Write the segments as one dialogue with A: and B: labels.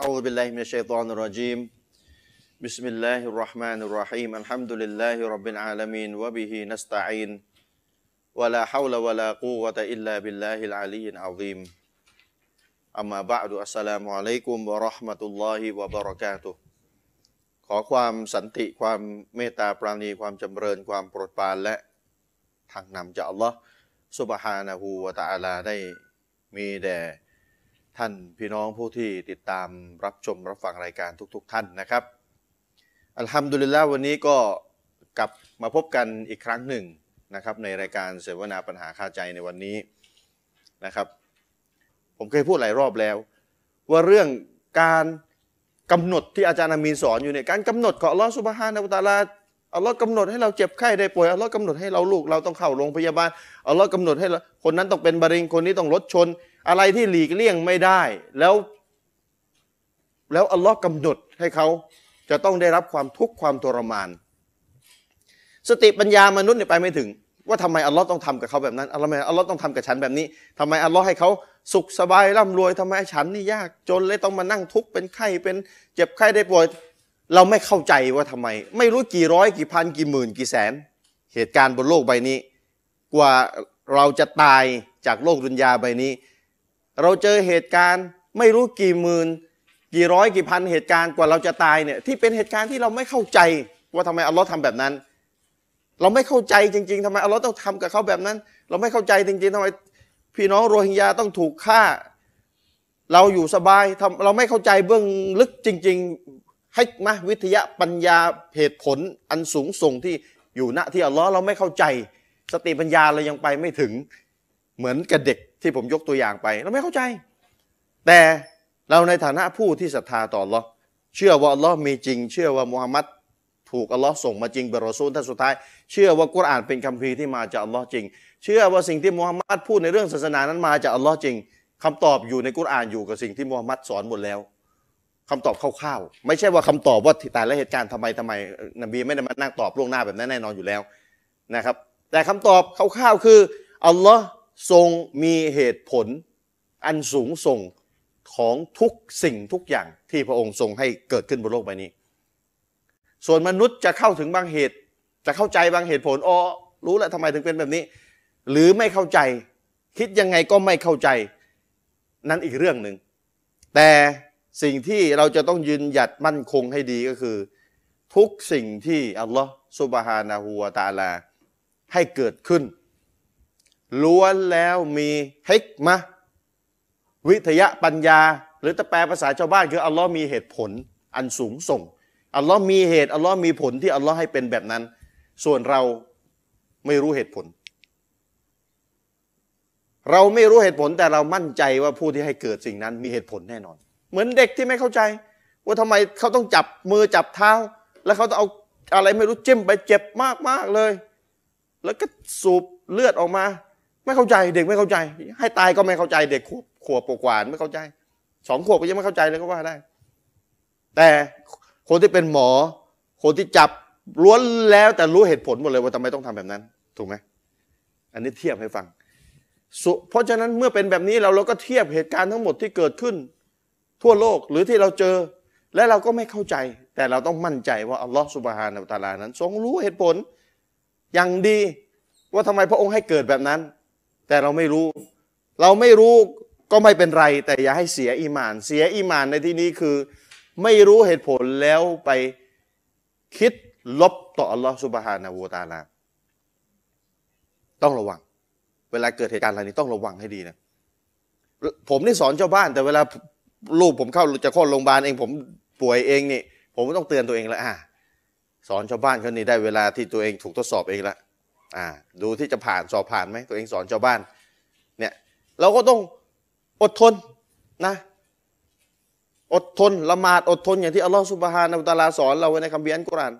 A: أعوذ بالله من الشيطان الرجيم بسم الله الرحمن الرحيم الحمد لله رب العالمين وبه نستعين ولا حول ولا قوة إلا بالله العلي العظيم أما بعد السلام عليكم ورحمة الله وبركاته ขอความสันติความเมตตาปราณีความจำเริญความโปรดปรานและทางนำจากอัลลอฮ์สุบฮานะฮูวะตะอาลาได้มีแด่ ท่านพี่น้องผู้ที่ติดตามรับชมรับฟังรายการทุกๆท่านนะครับ อัลฮัมดุลิลละวันนี้ก็กลับมาพบกันอีกครั้งหนึ่งนะครับ ในรายการเสวนาปัญหาคาใจในวันนี้นะครับ ผมเคยพูดหลายรอบแล้ว ว่าเรื่องการกำหนดที่อาจารย์อามีนสอนอยู่เนี่ยการกำหนดของอัลลอฮ์สุบฮานะฮูวะตะอาลาอัลลอฮ์กำหนดให้เราเจ็บไข้ได้ป่วยอัลลอฮ์กำหนดให้เราลูกเราต้องเข้าโรงพยาบาลอัลลอฮ์กำหนดให้เราคนนั้นต้องเป็นมะเร็งคนนี้ต้องลดชน อะไรที่หลีกเลี่ยงไม่ได้ แล้ว แล้วอัลลอฮ์กำหนดให้เขาจะต้องได้รับความทุกข์ความทรมาน สติปัญญามนุษย์เนี่ยไปไม่ถึง ว่าทำไมอัลลอฮ์ต้องทำกับเขาแบบนั้นอัลลอฮ์ทำไมอัลลอฮ์ต้องทำกับฉันแบบนี้ทำไมอัลลอฮ์ให้เขาสุขสบายร่ำรวยทำไมฉันนี่ยากจนเลยต้องมานั่งทุกข์เป็นไข้เป็นเจ็บไข้ได้ป่วย เราไม่เข้าใจว่าทำไม ไม่รู้กี่ร้อยกี่พันกี่หมื่นกี่แสน เหตุการณ์บนโลกใบนี้ กว่าเราจะตายจากโลกดุนยาใบนี้ เราเจอเหตุการณ์ไม่รู้กี่หมื่นกี่ร้อยกี่พันเหตุการณ์กว่าเราจะตายเนี่ยที่เป็นเหตุการณ์ที่เราไม่เข้าใจว่าทำไมอัลลอฮ์ทำแบบนั้น เราไม่เข้าใจจริง ๆทำไมอัลลอฮ์ต้องทำกับเขาแบบนั้น เราไม่เข้าใจจริงๆทำไมพี่น้องโรฮิงญาต้องถูกฆ่า เราอยู่สบายทำเราไม่เข้าใจเบื้องลึกจริง ๆ ให้มาวิทยาปัญญาเหตุผลอันสูงส่งที่อยู่ณที่อัลลอฮ์เราไม่เข้าใจ สติปัญญาเรายังไปไม่ถึง เหมือนกับเด็กที่ผมยกตัวอย่างไป เราไม่เข้าใจ แต่เราในฐานะผู้ที่ศรัทธาต่ออัลลอฮ์เชื่อว่าอัลลอฮ์มีจริง เชื่อว่ามูฮัมมัดถูกอัลลอฮ์ส่งมาจริงเป็นรอซูลท่านสุดท้าย เชื่อว่ากุรอานเป็นคัมภีร์ที่มาจากอัลลอฮ์จริง เชื่อว่าสิ่งที่มูฮัมมัดพูดในเรื่องศาสนานั้นมาจากอัลลอฮ์จริงคำตอบอยู่ในกุรอานอยู่กับสิ่งที่มูฮัมมัดสอนหมดแล้วคำตอบคร่าวๆไม่ใช่ว่าคำตอบว่าแต่ละเหตุการณ์ทำไมทำไมเอ่อนบีไม่ได้มานั่งตอบล่วงหน้าแบบนั้นแน่นอนอยู่แล้ว นะครับแต่คำตอบคร่าวๆคืออัลลอฮ์ทรงมีเหตุผลอันสูงส่งของทุกสิ่งทุกอย่างที่พระองค์ทรงให้เกิดขึ้นบนโลกใบนี้ ส่วนมนุษย์จะเข้าถึงบางเหตุ จะเข้าใจบางเหตุผลอ๋อรู้แล้วทำไมถึงเป็นแบบนี้ หรือไม่เข้าใจ คิดยังไงก็ไม่เข้าใจนั้นอีกเรื่องหนึ่งแต่สิ่งที่เราจะต้องยืนหยัดมั่นคงให้ดีก็คือ ทุกสิ่งที่อัลลอฮ์ซุบฮานะฮูวะตะอาลา ให้เกิดขึ้น ล้วนแล้วมีฮิกมะห์วิทยาปัญญา หรือถ้าแปลภาษาชาวบ้านคืออัลลอฮ์มีเหตุผลอันสูงส่งอัลลอฮ์มีเหตุอัลลอฮ์มีผลที่อัลลอฮ์ให้เป็นแบบนั้น ส่วนเราไม่รู้เหตุผล เราไม่รู้เหตุผลแต่เรามั่นใจว่าผู้ที่ให้เกิดสิ่งนั้นมีเหตุผลแน่นอน เหมือนเด็กที่ไม่เข้าใจ ว่าทำไมเขาต้องจับมือจับเท้า แล้วเขาต้องเอาอะไรไม่รู้จิ้มไปเจ็บมากๆเลย แล้วก็สูบเลือดออกมา ไม่เข้าใจเด็กไม่เข้าใจ ให้ตายก็ไม่เข้าใจเด็กขวบขวบกว่าๆไม่เข้าใจสองขวบก็ยังไม่เข้าใจเลยก็ว่าได้ แต่คนที่เป็นหมอ คนที่จับล้วนแล้วแต่รู้เหตุผลหมดเลยว่าทำไมต้องทำแบบนั้น ถูกไหมอันนี้เทียบให้ฟังสุเพราะฉะนั้นเมื่อเป็นแบบนี้เราเราก็เทียบเหตุการณ์ทั้งหมดที่เกิดขึ้น ทั่วโลกหรือที่เราเจอ และเราก็ไม่เข้าใจ แต่เราต้องมั่นใจว่าอัลลอฮฺสุบฮานาอัตาลานั้นทรงรู้เหตุผล อย่างดีว่าทำไมพระองค์ให้เกิดแบบนั้น แต่เราไม่รู้ เราไม่รู้ก็ไม่เป็นไร แต่อย่าให้เสียอีหมาน เสียอีหมานในที่นี้คือ ไม่รู้เหตุผลแล้วไปคิดลบต่ออัลลอฮฺสุบฮานาอูตะอาลา ต้องระวัง เวลาเกิดเหตุการณ์อะไรนี้ต้องระวังให้ดีนะ ผมนี่สอนชาวบ้าน แต่เวลาลูกผมเข้าจะเข้าโรงพยาบาลเองผมป่วยเองนี่ ผมก็ต้องเตือนตัวเองแล้วอ่า สอนชาวบ้านเขานี่ได้เวลาที่ตัวเองถูกทดสอบเองละอ่า ดูที่จะผ่านสอบผ่านไหมตัวเองสอนชาวบ้าน เนี่ย เราก็ต้องอดทนนะ อดทนละหมาดอดทนอย่างที่อัลลอฮฺสุบฮานะฮูวะตะอาลาสอนเราไว้ในคัมภีร์อัลกุรอาน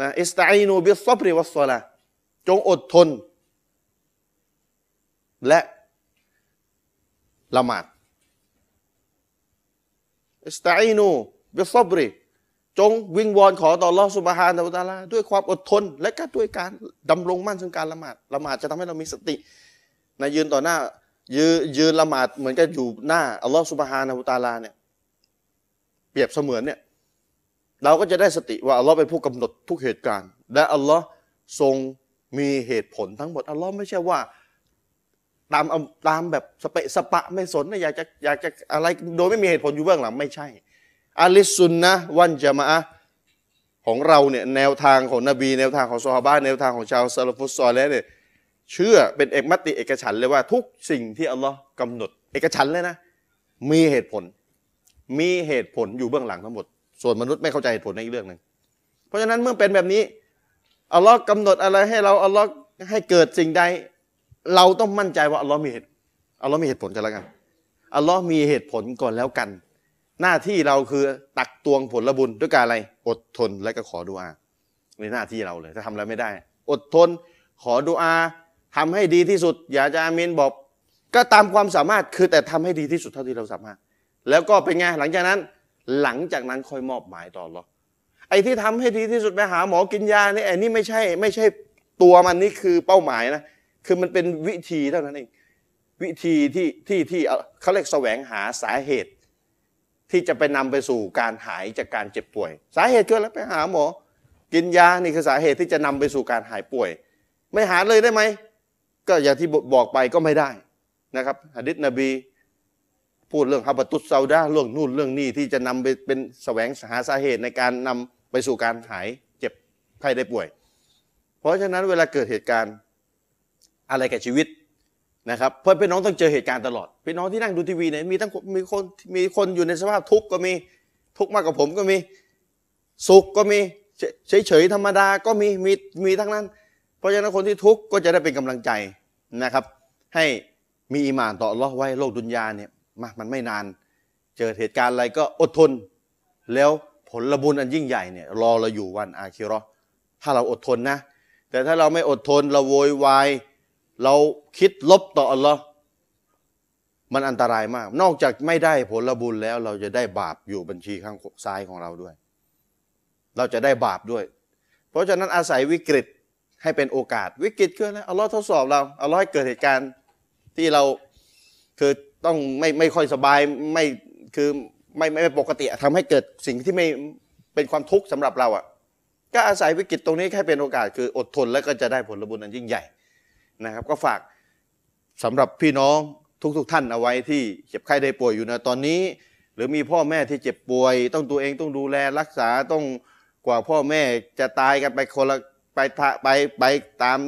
A: นะอิสตะอีนูบิสซับริวัสซอลาจงอดทน และละหมาดอิสตะอีนูบิสซับริ จงวิงวอนขอต่อลอสุบฮานะฮูวะตะอาลาด้วยความอดทน และก็ด้วยการดำรงมั่นซึ่งการละหมาดละหมาดจะทำให้เรามีสตินะยืนต่อหน้า ยืนยืนละหมาดเหมือนกับอยู่หน้าอัลลอฮฺสุบฮานะฮูวะตะอาลาเนี่ย เปรียบเสมือนเนี่ย เราก็จะได้สติว่าอัลลอฮ์เป็นผู้กำหนดทุกเหตุการณ์ และอัลลอฮ์ทรงมีเหตุผลทั้งหมดอัลลอฮ์ไม่ใช่ว่า ตามเอาตามแบบสเปะสปะไม่สนนะอยากจะอยากจะอะไรโดยไม่มีเหตุผลอยู่เบื้องหลังไม่ใช่อะลิสซุนนะฮ์วันจะมาอะฮ์ของเราเนี่ยแนวทางของนบี แนวทางของซอฮาบะห์แนวทางของชาวซาลฟุสซอลแล้วเนี่ยเชื่อเป็นเอกมติเอกฉันท์เลยว่าทุกสิ่งที่อัลลอฮ์กำหนด เอกฉันท์เลยนะ มีเหตุผล มีเหตุผลอยู่เบื้องหลังทั้งหมด ส่วนมนุษย์ไม่เข้าใจเหตุผลในนอีกเรื่องหนึ่งเพราะฉะนั้นเมื่อเป็นแบบนี้อัลลอฮ์กำหนดอะไรให้เราอัลลอฮ์ให้เกิดสิ่งใด เราต้องมั่นใจว่าอัลลอฮ์มีเหตุอัลลอฮ์มีเหตุผลกันแล้วกันอัลลอฮ์มีเหตุผลก่อนแล้วกัน หน้าที่เราคือตักตวงผลบุญด้วยการอะไร อดทนและก็ขอดุอาในหน้าที่เราเลยถ้าทำอะไรไม่ได้ อดทน ขอดุอาทำให้ดีที่สุด อย่าจะอาเมนบอก ก็ตามความสามารถคือแต่ทำให้ดีที่สุดเท่าที่เราสามารถ แล้วก็เป็นไงหลังจากนั้น หลังจากนั้นค่อยมอบหมายต่อหรอฮ์ไอ้ที่ทำให้ดีที่สุดไปหาหมอกินยาเนี่ยไอ้นี่ไม่ใช่ไม่ใช่ตัวมันนี่คือเป้าหมายนะ คือมันเป็นวิธีเท่านั้นเอง วิธีที่ที่ที่เอ่อเขาเรียกแสวงหาสาเหตุ ที่จะไปนำไปสู่การหายจากการเจ็บป่วย สาเหตุคืออะไรไปหาหมอ กินยานี่คือสาเหตุที่จะนำไปสู่การหายป่วย ไม่หาเลยได้ไหมก็อย่างที่บอกไปก็ไม่ได้นะครับหะดิษนบี พูดเรื่องฮับบตุสเซาดาเรื่องนู่นเรื่องนี่ที่จะนำไปเป็นแสวงหาสาเหตุในการนำไปสู่การหายเจ็บไข้ได้ป่วย เพราะฉะนั้นเวลาเกิดเหตุการณ์ อะไรกับชีวิตนะครับเพื่อนพี่น้องต้องเจอเหตุการณ์ตลอดพี่น้องที่นั่งดูทีวีเนี่ยมีทั้งมีคนมีคนอยู่ในสภาพทุกข์ก็มีทุกข์มากกว่าผมก็มีสุขก็มีเฉยเฉยๆธรรมดาก็มีมีมีทั้งนั้น เพราะฉะนั้นคนที่ทุกข์ก็จะได้เป็นกำลังใจนะครับ ให้มีอีหมานต่ออัลลอฮ์ไว้โลกดุนยาเนี่ยมามันไม่นาน เจอเหตุการณ์อะไรก็อดทน แล้วผลบุญอันยิ่งใหญ่เนี่ยรอเราอยู่วันอาคิเราะห์ถ้าเราอดทนนะ แต่ถ้าเราไม่อดทนเราโวยวาย เราคิดลบต่ออัลลอฮ์มันอันตรายมาก นอกจากไม่ได้ผลบุญแล้ว เราจะได้บาปอยู่บัญชีข้างซ้ายของเราด้วย เราจะได้บาปด้วย เพราะฉะนั้นอาศัยวิกฤตให้เป็นโอกาสวิกฤตคืออะไรอัลลอฮ์ทดสอบเราอัลลอฮ์ให้เกิดเหตุการณ์ที่เราคือต้องไม่ไม่ค่อยสบายไม่คือไม่ไม่ไม่ปกติอะทำให้เกิดสิ่งที่ไม่เป็นความทุกข์สำหรับเราอ่ะก็อาศัยวิกฤตตรงนี้ให้เป็นโอกาสคืออดทนแล้วก็จะได้ผลบุญอันยิ่งใหญ่ นะครับก็ฝากสำหรับพี่น้องทุกๆทท่านเอาไว้ที่เจ็บไข้ได้ป่วยอยู่นะตอนนี้ หรือมีพ่อแม่ที่เจ็บป่วย ต้องตัวเองต้องดูแลรักษาต้องกว่าพ่อแม่จะตายกันไปคนละไปทะไปไปตาม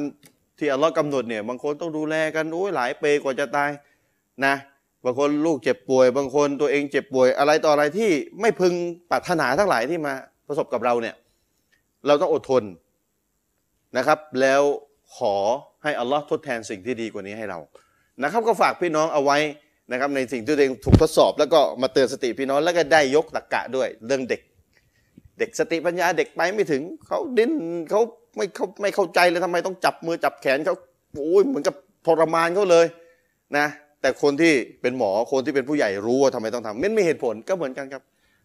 A: ที่อัลลอฮ์กำหนดเนี่ยบางคนต้องดูแลกันโอ้ยหลายปีกว่าจะตายนะบางคนลูกเจ็บป่วย บางคนตัวเองเจ็บป่วยอะไรต่ออะไรที่ไม่พึงปรารถนาทั้งหลายที่มาประสบกับเราเนี่ยเราต้องอดทน นะครับแล้วขอให้อัลลอฮ์ทดแทนสิ่งที่ดีกว่านี้ให้เรานะครับก็ฝากพี่น้องเอาไว้นะครับในสิ่งที่ตัวเองถูกทดสอบ แล้วก็มาเตือนสติพี่น้องแล้วก็ได้ยกหลักกะด้วยเรื่องเด็ก เด็กสติปัญญาเด็กไปไม่ถึงเขาดิ้นเขาไม่เขาไม่เข้าใจเลยทำไมต้องจับมือจับแขนเขาโอ้ยเหมือนกับทรมานเขาเลยนะแต่คนที่เป็นหมอคนที่เป็นผู้ใหญ่รู้ว่าทำไมต้องทำมันมีเหตุผลก็เหมือนกันครับ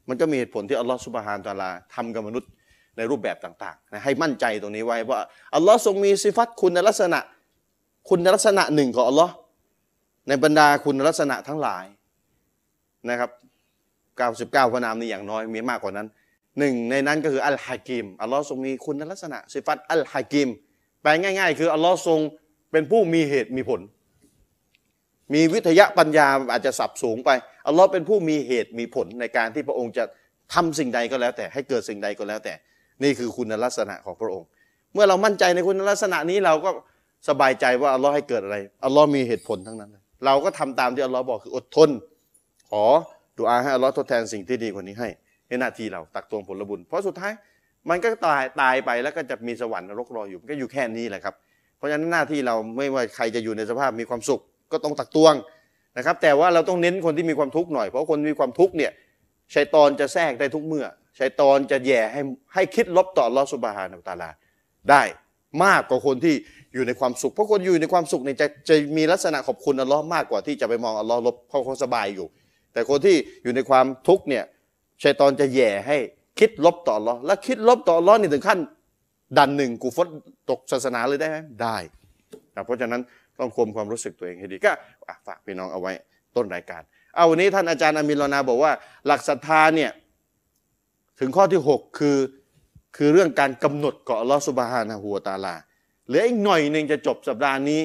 A: มันก็มีเหตุผลที่อัลลอฮ์สุบฮานตะอาลาทำกับมนุษย์ ในรูปแบบต่างๆนะให้มั่นใจตรงนี้ไว้ว่าอัลลอฮ์ทรงมีสิฟัตคุณลักษณะ คุณลักษณะหนึ่งของอัลลอฮ์ในบรรดาคุณลักษณะทั้งหลายนะครับ 99 พระนามนี่อย่างน้อยมีมากกว่านั้นหนึ่งในนั้นก็คืออัลฮะกิมอัลลอฮ์ทรงมีคุณลักษณะสิฟัตอัลฮะกิมแปลง่าย ๆ คืออัลลอฮ์ทรงเป็นผู้มีเหตุมีผล มีวิทยาปัญญาอาจจะสับสูงไปอัลลอฮ์เป็นผู้มีเหตุมีผลในการที่พระองค์จะทำสิ่งใดก็แล้วแต่ให้เกิดสิ่งใดก็แล้วแต่ นี่คือคุณลักษณะของพระองค์ เมื่อเรามั่นใจในคุณลักษณะนี้เราก็สบายใจว่าอัลลอฮ์ให้เกิดอะไรอัลลอฮ์มีเหตุผลทั้งนั้นเลยเราก็ทำตามที่อัลลอฮ์บอกคืออดทน ขอดุอาให้อัลลอฮ์ทดแทนสิ่งที่ดีกว่านี้ให้ในหน้าที่เราตักตวงผลบุญ เพราะสุดท้ายมันก็ตายตายไปแล้วก็จะมีสวรรค์นรกรออยู่มันก็อยู่แค่นี้แหละครับ เพราะฉะนั้นหน้าที่เราไม่ว่าใครจะอยู่ในสภาพมีความสุขก็ต้องตักตวงนะครับ แต่ว่าเราต้องเน้นคนที่มีความทุกข์หน่อยเพราะคนมีความทุกข์เนี่ย ชัยตอนจะแทรกได้ทุกเมื่อ ชัยตอนจะแย่ให้ให้คิดลบต่ออัลลอสุบฮานะฮูวะตะอาลา ได้มากกว่าคนที่อยู่ในความสุข เพราะคนอยู่ในความสุขเนี่ยจะจะมีลักษณะขอบคุณอัลลอฮ์มากกว่าที่จะไปมองอัลลอฮ์ลบเพราะเขาสบายอยู่ แต่คนที่อยู่ในความทุกข์เนี่ยชัยตอนจะแย่ให้คิดลบต่ออัลลอฮ์และคิดลบต่ออัลลอฮ์นี่ถึงขั้น ดันหนึ่งกูฟดตกศาสนาเลยได้ไหมได้นะเพราะฉะนั้นต้องควบความรู้สึกตัวเองให้ดีก็อ่ะฝากพี่น้องเอาไว้ต้นรายการ เอาวันนี้ท่านอาจารย์อามินรอนาบอกว่า หลักศรัทธาเนี่ย ถึงข้อที่ 6 คือคือเรื่องการกำหนดของอัลลอฮฺสุบฮานะฮูวะตะอาลาเหลืออีกหน่อยหนึ่งจะจบสัปดาห์นี้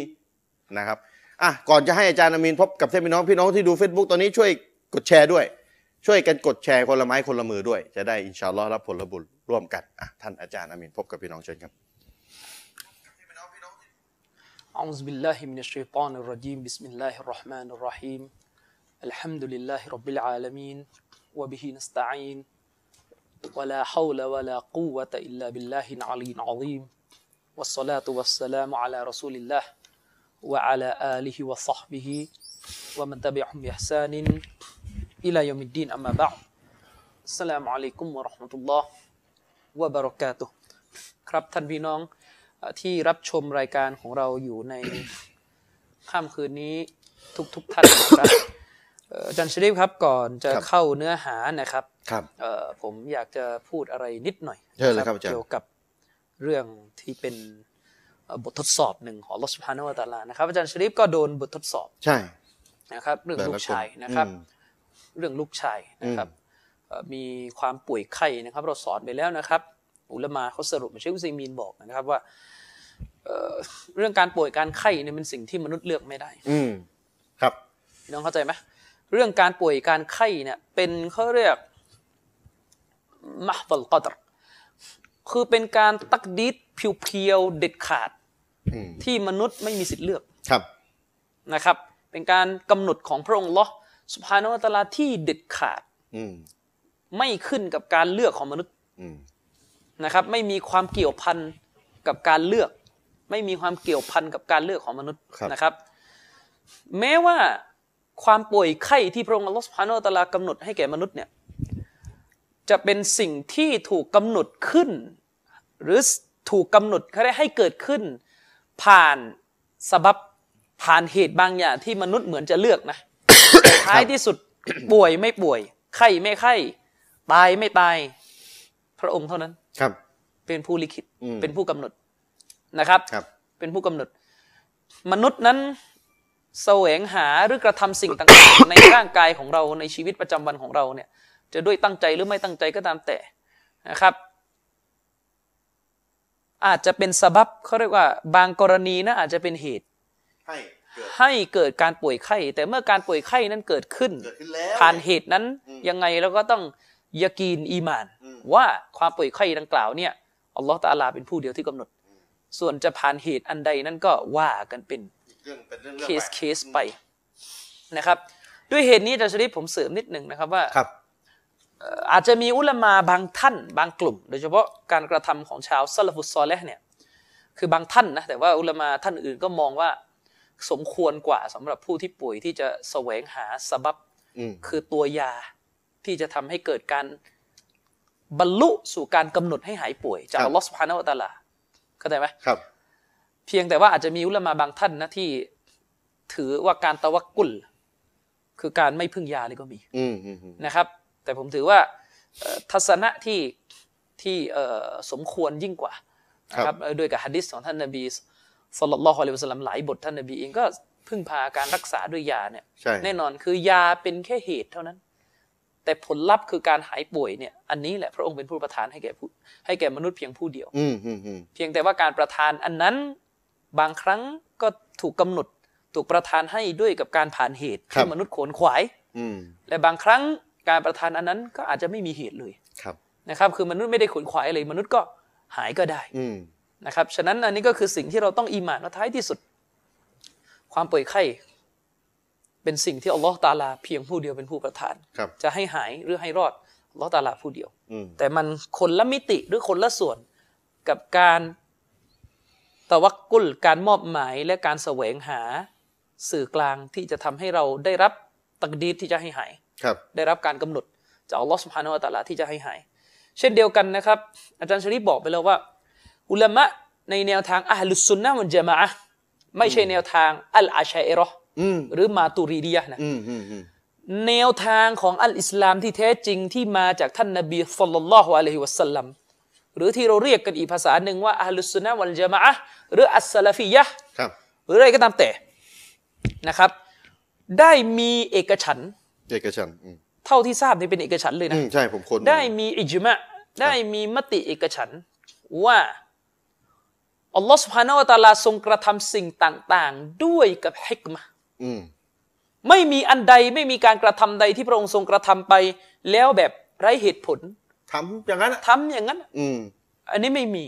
A: นะครับอ่ะก่อนจะให้อาจารย์อามีนพบกับท่านพี่น้องพี่น้องที่ดู Facebook ตอนนี้ช่วยกดแชร์ด้วย ช่วยกันกดแชร์คนละไม้คนละมือด้วย จะได้อินชาอัลลอฮ์รับผลบุญร่วมกันอ่ะท่านอาจารย์อามีนพบกับพี่น้องเชิญครับ
B: أعوذ بالله من الشيطان الرجيم بسم الله الرحمن الرحيم الحمد لله رب العالمين وبه نستعين ولا حول ولا قوة إلا بالله العلي العظيم والصلاة والسلام على رسول الله وعلى آله وصحبه ومن تبعهم بإحسان إلى يوم الدين أما بعد السلام عليكم ورحمة الله وبركاته ครับท่านพี่น้องเอ่อที่รับชมรายการของเราอยู่ใน ค่ำคืนนี้ทุกๆทท่านนะครับ เอ่ออาจันชริฟครับก่อนจะ
A: ครับ
B: เข้าเนื้อหานะครับ
A: ครับ
B: เอ่อผมอยากจะพูดอะไรนิดหน่อย
A: เชิญเลยครับอาจารย์
B: เกี่ยวกับเรื่องที่เป็นเอ่อบททดสอบหนึ่งของลอสพานวตาลานะครับอาจารย์ชริฟก็โดนบททดสอบ
A: ใช่
B: นะครับ เรื่อง
A: แต่ะ
B: ลูกชาย
A: น
B: นะครับ
A: อืม
B: เรื่องลูกชายนะครับเอ่อมีความป่วยไข้นะครับ เราสอนไปแล้วนะครับ อุลามาเขาสรุปมาเชคอุซัยมีนบอกนะครับว่าเอ่อเรื่องการป่วยการไข้เนี่ยเป็นสิ่งที่มนุษย์เลือกไม่ได้
A: อืมครับ
B: พี่น้องเข้าใจไหมเรื่องการป่วยการไข้เนี่ยเป็นเขาเรียกมหบัลกอดรคือเป็นการตักดีดเพียวๆเด็ดขาด
A: อืม
B: ที่มนุษย์ไม่มีสิทธิ์เลือก
A: ครับ
B: นะครับ เป็นการกำหนดของพระองค์ลอสุภาโนตะอาลาที่เด็ดขาด
A: อืม
B: ไม่ขึ้นกับการเลือกของมนุษย์
A: อืม
B: นะครับ ไม่มีความเกี่ยวพันกับการเลือก ไม่มีความเกี่ยวพันกับการเลือกของมนุษย์นะครับ แม้ว่าความป่วยไข้ที่พระองค์อัลลอฮฺสุบฮานาอัลตะอาลากำหนดให้แก่มนุษย์เนี่ยจะเป็นสิ่งที่ถูกกำหนดขึ้น หรือถูกกำหนดเขาได้ให้เกิดขึ้น ผ่านสบับผ่านเหตุบางอย่างที่มนุษย์เหมือนจะเลือกนะ แต่ท้ายที่สุด ป่วยไม่ป่วย ไข้ไม่ไข้ตายไม่ตาย พระองค์เท่านั้น
A: ครับ
B: เป็นผู้ลิขิต
A: อืม
B: เป็นผู้กำหนดนะครับ
A: ครับ
B: เป็นผู้กำหนด มนุษย์นั้นแสวงหาหรือกระทำสิ่งต่างๆ ในร่างกายของเราในชีวิตประจำวันของเราเนี่ย จะด้วยตั้งใจหรือไม่ตั้งใจก็ตามแต่นะครับ อาจจะเป็นสบับเขาเรียกว่า บางกรณีนะอาจจะเป็นเหตุ
A: ให้เกิด
B: ให้เกิดการป่วยไข้ แต่เมื่อการป่วยไข้นั้นเกิดขึ้น
A: เกิดขึ้นแล้ว
B: ผ่านเหตุนั้น
A: อืม
B: ยังไงเราก็ต้องยากีนอีมาน
A: อืม
B: ว่าความป่วยไข้ดังกล่าวเนี่ยอัลลอฮฺตะอาลาเป็นผู้เดียวที่กำหนด ส่วนจะผ่านเหตุอันใดนั้นก็ว่ากันเป็น
A: เรื่องเป็นเรื่อง
B: เคสเคส
A: ๆ
B: ไปนะครับ ด้วยเหตุนี้อาจารย์ชริปผมเสริมนิดหนึ่งนะครับว่า
A: ครับ
B: เอ่ออาจจะมีอุลามาบางท่าน บางกลุ่ม โดยเฉพาะการกระทำของชาวซาลฟุสซอเลห์เนี่ยคือบางท่านนะแต่ว่าอุลามาท่านอื่นก็มองว่าสมควรกว่าสำหรับผู้ที่ป่วยที่จะแสวงหาสบับ
A: อืม
B: คือตัวยาที่จะทำให้เกิดการบรรลุสู่การกำหนดให้หายป่วย จากอัลลอฮฺสุบฮานาวะตะอาลาเข้าใจไหม
A: ครับ
B: เพียงแต่ว่าอาจจะมีอุลามาบางท่านนะที่ถือว่าการตะวักกุล คือการไม่พึ่งยาเลยก็มี
A: อืมอืมอืม
B: นะครับ แต่ผมถือว่าเอ่อทัศนะที่ที่เอ่อสมควรยิ่งกว่านะครับเอ่อโดยกับฮะดิษของท่านนบีสลลัลลอฮุอะลัยฮิวะสัลลัมหลายบทท่านนบีเองก็พึ่งพาการรักษาด้วยยาเนี่ย
A: ใช่
B: แน่นอนคือยาเป็นแค่เหตุเท่านั้น แต่ผลลัพธ์คือการหายป่วยเนี่ยอันนี้แหละพระองค์เป็นผู้ประทานให้แก่ผู้ให้แก่มนุษย์เพียงผู้เดียว
A: อืมอืมอืม
B: เพียงแต่ว่าการประทานอันนั้นบางครั้งก็ถูกกำหนดถูกประทานให้ด้วยกับการผ่านเหตุที่มนุษย์ขวนขวาย
A: อืม
B: และบางครั้งการประทานอันนั้นก็อาจจะไม่มีเหตุเลย
A: ครับ
B: นะครับคือมนุษย์ไม่ได้ขวนขวายเลยมนุษย์ก็หายก็ได้
A: อืม
B: นะครับ ฉะนั้นอันนี้ก็คือสิ่งที่เราต้องอีหมานว่าท้ายที่สุด ความป่วยไข้ เป็นสิ่งที่อัลลอฮฺตะอาลาเพียงผู้เดียวเป็นผู้ประทาน
A: ครับ
B: จะให้หายหรือให้รอดอัลลอฮฺตะอาลาผู้เดียว
A: อืม
B: แต่มันคนละมิติหรือคนละส่วนกับการตะวักกุลการมอบหมายและการแสวงหาสื่อกลางที่จะทำให้เราได้รับตักดีรที่จะให้หาย
A: ครับ
B: ได้รับการกำหนดจากอัลลอฮ์สุบฮานะฮูวะตะอาลาที่จะให้หาย เช่นเดียวกันนะครับ อาจารย์ชริปบอกไปแล้วว่า อุลามะในแนวทางอะฮ์ลุสซุนนะฮ์วัลญะมาอะฮ์ไม่ใช่แนวทางอัลอาชัยเอรอฮ์
A: อืม
B: หรือมาตูรีดียะฮ์นะ
A: อืมอืมอืม
B: แนวทางของอัลอิสลามที่แท้จริงที่มาจากท่านนบีสัลลัลลอฮุอะลัยฮิวะสัลลัมหรือที่เราเรียกกันอีกภาษาหนึ่งว่าอะฮ์ลุสซุนนะฮ์วัลญะมาอะฮ์หรืออัสซะลาฟียะฮ์
A: ครับ
B: หรืออะไรก็ตามแต่นะครับ ได้มีเอกฉันท์
A: เอกชันท์อืม
B: ท เท่าที่ทราบนี่เป็นเอกฉันท์เลย
A: อื
B: นะ
A: มใช่ผมคน
B: ได้มีอิจมะได้มีมติเอกฉันท์ว่าอัลลอฮ์สุบฮานาตาลาทรงกระทำสิ่งต่าง ๆ ด้วยกับฮิกมะห์
A: อืม
B: ไม่มีอันใดไม่มีการกระทำใดที่พระองค์ทรงกระทำไป แล้วแบบไร้เหตุผล
A: ทำอย่างนั้นอะ
B: ทำอย่างนั้น
A: อืม
B: อันนี้ไม่มี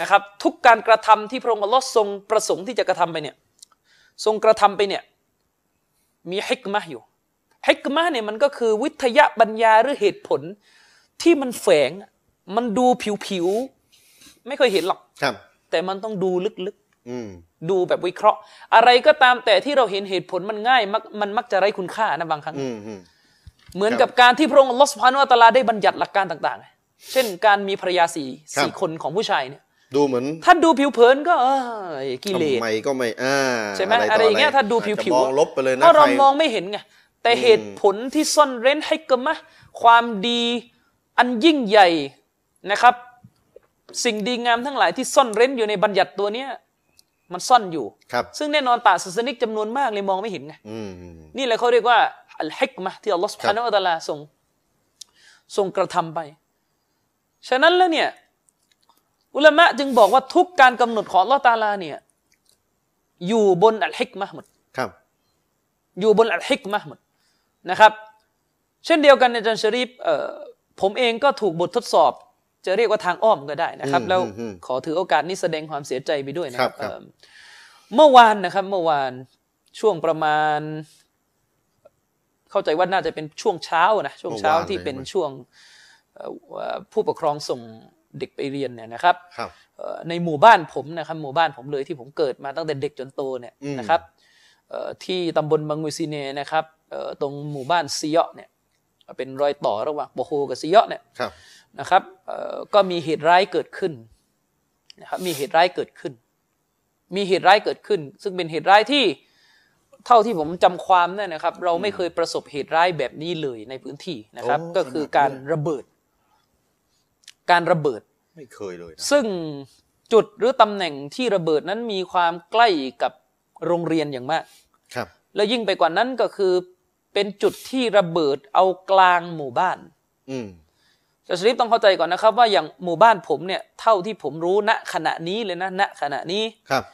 B: นะครับ ทุกการกระทำที่พระองค์อัลลอฮ์ทรงประสงค์ที่จะกระทำไปเนี่ย ทรงกระทำไปเนี่ย มีฮิกมะห์อยู่ฮิกมะห์เนี่ยมันก็คือวิทยาบัญญาหรือเหตุผลที่มันแฝง มันดูผิวๆ ไม่เคยเห็นหรอก
A: ครับ
B: แต่มันต้องดูลึก
A: อืม
B: ๆ ดูแบบวิเคราะห์ อะไรก็ตามแต่ที่เราเห็นเหตุผลมันง่ายมักมันมักจะไร้คุณค่านะบางครั้ง
A: อืมอืม
B: เหมือน
A: ครับ
B: กับการที่พระองค์อัลลอฮ์สุบฮานุอัตะอาลาได้บัญญัติหลักการต่างๆ เช่น การมีภรรยาสี่
A: ค
B: สี่
A: รับ
B: คนของผู้ชายเนี่ย
A: ดูเหมือน
B: ถ้าดูผิวเผินก็เออกิเลส
A: ทำไมก็ไม่อ่า
B: ใช่ไหมอะไรอย่างเงี้ย
A: ต่
B: ถ้าดูผิว
A: อจ
B: ผิ
A: จะ
B: ว
A: มองลบไปเลยนะ
B: เพราะเรา
A: ใค
B: มองไม่เห็นไงแต่เหตุผลที่ซ่อนเร้นให้กมะความดีอันยิ่งใหญ่นะครับ สิ่งดีงามทั้งหลายที่ซ่อนเร้นอยู่ในบัญญัติตัวเนี้ยมันซ่อนอยู่
A: ครับ
B: ซึ่งแน่นอนป่าศาสนิกจำนวนมากเลยมองไม่เห็นไง
A: อืมอืม
B: นี่แหละเขาเรียกว่าอัลฮิกมะห์ที่อัลลอฮ์สุบฮานะฮูวะตะอาลาทรงทรงกระทำไป ฉะนั้นแล้วเนี่ย อุลามะจึงบอกว่าทุกการกำหนดของอัลลอฮ์ตะอาลาเนี่ย อยู่บนอัลฮิกมะห์หมด
A: ครับ
B: อยู่บนอัลฮิกมะห์หมดนะครับ เช่นเดียวกันอาจารย์ชะรีฟเอ่อผมเองก็ถูกบททดสอบ จะเรียกว่าทางอ้อมก็ได้นะครับ
A: อืม
B: แล้ว
A: อืม
B: ขอถือโอกาสนี้แสดงความเสียใจไปด้วยนะครับ
A: ครับครับ
B: เอิ่มเมื่อวานนะครับ เมื่อวานช่วงประมาณ เข้าใจว่าน่าจะเป็นช่วงเช้านะช่วงเช้า
A: เมื่อวาน
B: ที่
A: เลย
B: เป็น
A: มั้ย
B: ช่วงเอ่อเอ่อผู้ปกครองส่งเด็กไปเรียนเนี่ยนะครับ
A: ครับ
B: เอ่อในหมู่บ้านผมนะครับหมู่บ้านผมเลยที่ผมเกิดมาตั้งแต่เด็กจนโตเนี่ย
A: อืม
B: นะครับเอ่อที่ตำบลบางงุยซีเนนะครับเอ่อตรงหมู่บ้านซีเยาะเนี่ยเป็นรอยต่อระหว่างโปโฮกับซีเยาะเนี่ย
A: ครับ
B: นะครับเอ่อก็มีเหตุร้ายเกิดขึ้นนะครับมีเหตุร้ายเกิดขึ้น มีเหตุร้ายเกิดขึ้น ซึ่งเป็นเหตุร้ายที่เท่าที่ผมจำความเนี่ยนะครับ เราไม่เคยประสบเหตุร้ายแบบนี้เลยในพื้นที่นะครับ
A: โอ้
B: ก็คือ
A: ขนาดนั้น
B: การระเบิด การระเบิด
A: ไม่เคยเลยนะ
B: ซึ่งจุดหรือตำแหน่งที่ระเบิดนั้นมีความใกล้กับโรงเรียนอย่างมาก
A: ครับ
B: และยิ่งไปกว่านั้นก็คือเป็นจุดที่ระเบิดเอากลางหมู่บ้าน
A: อืม
B: จะสริปต้องเข้าใจก่อนนะครับ ว่าอย่างหมู่บ้านผมเนี่ยเท่าที่ผมรู้ณขณะนี้เลยนะณขณะนี้
A: ครับ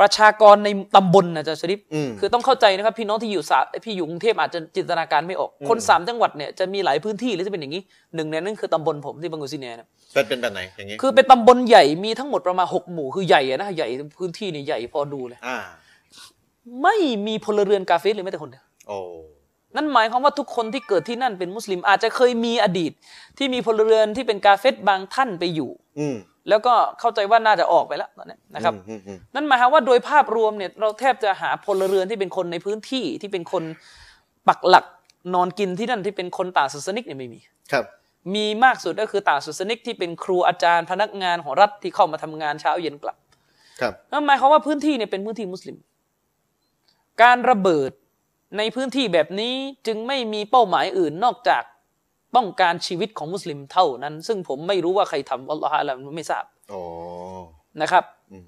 B: ประชากรในตำบลนะจะสริป
A: อืม
B: คือต้องเข้าใจนะครับ พี่น้องที่อยู่สาพี่อยู่กรุงเทพอาจจะจินตนาการไม่ออก คนสามจังหวัดเนี่ยจะมีหลายพื้นที่เลยจะเป็นอย่างนี้หนึ่งในนั้นคือตำบลผมที่บางกุซิเนียนะ
A: เป็นเป็นแบบไหน อย่างนี้
B: คือเป็นตำบลใหญ่มีทั้งหมดประมาณหกหมู่คือใหญ่อะนะ ใหญ่พื้นที่นี่ใหญ่พอดูเลย
A: อ่า
B: ไม่มีพลเรือนกาเฟรเลยแม้แต่คนเดียว
A: โอ้
B: นั่นหมายความว่าทุกคนที่เกิดที่นั่นเป็นมุสลิมอาจจะเคยมีอดีต ที่มีพลเรือนที่เป็นกาเฟรบางท่านไปอยู่
A: อืม
B: แล้วก็เข้าใจว่าน่าจะออกไปแล้วตอนนี้นะครับ
A: อืมอืม
B: นั่นหมายความว่าโดยภาพรวมเนี่ยเราแทบจะหาพลเรือนที่เป็นคนในพื้นที่ที่เป็นคนปักหลักนอนกินที่นั่นที่เป็นคนต่างศาสนิกเนี่ยไม่มี
A: ครับ
B: มีมากสุดก็คือต่างศาสนิกที่เป็นครูอาจารย์พนักงานของรัฐที่เข้ามาทำงานเช้าเย็นกลับ
A: ครับ
B: นั่นหมายความว่าพื้นที่เนี่ยเป็นพื้นที่มุสลิม การระเบิดในพื้นที่แบบนี้จึงไม่มีเป้าหมายอื่นนอกจากป้องกันชีวิตของมุสลิมเท่านั้น ซึ่งผมไม่รู้ว่าใครทำอัลลอฮฺอาลัมไม่ทราบ
A: โอ้
B: นะครับ
A: อืม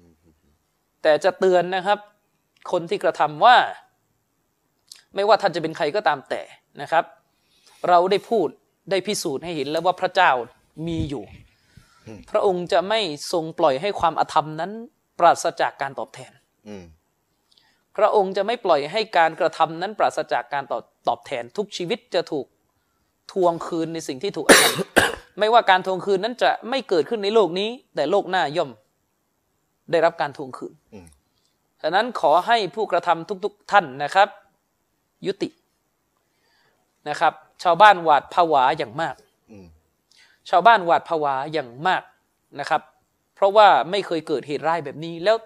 B: แต่จะเตือนนะครับ คนที่กระทำว่า ไม่ว่าท่านจะเป็นใครก็ตามแต่นะครับ เราได้พูดได้พิสูจน์ให้เห็นแล้วว่าพระเจ้ามีอยู่ พระองค์จะไม่ทรงปล่อยให้ความอธรรมนั้น ปราศจากการตอบแทน
A: อืม
B: พระองค์จะไม่ปล่อยให้การกระทำนั้นปราศจากการตอบตอบแทนทุกชีวิตจะถูกทวงคืนในสิ่งที่ถูกกระทำ ไม่ว่าการทวงคืนนั้นจะไม่เกิดขึ้นในโลกนี้ แต่โลกหน้าย่อม ได้รับการทวงคืน
A: อืม
B: ฉะนั้นขอให้ผู้กระทำทุก ๆ ท่านนะครับ ยุตินะครับ ชาวบ้านหวาดผวาอย่างมาก
A: อืม
B: ชาวบ้านหวาดผวาอย่างมากนะครับ เพราะว่าไม่เคยเกิดเหตุร้ายแบบนี้ แล้ว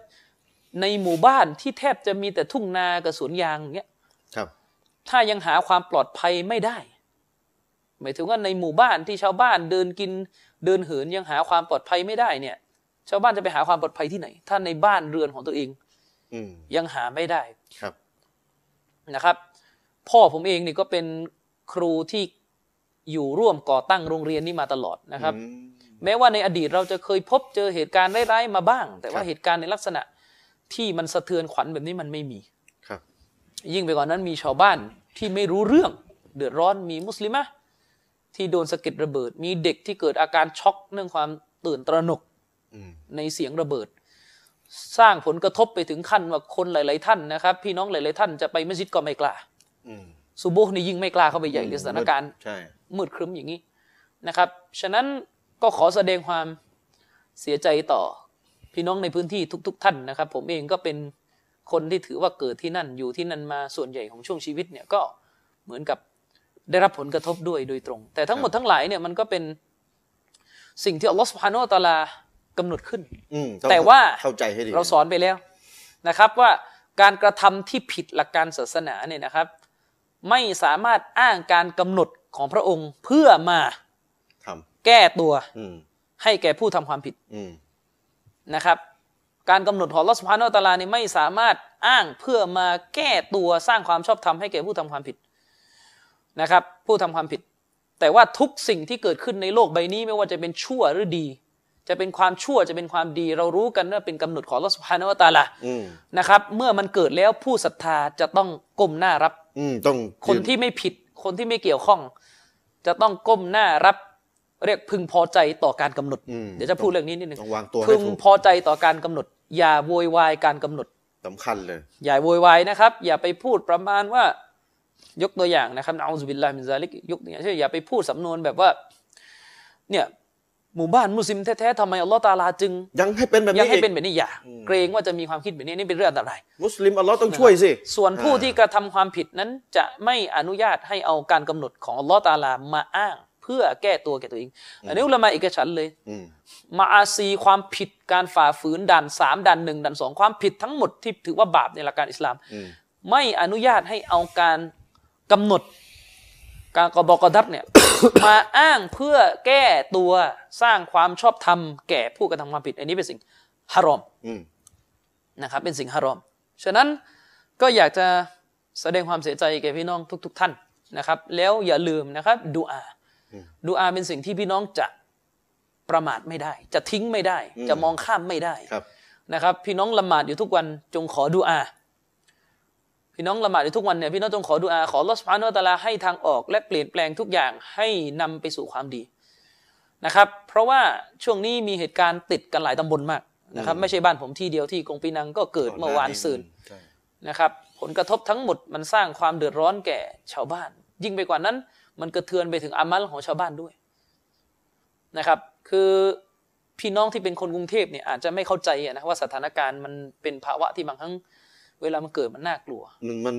B: ในหมู่บ้านที่แทบจะมีแต่ทุ่งนากับสวนยางเนี้ย
A: ครับ
B: ถ้ายังหาความปลอดภัยไม่ได้ หมายถึงว่าในหมู่บ้านที่ชาวบ้านเดินกินเดินเหินยังหาความปลอดภัยไม่ได้เนี่ย ชาวบ้านจะไปหาความปลอดภัยที่ไหน ถ้าในบ้านเรือนของตัวเอง
A: อืม
B: ยังหาไม่ได้
A: ครับ
B: นะครับพ่อผมเองนี่ก็เป็นครูที่อยู่ร่วมก่อตั้งโรงเรียนนี้มาตลอดนะครับ
A: อืม
B: แม้ว่าในอดีตเราจะเคยพบเจอเหตุการณ์ร้ายๆมาบ้าง แต่
A: ค
B: ว่า
A: รับ
B: เหตุการณ์ในลักษณะที่มันสะเทือนขวัญแบบนี้มันไม่มี
A: ครับ
B: ยิ่งไปกว่านั้นมีชาวบ้านที่ไม่รู้เรื่อง เดือดร้อนมีมุสลิมะที่โดนสะเก็ดระเบิด มีเด็กที่เกิดอาการช็อกเรื่องความตื่นตระหนก
A: อืม
B: ในเสียงระเบิด สร้างผลกระทบไปถึงขั้นว่าคนหลาย ๆ ท่านนะครับ พี่น้องหลาย ๆ ท่านจะไปมัสยิดก็ไม่กล้า
A: อืม
B: ซูโบฮ์นี่ยิ่งไม่กล้าเข้าไปใหญ่เลยสถานการณ์
A: ใช่
B: มืดครึ้มอย่างนี้นะครับ ฉะนั้นก็ขอแสดงความเสียใจต่อพี่น้องในพื้นที่ทุก ๆ ท่านนะครับ ผมเองก็เป็นคนที่ถือว่าเกิดที่นั่นอยู่ที่นั่นมาส่วนใหญ่ของช่วงชีวิตเนี่ยก็เหมือนกับได้รับผลกระทบด้วยโดยตรง แต่ทั้งหมด
A: ครับ
B: ทั้งหลายเนี่ยมันก็เป็นสิ่งที่อัลลอฮฺสุบฮานาอัลลอฮฺตะอาลากำหนดขึ้น
A: อืมอง
B: แต่ว่า
A: เข้าใจให้ดี
B: เราสอนไปแล้วนะครับว่าการกระทำที่ผิดหลักการศาสนาเนี่ยนะครับ ไม่สามารถอ้างการกำหนดของพระองค์เพื่อมา
A: ท
B: แก้ตัว
A: ำอืม
B: ให้แก่ผู้ทำความผิด
A: อืม
B: นะครับ การกำหนดของลอสพาโนตาลาเนี่ยไม่สามารถอ้างเพื่อมาแก้ตัวสร้างความชอบธรรมให้แก่ผู้ทำความผิดนะครับ ผู้ทำความผิด แต่ว่าทุกสิ่งที่เกิดขึ้นในโลกใบนี้ไม่ว่าจะเป็นชั่วหรือดี จะเป็นความชั่วจะเป็นความดี เรารู้กันว่าเป็นกำหนดของลอสพาโนตาลา
A: อืม
B: นะครับเมื่อมันเกิดแล้วผู้ศรัทธาจะต้องก้มหน้ารับ
A: อืม ต้อง
B: คนที่ไม่ผิดคนที่ไม่เกี่ยวข้อง จะต้องก้มหน้ารับ เรียกพึงพอใจต่อการกำหนด
A: อืม
B: เดี๋ยวจะพูดเรื่องนี้นิดหนึ่
A: ต้องวางตัว
B: พึ
A: ให้
B: ง
A: ถูก
B: พอใจต่อการกำหนด อย่าโวยวายการกำหนด
A: สำคัญเลย
B: อย่าโวยวายนะครับ อย่าไปพูดประมาณว่ายกตัวอย่างนะครับเอาซุบิลลาฮิมินซาลิกยกตัวอย่างเช่นอย่าไปพูดสำนวนแบบว่าเนี่ยหมู่บ้านมุสลิมแท้ๆทำไมอัลลอฮ์ตะอาลาจึง
A: ยังให้เป็นแบบ
B: ยัง
A: นี้
B: ให้
A: อีก
B: เป็นแบบนี้อย่าเกรงว่าจะมีความคิดแบบนี้นี่เป็นเรื่องอันตราย
A: มุสลิมอัลลอฮ์ต้องช่วยสิ
B: ส่วนผู้
A: อ่า
B: ที่กระทำความผิดนั้นจะไม่อนุญาตให้เอาการกำหนดของอัลลอฮ์ตะอาลามาอ้าง เพื่อแก้ตัวแก่ตัวเองอันนี้อุลามาเอกฉันท์เลย
A: อืม
B: มาอาซีความผิดการฝ่าฝืนด่านสามด่านหนึ่งด่านสองความผิดทั้งหมดที่ถือว่าบาปในหลักการอิสลาม
A: อืม
B: ไม่อนุญาตให้เอาการกำหนด การกบกดับเนี่ย มาอ้างเพื่อแก้ตัวสร้างความชอบธรรมแก่ผู้กระทำความผิด อันนี้เป็นสิ่งฮารอม
A: อืม
B: นะครับเป็นสิ่งฮารอม ฉะนั้นก็อยากจะแสดงความเสียใจแก่พี่น้องทุก ๆ ท่านนะครับ แล้วอย่าลืมนะครับดูอาดูอาเป็นสิ่งที่พี่น้องจะประมาทไม่ได้ จะทิ้งไม่ได้
A: อืม
B: จะมองข้ามไม่ได้
A: ครับ
B: นะครับ พี่น้องละหมาดอยู่ทุกวันจงขอดูอา พี่น้องละหมาดอยู่ทุกวันเนี่ยพี่น้องจงขอดูอาขอลอสพานุตะอาลาให้ทางออกและเปลี่ยนแปลงทุกอย่างให้นำไปสู่ความดีนะครับ เพราะว่าช่วงนี้มีเหตุการณ์ติดกันหลายตำบลมากนะครับ ไม่ใช่บ้านผมที่เดียวที่กงปีนังก็เกิดเมื่อวานซืน
A: ใช่
B: นะครับผลกระทบทั้งหมดมันสร้างความเดือดร้อนแก่ชาวบ้าน ยิ่งไปกว่านั้น มันกระเทือนไปถึงอามัลของชาวบ้านด้วยนะครับคือพี่น้องที่เป็นคนกรุงเทพเนี่ยอาจจะไม่เข้าใจอะนะว่าสถานการณ์มันเป็นภาวะที่บางครั้ง เวลามันเกิดมันน่ากลัว
A: มันมัน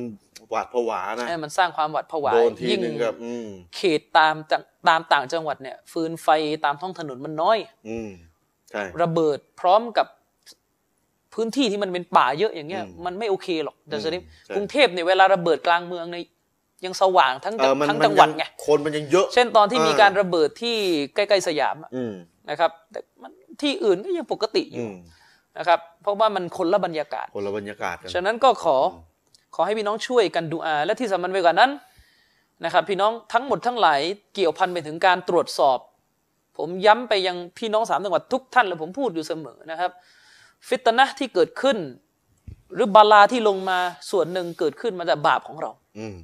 A: หวาดผวานะ
B: เออมันสร้างความหวาดผวา
A: โดนที
B: ยิ่ง
A: หนึ่งกับ อืม
B: เขตตามจังตามต่างจังหวัดเนี่ยฟืนไฟตามท้องถนนมันน้อย
A: อืม ใช่
B: ระเบิดพร้อมกับพื้นที่ที่มันเป็นป่าเยอะอย่างเงี้ย
A: อืม
B: มันไม่โอเคหรอกดัชนี
A: อืมใช่
B: กรุงเทพเนี่ยเวลาระเบิดกลางเมืองในยยังสว่างทั้ง
A: เออมัน
B: ทั้ง
A: มัน
B: จังหวัดไง
A: คนมันยังเยอะ
B: เช่นตอนที่
A: เออ
B: มีการระเบิดที่ใกล้ๆสยามอะ
A: อืม
B: นะครับแต่มันที่อื่นก็ยังปกติอ
A: อื
B: ยู่
A: ม
B: นะครับ เพราะว่ามันคนละบรรยากาศ
A: คนละบรรยากาศกัน
B: ฉะนั้นก็ขอขอให้พี่น้องช่วยกันดูอา และที่สำคัญไปกว่านั้นนะครับ พี่น้องทั้งหมดทั้งหลายเกี่ยวพันไปถึงการตรวจสอบ ผมย้ำไปยังพี่น้องสามจังหวัดทุกท่านเลยผมพูดอยู่เสมอนะครับ ฟิตนะห์ที่เกิดขึ้น หรือบาลาที่ลงมาส่วนหนึ่งเกิดขึ้นมาจากบาปของเรา
A: อืม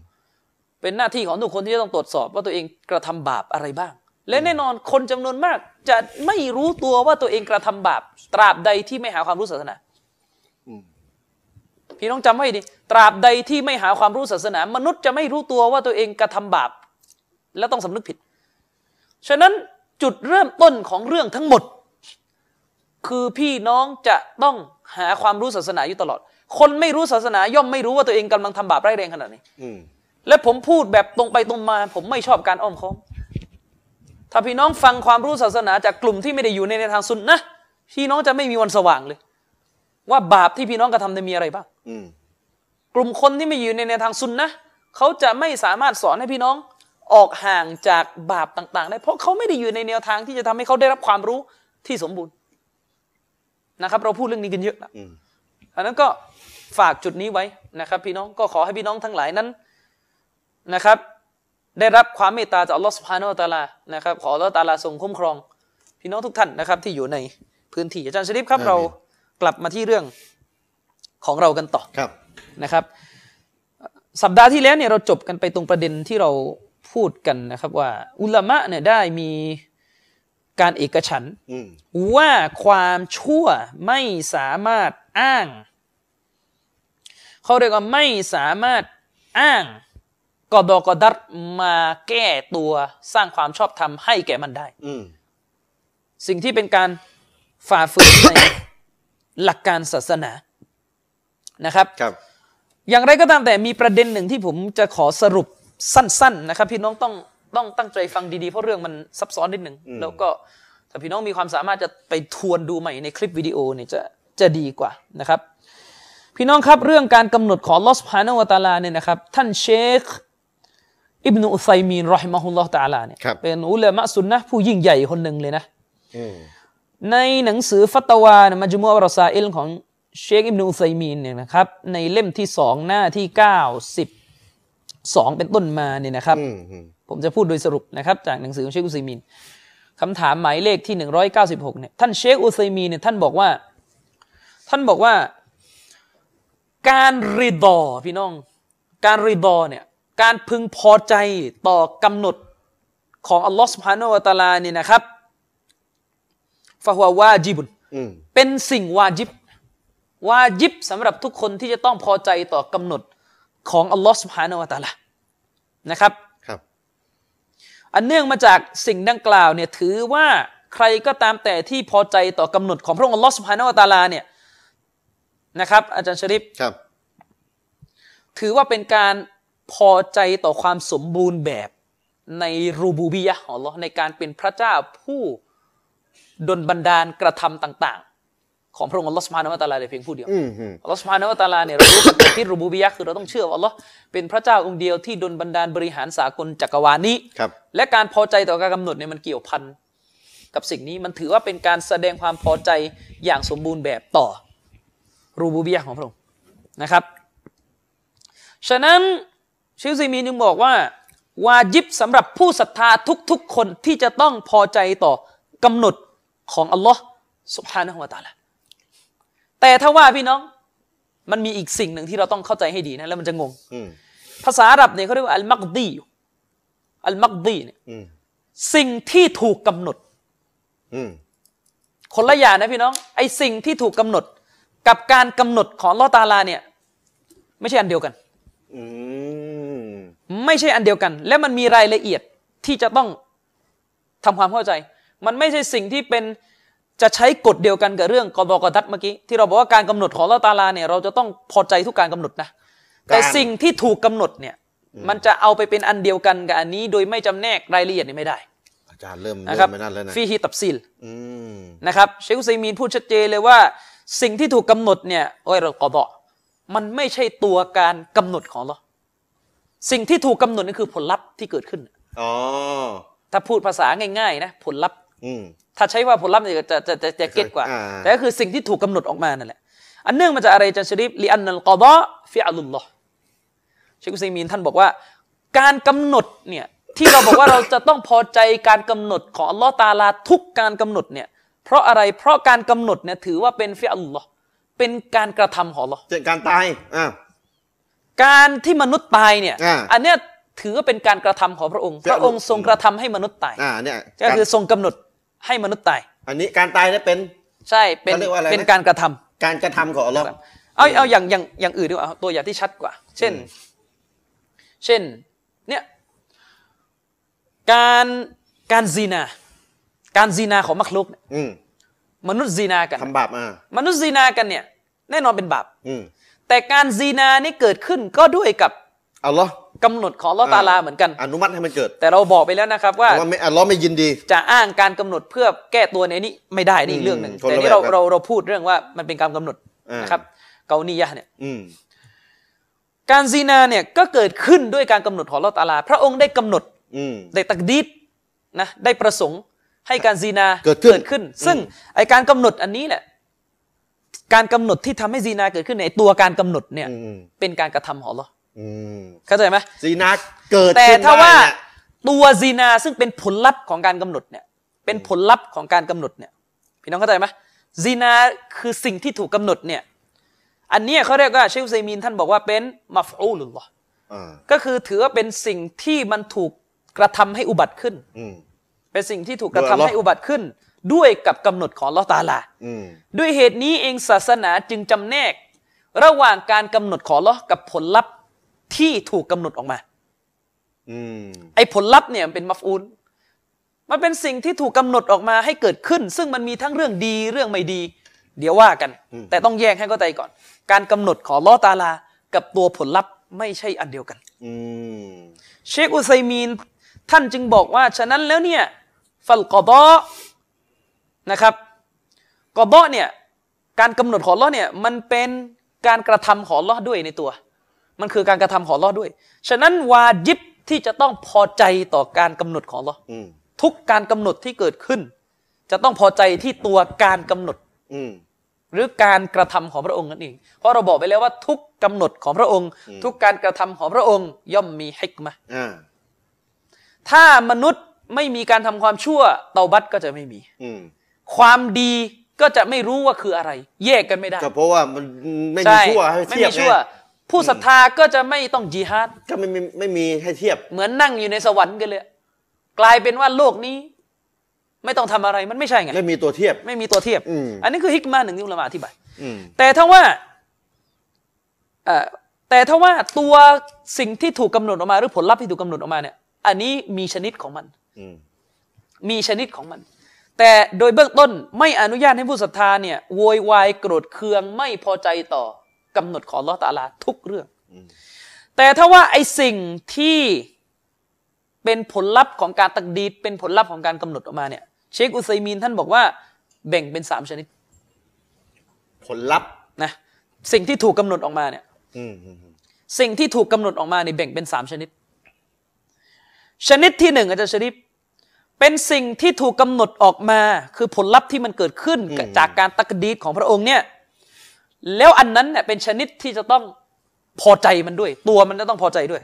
B: เป็นหน้าที่ของทุกคนที่จะต้องตรวจสอบว่าตัวเองกระทำบาปอะไรบ้าง และแน่นอนคนจำนวนมากจะไม่รู้ตัวว่าตัวเองกระทำบาป ตราบใดที่ไม่หาความรู้ศาสนา
A: อืม
B: พี่น้องจำไว้ดิตราบใดที่ไม่หาความรู้ศาสนา มนุษย์จะไม่รู้ตัวว่าตัวเองกระทำบาป และต้องสำนึกผิด ฉะนั้นจุดเริ่มต้นของเรื่องทั้งหมด คือพี่น้องจะต้องหาความรู้ศาสนาอยู่ตลอด คนไม่รู้ศาสนาย่อมไม่รู้ว่าตัวเองกำลังทำบาปร้ายแรงขนาดไหน
A: อืม
B: และผมพูดแบบตรงไปตรงมา ผมไม่ชอบการอ้อมค้อม ถ้าพี่น้องฟังความรู้ศาสนาจากกลุ่มที่ไม่ได้อยู่ในแนวทางสุนนะพี่น้องจะไม่มีวันสว่างเลย ว่าบาปที่พี่น้องกระทำเนี่ยมีอะไรบ้าง
A: อืม
B: กลุ่มคนที่ไม่อยู่ในแนวทางสุนนะเขาจะไม่สามารถสอนให้พี่น้องออกห่างจากบาปต่างๆ ได้ เพราะเขาไม่ได้อยู่ในแนวทางที่จะทำให้เขาได้รับความรู้ที่สมบูรณ์นะครับ เราพูดเรื่องนี้กันเยอะแล้ว
A: อืม
B: อันนั้นก็ฝากจุดนี้ไว้นะครับ พี่น้องก็ขอให้พี่น้องทั้งหลายนั้นนะครับ ได้รับความเมตตาจากอัลลอฮ์สุภาโนตะอาลานะครับขออัลลอฮ์ตะอาลาทรงคุ้มครอง พี่น้องทุกท่านนะครับ ที่อยู่ในพื้นที่อาจารย์ชริฟครับ
A: อาเมน
B: เรากลับมาที่เรื่องของเรากันต่อ
A: ครับ
B: นะครับ สัปดาห์ที่แล้วเนี่ยเราจบกันไปตรงประเด็นที่เราพูดกันนะครับว่า อุลามะเนี่ยได้มีการเอกฉันท์
A: อืม
B: ว่าความชั่วไม่สามารถอ้าง เขาเรียกว่าไม่สามารถอ้างกอดอกอดัตมาแก้ตัวสร้างความชอบธรรมให้แก่มันได้
A: อืม
B: สิ่งที่เป็นการฝ่าฝืนใน หลักการศาสนานะครับ
A: ครับ
B: อย่างไรก็ตามแต่มีประเด็นหนึ่งที่ผมจะขอสรุปสั้น ๆ นะครับ พี่น้องต้องต้องตั้งใจฟังดี ๆ เพราะเรื่องมันซับซ้อนนิดหนึ่งแล้วก็ถ้าพี่น้องมีความสามารถจะไปทวนดูใหม่ในคลิปวิดีโอเนี่ยจะจะดีกว่านะครับ พี่น้องครับเรื่องการกำหนดของลอสพานวตาลาเนี่ยนะครับ ท่านเชค อิบนุอุไซมีนรอฮิมะฮุลลอฮ์ตาลาเนี่ยเป็นอุลามะซุนนะห์ผู้ยิ่งใหญ่คนหนึ่งเลยนะ
A: อืม
B: ในหนังสือฟัตวานะมัจมัวรอซาอิลของเชคอิมนุอุซัยมีนเนี่ยนะครับในเล่มที่สองหน้าที่เก้าสิบสองเป็นต้นมาเนี่ยนะครับ
A: อืมอืม
B: ผมจะพูดโดยสรุปนะครับจากหนังสือของเชคอุซัยมีนคำถามหมายเลขที่ 196เนี่ยท่านเชคอุซัยมีนเนี่ยท่านบอกว่า ท่านบอกว่า การริดอพี่น้อง การริดอเนี่ยการพึงพอใจต่อกำหนดของอัลลอฮ์สุภาโนวตาลาเนี่ยนะครับฟะฮวาวาจิบุน
A: อืม
B: เป็นสิ่งวาจิบ วาจิบสำหรับทุกคนที่จะต้องพอใจต่อกำหนดของอัลลอฮ์สุบฮานาวะตะอาลานะครับ
A: ครับ
B: อันเนื่องมาจากสิ่งดังกล่าวเนี่ยถือว่าใครก็ตามแต่ที่พอใจต่อกำหนดของพระองค์อัลลอฮ์สุบฮานาวะตะอาลาเนี่ยนะครับ อาจารย์ชริป
A: ครับ
B: ถือว่าเป็นการพอใจต่อความสมบูรณ์แบบในรูบูบียะห์ของอัลลอฮ์ในการเป็นพระเจ้าผู้ดลบันดาลกระทำต่าง ๆ ของพระองค์อัลลอฮ์สุบฮานาวะตะอาลาแต่เพียงผู้เดียว
A: อืมอืม
B: อัลลอฮ์สุบฮานะฮูวะตะอาลาเนี่ยเรารู้กันเป็นที่รูบูบิยะห์คือเราต้องเชื่อว่าอัลลอฮ์เป็นพระเจ้าองค์เดียวที่ดลบันดาลบริหารสากลจักรวาลนี้
A: ครับ
B: และการพอใจต่อการกำหนดเนี่ยมันเกี่ยวพันกับสิ่งนี้มันถือว่าเป็นการแสดงความพอใจอย่างสมบูรณ์แบบต่อรูบูบิยะห์ของพระองค์นะครับ ฉะนั้นเชคอุซีมีนจึงบอกว่า วาญิบสำหรับผู้ศรัทธาทุกๆ คนที่จะต้องพอใจต่อกำหนดของอัลลอฮ์สุบฮานะฮูวะตะอาลาแต่ถ้าว่าพี่น้องมันมีอีกสิ่งหนึ่งที่เราต้องเข้าใจให้ดีนะแล้วมันจะงง
A: อืม
B: ภาษาอาหรับเนี่ยเขาเรียกว่าอัลมักดีอัลมักดีเนี่ย
A: อืม
B: สิ่งที่ถูกกำหนด
A: อืม
B: คนละอย่างนะพี่น้อง ไอสิ่งที่ถูกกำหนด กับการกำหนดของอัลลอฮ์ตะอาลาเนี่ย ไม่ใช่อันเดียวกัน
A: อืม
B: ไม่ใช่อันเดียวกัน และมันมีรายละเอียดที่จะต้องทำความเข้าใจ มันไม่ใช่สิ่งที่เป็นจะใช้กฎเดียวกันกับเรื่องกอบอกอดัตเมื่อกี้ที่เราบอกว่าการกำหนดของอัลลอฮ์ตะอาลาเนี่ยเราจะต้องพอใจทุกการกำหนดนะแต่สิ่งที่ถูกกำหนดเนี่ยมันจะเอาไปเป็นอันเดียวกันกับอันนี้ โดยไม่จำแนกรายละเอียดนี่ไม่ได้
A: อาจารย์เริ่ม
B: นะ
A: เริ่
B: ครับ
A: มไม่นั่นแล้วนะ
B: ฟีฮีตับซิล
A: อืม
B: นะครับเชคอุซัยมีนพูดชัดเจนเลยว่า สิ่งที่ถูกกำหนดเนี่ยโอ้ยเรากอดอมันไม่ใช่ตัวการกำหนดของเราสิ่งที่ถูกกำหนดนั่นคือผลลัพธ์ที่เกิดขึ้น
A: อ๋อ
B: ถ้าพูดภาษาง่ายๆนะผลลัพธ์
A: อืม
B: ถ้าใช้ว่าผลลัพธ์เนี่ยจะจะจะจะเก็ตกว่า
A: อ่า
B: แต่ก็คือสิ่งที่ถูกกำหนดออกมานั่นแหละ อันเนื่องมาจากอะไรอาจันชริฟลีอันนัลกอดอฟิอัลลุลลอฮ์เชคอุซัยมีนท่านบอกว่า การกำหนดเนี่ยที่เราบอกว่า เราจะต้องพอใจการกำหนดของอัลลอฮ์ตะอาลาทุกการกำหนดเนี่ยเพราะอะไรเพราะการกำหนดเนี่ยถือว่าเป็นฟิอัลลอฮ์เป็นการกระทำของอัลลอฮ์
A: เจ็ดการตายอ่า
B: การที่มนุษย์ตายเนี่ย
A: อ่า
B: อันเนี้ยถือว่าเป็นการกระทำของพระองค์
A: ฟิ
B: พ
A: อัลลอฮ์
B: ระองค์ทรงกระทำให้มนุษย์ตาย
A: อ่าเนี่ย
B: ก็คือทรงกำหนดให้มนุษย์ตาย
A: อันนี้การตายเนี่ยเป็น
B: ใช่เป็น
A: เขาเรียกว่าอะไรนะ
B: เป็นการกระทำ
A: การกระทำของอัลลอฮ์
B: ครับเอาเอาอย่างอย่างอย่างอื่นดีกว่าเอาตัวอย่างที่ชัดกว่า เช่น
A: อืม
B: เช่น เนี่ย การการซีนา การซีนาของมักลุกเนี่ย
A: อืม
B: มนุษย์ซีนากัน
A: ทำบาปอ่าม
B: นุษย์ซีนากันเนี่ย แน่นอนเป็นบาป
A: อืม
B: แต่การซีนานี่เกิดขึ้นก็ด้วยกับ
A: อัลลอฮ์
B: กำหนดของอัลลอฮ์ตะอาลาเหมือนกัน
A: อนุมัติให้มันเกิด
B: แต่เราบอกไปแล้วนะครับว่า
A: แต่ว่าไม่อัลลอฮ์ไม่ยินดี
B: จะอ้างการกำหนดเพื่อแก้ตัวในนี้ไม่ได้นี่อีกเรื่องหนึ่ง
A: อืมคนละ
B: แต่นี่เรา
A: แบบครับ
B: เราเราพูดเรื่องว่ามันเป็นการกำหนด
A: อ่าน
B: นะครับเกานียะห์เนี่ย
A: อืม
B: การซีนาเนี่ยก็เกิดขึ้นด้วยการกำหนดของอัลลอฮ์ตะอาลา พระองค์ได้กำหนด
A: อืม
B: ได้ตักดีดนะได้ประสงค์ให้การซีนา
A: เกิดขึ้น
B: ซึ่งไอการกำหนดอันนี้แหละการกำหนดที่ทำให้ซีนาเกิดขึ้นในยไอ้ตัวการกำหนดเนี่ย
A: อืม
B: เป็นการกระทำของอัลลอฮ์
A: อืม
B: เข้าใจไหม
A: ซีนาเกิด
B: แต่
A: ขึ้น
B: ถ้าว่า
A: ได้เนี่ย
B: ตัวซีนาซึ่งเป็นผลลัพธ์ของการกำหนดเนี่ยเป็นผลลัพธ์ของการกำหนดเนี่ยพี่น้องเข้าใจไหมซีนาคือสิ่งที่ถูกกำหนดเนี่ยอันเนี้ยเขาเรียกว่าเชคอุซัยมีนท่านบอกว่าเป็นมัฟอูลุลลอฮ์
A: อ อ่า
B: ก็คือถือว่าเป็นสิ่งที่มันถูกกระทำให้อุบัติขึ้น
A: อืม
B: เป็นสิ่งที่ถูกกระ
A: โดย
B: ทำ
A: Allah
B: ให้อุบัติขึ้น ด้วยกับกำหนดของอัลลอฮ์ตะอาลา
A: อืม
B: ด้วยเหตุนี้เองศาสนาจึงจำแนก ระหว่างการกำหนดของอัลลอฮ์กับผลลัพธ์ที่ถูกกำหนดออกมา
A: อืม
B: ไอ้ผลลัพธ์เนี่ยมันเป็นมัฟอูล มันเป็นสิ่งที่ถูกกำหนดออกมาให้เกิดขึ้น ซึ่งมันมีทั้งเรื่องดีเรื่องไม่ดี เดี๋ยวว่ากัน แต่ต้องแยกให้เข้าใจก่อน การกำหนดของอัลลอฮ์ตะอาลา กับตัวผลลัพธ์ไม่ใช่อันเดียวกัน
A: อืม
B: เชคอุซัยมีนท่านจึงบอกว่า ฉะนั้นแล้วเนี่ยฟัลกอดอนะครับกอดอเนี่ยการกำหนดของอัลลอฮ์เนี่ยมันเป็นการกระทำของอัลลอฮ์ด้วยในตัว มันคือการกระทำของอัลลอฮ์ด้วย ฉะนั้นวาจิบที่จะต้องพอใจต่อการกำหนดของอัลลอฮ์
A: อืม
B: ทุกการกำหนดที่เกิดขึ้น จะต้องพอใจที่ตัวการกำหนด
A: อืม
B: หรือการกระทำของพระองค์นั่นเอง เพราะเราบอกไปแล้วว่าทุกกำหนดของพระองค์
A: อืม
B: ทุกการกระทำของพระองค์ย่อมมีฮิกมะห์
A: อ่า
B: ถ้ามนุษย์ไม่มีการทำความชั่วเตาบัตก็จะไม่มี
A: อืม
B: ความดีก็จะไม่รู้ว่าคืออะไร แยกกันไม่ได้
A: ก็เพราะว่ามันไม่มี
B: ใช่
A: ชั่วให้
B: ไม่
A: เทียบ
B: มีชั่ว
A: ไง
B: ผู้ศรัทธาก็จะไม่ต้องจีฮาด
A: ก็ไม่มีไม่มีให้เทียบ
B: เหมือนนั่งอยู่ในสวรรค์กันเลย กลายเป็นว่าโลกนี้ ไม่ต้องทำอะไรมันไม่ใช่ไง
A: ไม่มีตัวเทียบ
B: ไม่มีตัวเทียบ
A: อืม
B: นนี้คือฮิกมาหนึ่งที่อุลามะอธิบาย
A: อืม
B: แต่ถ้าว่าเอ่อแต่ถ้าว่าตัวสิ่งที่ถูกกำหนดออกมาหรือผลลัพธ์ที่ถูกกำหนดออกมาเนี่ย อันนี้มีชนิดของมัน
A: อืม
B: มีชนิดของมัน แต่โดยเบื้องต้นไม่อนุญาตให้ผู้ศรัทธาเนี่ยโวยวายโกรธเคืองไม่พอใจต่อกำหนดของอัลลอฮ์ตะอาลาทุกเรื่อง แต่ถ้าว่าไอสิ่งที่เป็นผลลัพธ์ของการตักดีดเป็นผลลัพธ์ของการกำหนดออกมาเนี่ย เชคอุซัยมีนท่านบอกว่าแบ่งเป็นสามชนิด
A: ผลลัพธ์
B: นะสิ่งที่ถูกกำหนดออกมาเนี่ย
A: อืมอืมอืม
B: สิ่งที่ถูกกำหนดออกมาในยแบ่งเป็นสามชนิด ชนิดที่หนึ่งอาจารย์ชริปเป็นสิ่งที่ถูกกำหนดออกมา คือผลลัพธ์ที่มันเกิดขึ้นกับจากการตักดีดของพระองค์เนี่ย แล้วอันนั้นเนี่ยเป็นชนิดที่จะต้องพอใจมันด้วย ตัวมันจะต้องพอใจ ด้วย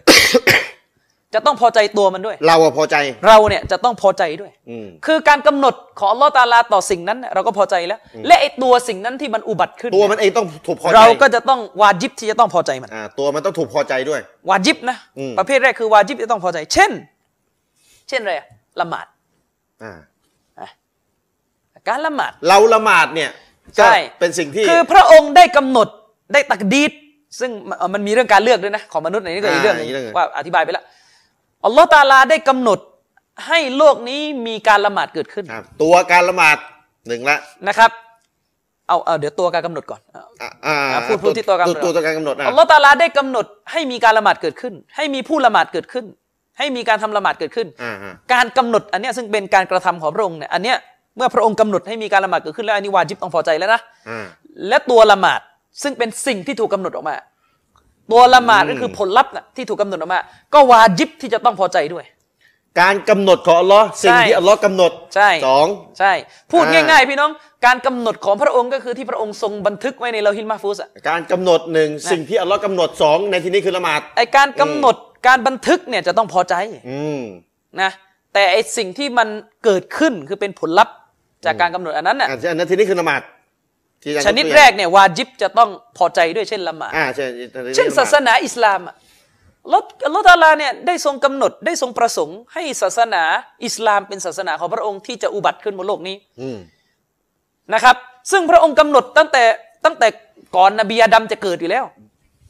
B: จะต้องพอใจตัวมันด้วย
A: เราอะพอใจ
B: เราเนี่ยจะต้องพอใจด้วย
A: อืม
B: คือการกำหนดของอัลลอฮ์ตะอาลาต่อสิ่งนั้นเนี่ยเราก็พอใจแล้ว และไอตัวสิ่งนั้นที่มันอุบัติขึ้น
A: ตัวมันเองต้องถูกพอใจ
B: เราก็จะต้องวาจิบที่จะต้องพอใจมัน
A: อ่าตัวมันต้องถูกพอใจด้วย
B: วาจิบนะ
A: อืม
B: ประเภทแรกคือวาจิบจะต้องพอใจ เช่น เช่นอะไรอะละหมาด
A: อ่า
B: การละหมาด
A: เราละหมาดเนี่ย
B: ใช่
A: ก็เป็นสิ่งที่
B: คือพระองค์ได้กำหนดได้ตักดีดซึ่งเอ่อมันมีเรื่องการเลือกด้วยนะ ของมนุษย์ในนี้ก็อีก
A: อ่า
B: เรื่องหนึง
A: อีกเรื่องหนึ่ง
B: ว่าอธิบายไปแล้วอัลลอฮ์ตะอาลาได้กำหนดให้โลกนี้มีการละหมาดเกิดขึ้น
A: ครับตัวการละหมาดหนึ่งละ
B: นะครับเอาเอาเดี๋ยวตัวการกำหนดก่อนเอา
A: อ่ะอ่า
B: อ่ะพูดพูดที่ตัวกำหนด
A: ตัวตัวการกำหนดอ่ะ
B: อัลลอฮ์ตะอาลาได้กำหนดให้มีการละหมาดเกิดขึ้น ให้มีผู้ละหมาดเกิดขึ้น ให้มีการทำละหมาดเกิดขึ้น
A: อ่าอ่า
B: การกำหนดอันเนี้ยซึ่งเป็นการกระทำของพระองค์เนี่ยอันเนี้ยเมื่อพระองค์กำหนดให้มีการละหมาดเกิดขึ้นแล้วอันนี้วาจิบต้องพอใจแล้วนะ
A: อ่า
B: และตัวละหมาดซึ่งเป็นสิ่งที่ถูกกำหนดออกมา ตัวละหมาดก็คือผลลัพธ์น่ะที่ถูกกำหนดออกมา ก็วาจิบที่จะต้องพอใจด้วย
A: การกำหนดของอัลลอฮ์สิ่ง
B: ใช่
A: ที่อัลลอฮ์กำหนด
B: ใช่
A: สอง
B: ใช่ พูด
A: อ่า
B: ง่ายๆ พี่น้องการกำหนดของพระองค์ก็คือที่พระองค์ทรงบันทึกไว้ในเราฮินมาฟูสอะ
A: การกำหนดหนึ่งสิ่งที่อัลลอฮ์กำหนดสองในที่นี้คือละหมาด
B: ไอการกำหนดการบันทึกเนี่ยจะต้องพอใจ
A: อืม
B: นะแต่ไอสิ่งที่มันเกิดขึ้นคือเป็นผลลัพธ์จากการกำหนดอันนั้นน่ะ
A: อ่าอันนั้นที่นี่คือละหมาดที่อาจารย์
B: ชนิด
A: ยตัวอย่าง
B: แรกเนี่ยวาจิบจะต้องพอใจด้วยเช่นละหมาด
A: อ่าใช่ที่
B: เช่น
A: ละหมด
B: ศาสนาอิสลามอะอัลลอฮ์อัลลอฮ์ตะอาลาเนี่ยได้ทรงกำหนดได้ทรงประสงค์ให้ศาสนาอิสลามเป็นศาสนาของพระองค์ที่จะอุบัติขึ้นบนโลกนี้
A: อืม
B: นะครับ ซึ่งพระองค์กำหนดตั้งแต่ตั้งแต่ก่อนนบีอาดัมจะเกิดอยู่แล้ว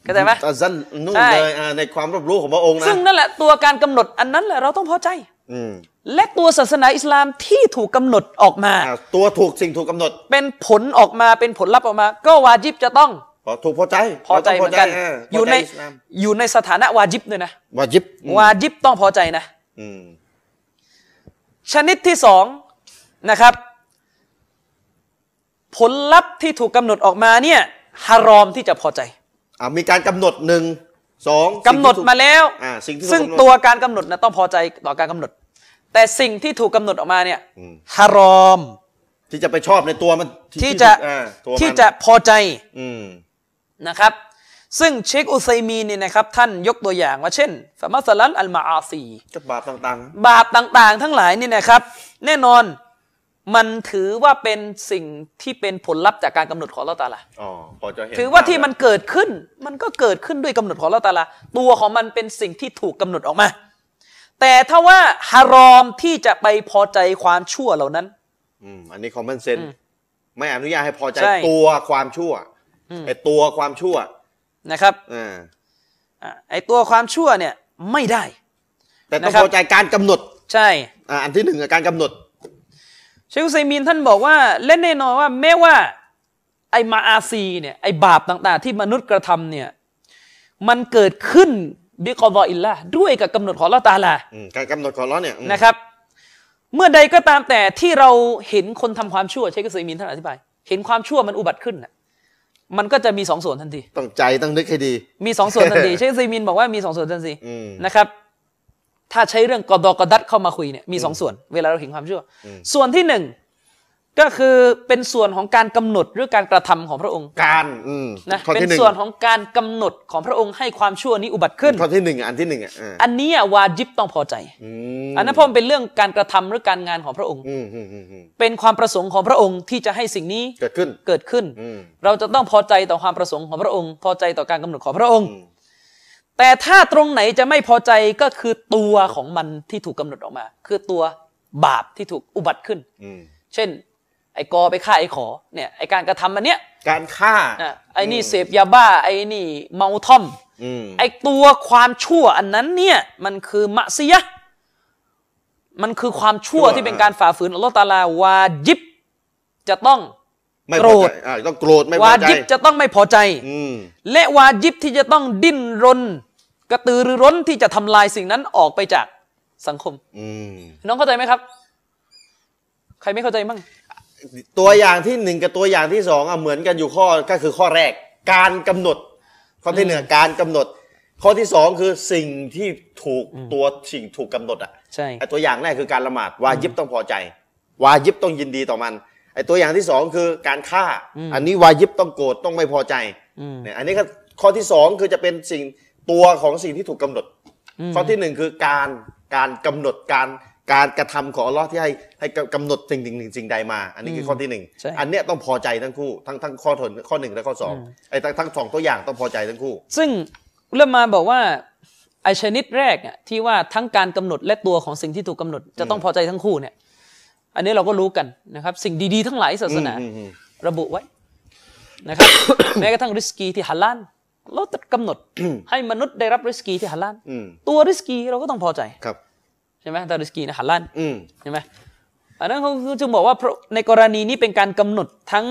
B: เข้าใจไหม
A: ตะซันนู่น
B: ใช่
A: เลยอ่าในความรับรู้ของพระองค์นะ
B: ซึ่งนั่นแหละตัวการกำหนดอันนั้นแหละเราต้องพอใจ
A: อืม
B: และตัวศาสนาอิสลามที่ถูกกำหนดออกมา
A: อ่าตัวถูกสิ่งถูกกำหนด
B: เป็นผลออกมาเป็นผลลัพธ์ออกมา ก็วาจิบจะต้อง
A: พอถูกพอใจ
B: พอใจ
A: รา
B: เห
A: ต้
B: มือนกัน
A: งพา
B: อยู่ใน
A: พสลาม
B: อยู่ในสถานะวาจิบด้วยนะ
A: วาจิบอืม
B: วาจิบต้องพอใจนะ
A: อืม
B: ชนิดที่สองนะครับ ผลลัพธ์ที่ถูกกำหนดออกมาเนี่ยฮารอมที่จะพอใจ
A: อ่ามีการกำหนดหนึ่งสอง
B: กำหนด
A: สิ่งที่ถู
B: มาแล้ว
A: อ่าสิ่งที่ถูก
B: ซึ่ง
A: กำหนด
B: ตัวการกำหนดนะต้องพอใจต่อการกำหนด แต่สิ่งที่ถูกกำหนดออกมาเนี่ยฮารอม
A: ที่จะไปชอบในตัวมัน
B: ที่จะ
A: อ่าตัวมัน
B: ที่จะพอใจ
A: อืม
B: นะครับ ซึ่งเชคอุซัยมีนเนี่ยนะครับ ท่านยกตัวอย่างว่าเช่นฟามัสลันอัลมาอาซี
A: กับบาปต่าง
B: บาปต่างๆ ทั้งหลายเนี่ยนะครับ แน่นอน มันถือว่าเป็นสิ่งที่เป็นผลลัพธ์จากการกำหนดของอัลเลอฮ์ตะอาลา
A: อ๋อพอจะเห็น
B: ถือว่า
A: ภพ
B: ที่มัน
A: แล้ว
B: เกิดขึ้น มันก็เกิดขึ้นด้วยกำหนดของอัลเลอฮ์ตะอาลา ตัวของมันเป็นสิ่งที่ถูกกำหนดออกมา แต่ถ้าว่าฮารอมที่จะไปพอใจความชั่วเหล่านั้น
A: อืมอันนี้คอม m มนเซนไม่อนุญาตให้พอใจ
B: ใช่
A: ตัวความชั่วไอตัวความชั่ว
B: นะครับ
A: อ่า
B: อ่ะไอตัวความชั่วเนี่ยไม่ได้
A: แต่ต้อง
B: นะครับ
A: พอใจการกำหนด
B: ใช่
A: อ่าอันที่หนึ่งอะการกำหนด
B: เชคอุซัยมินท่านบอกว่าและแน่นอนว่าแม้ว่าไอมาอาซีเนี่ยไอบาปต่างๆ ที่มนุษย์กระทำเนี่ยมันเกิดขึ้นบิกอดออิลลาด้วยกับกำหนดของอัลเลอฮ์ตะอาลา
A: อืมการกำหนดของอัลเราะห์เนี่ยอืม
B: นะครับ เมื่อใดก็ตามแต่ที่เราเห็นคนทำความชั่วใช้กระสือมีนท่านอธิบาย เห็นความชั่วมันอุบัติขึ้นน่ะมันก็จะมีสองส่วนทันที
A: ต้องใจต้องนึกให้ดี
B: มีสองส่วนทันที เชคกระสือมีนบอกว่ามีสองส่วนทันที
A: อืม
B: นะครับ ถ้าใช้เรื่องกอดอกอดัดเข้ามาคุยเนี่ยมีสองส่วน เวลาเราเห็นความชั่ว ส่วนที่หนึ่งก็คือเป็นส่วนของการกำหนดหรือการกระทำของพระองค์
A: การอืม
B: นะ
A: ข้อ
B: เป็น
A: ที่หนึ่ง
B: ส่วนของการกำหนดของพระองค์ให้ความชั่วนี้อุบัติขึ้น
A: ข้อที่หนึ่งอะอันที่หนึ่งอ่ะอ่า
B: อันนี้อะวาจิบต้องพอใจ
A: ม
B: อันนั้นเพราะมันเป็นเรื่องการกระทำหรือการงานของพระองค์
A: อืมอืมอืมอืม
B: เป็นความประสงค์ของพระองค์ที่จะให้สิ่งนี้
A: เกิดขึ้น
B: เกิดขึ้น
A: อืม
B: เราจะต้องพอใจต่อความประสงค์ของพระองค์ พอใจต่อการกำหนดของพระองค์ แต่ถ้าตรงไหนจะไม่พอใจก็คือตัวของมันที่ถูกกำหนดออกมา คือตัวบาปที่ถูกอุบัติขึ้น
A: อืม
B: เช่น ไอ้กอไปฆ่าไอ้ขอเนี่ยไอ้การกระทำมันเนี้ย
A: การฆ่า
B: นะไอ้นี่เสพยาบ้าไอ้นี่เมาท่อม
A: อืม
B: ไอ้ตัวความชั่วอันนั้นเนี่ยมันคือมะซียะห์มันคือความชั่วที่เป็นการฝ่าฝืนอัลลอฮฺตะอาลาวาจิบจะต้อง
A: ไม่
B: โก
A: พ
B: ร
A: อ
B: ธ
A: ใจอ่าต้องโกรธไม่พ
B: วา
A: อใจ
B: จิบจะต้องไม่พอใจ
A: อืม
B: และวาจิบที่จะต้องดิ้นรน กระตือรือร้นที่จะทำลายสิ่งนั้นออกไปจากสังคม
A: อืม
B: น้องเข้าใจไหมครับ ใครไม่เข้าใจบ้าง
A: ตัวอย่างที่หนึ่งกับตัวอย่างที่สองอ่ะเหมือนกันอยู่ข้อก็คือข้อแรก การกำหนด ข้อที่หนึ่งการกำหนด ข้อที่สองคือสิ่งที่ถูกตัวสิ่งถูกกำหนดอ่ะ
B: ใช่
A: ไอตัวอย่างแรกคือการละหมาดวาญิบต้องพอใจ วาญิบต้องยินดีต่อมันไอตัวอย่างที่สองคือการฆ่า อันนี้วาญิบต้องโกรธต้องไม่พอใจ
B: อืม
A: เนี่ยอันนี้ก็ข้อที่สองคือจะเป็นสิ่งตัวของสิ่งที่ถูกกำหนด ข้อที่หนึ่งคือการการกำหนดการการกระทำของอัลเลอฮ์ที่ให้ให้กำหนดสิ่งหนึ่งสิ่งใดมา อันนี้คือข้อที่หนึ่ง
B: ใช่
A: อันเนี้ยต้องพอใจทั้งคู่ทั้งทั้งข้อทนข้อหนึ่งและข้อสองไอ้ทั้งทั้งสองตัวอย่างต้องพอใจทั้งคู่
B: ซึ่งอุลามาบอกว่าไอชนิดแรกเนี่ยที่ว่าทั้งการกำหนดและตัวของสิ่งที่ถูกกำหนด จะต้องพอใจทั้งคู่เนี่ย อันนี้เราก็รู้กันนะครับ สิ่งดีๆทั้งหลายศาสนา
A: อืมอืม
B: ระบุไว้นะครับ แม้กระทั่งริสกีที่ฮัลลานเราตัดกำหนดให้มนุษย์ได้รับริสกีที่ฮัลลาน
A: อืม
B: ตัวริสกีเราก็ต้องพอใจ
A: ครับ
B: ใช่ไหมแต่ริสกีนะฮัลลาน
A: อืม
B: ใช่ไหมอันนั้นเขาจึงบอกว่าพระในกรณีนี้เป็นการกำหนดทั้ง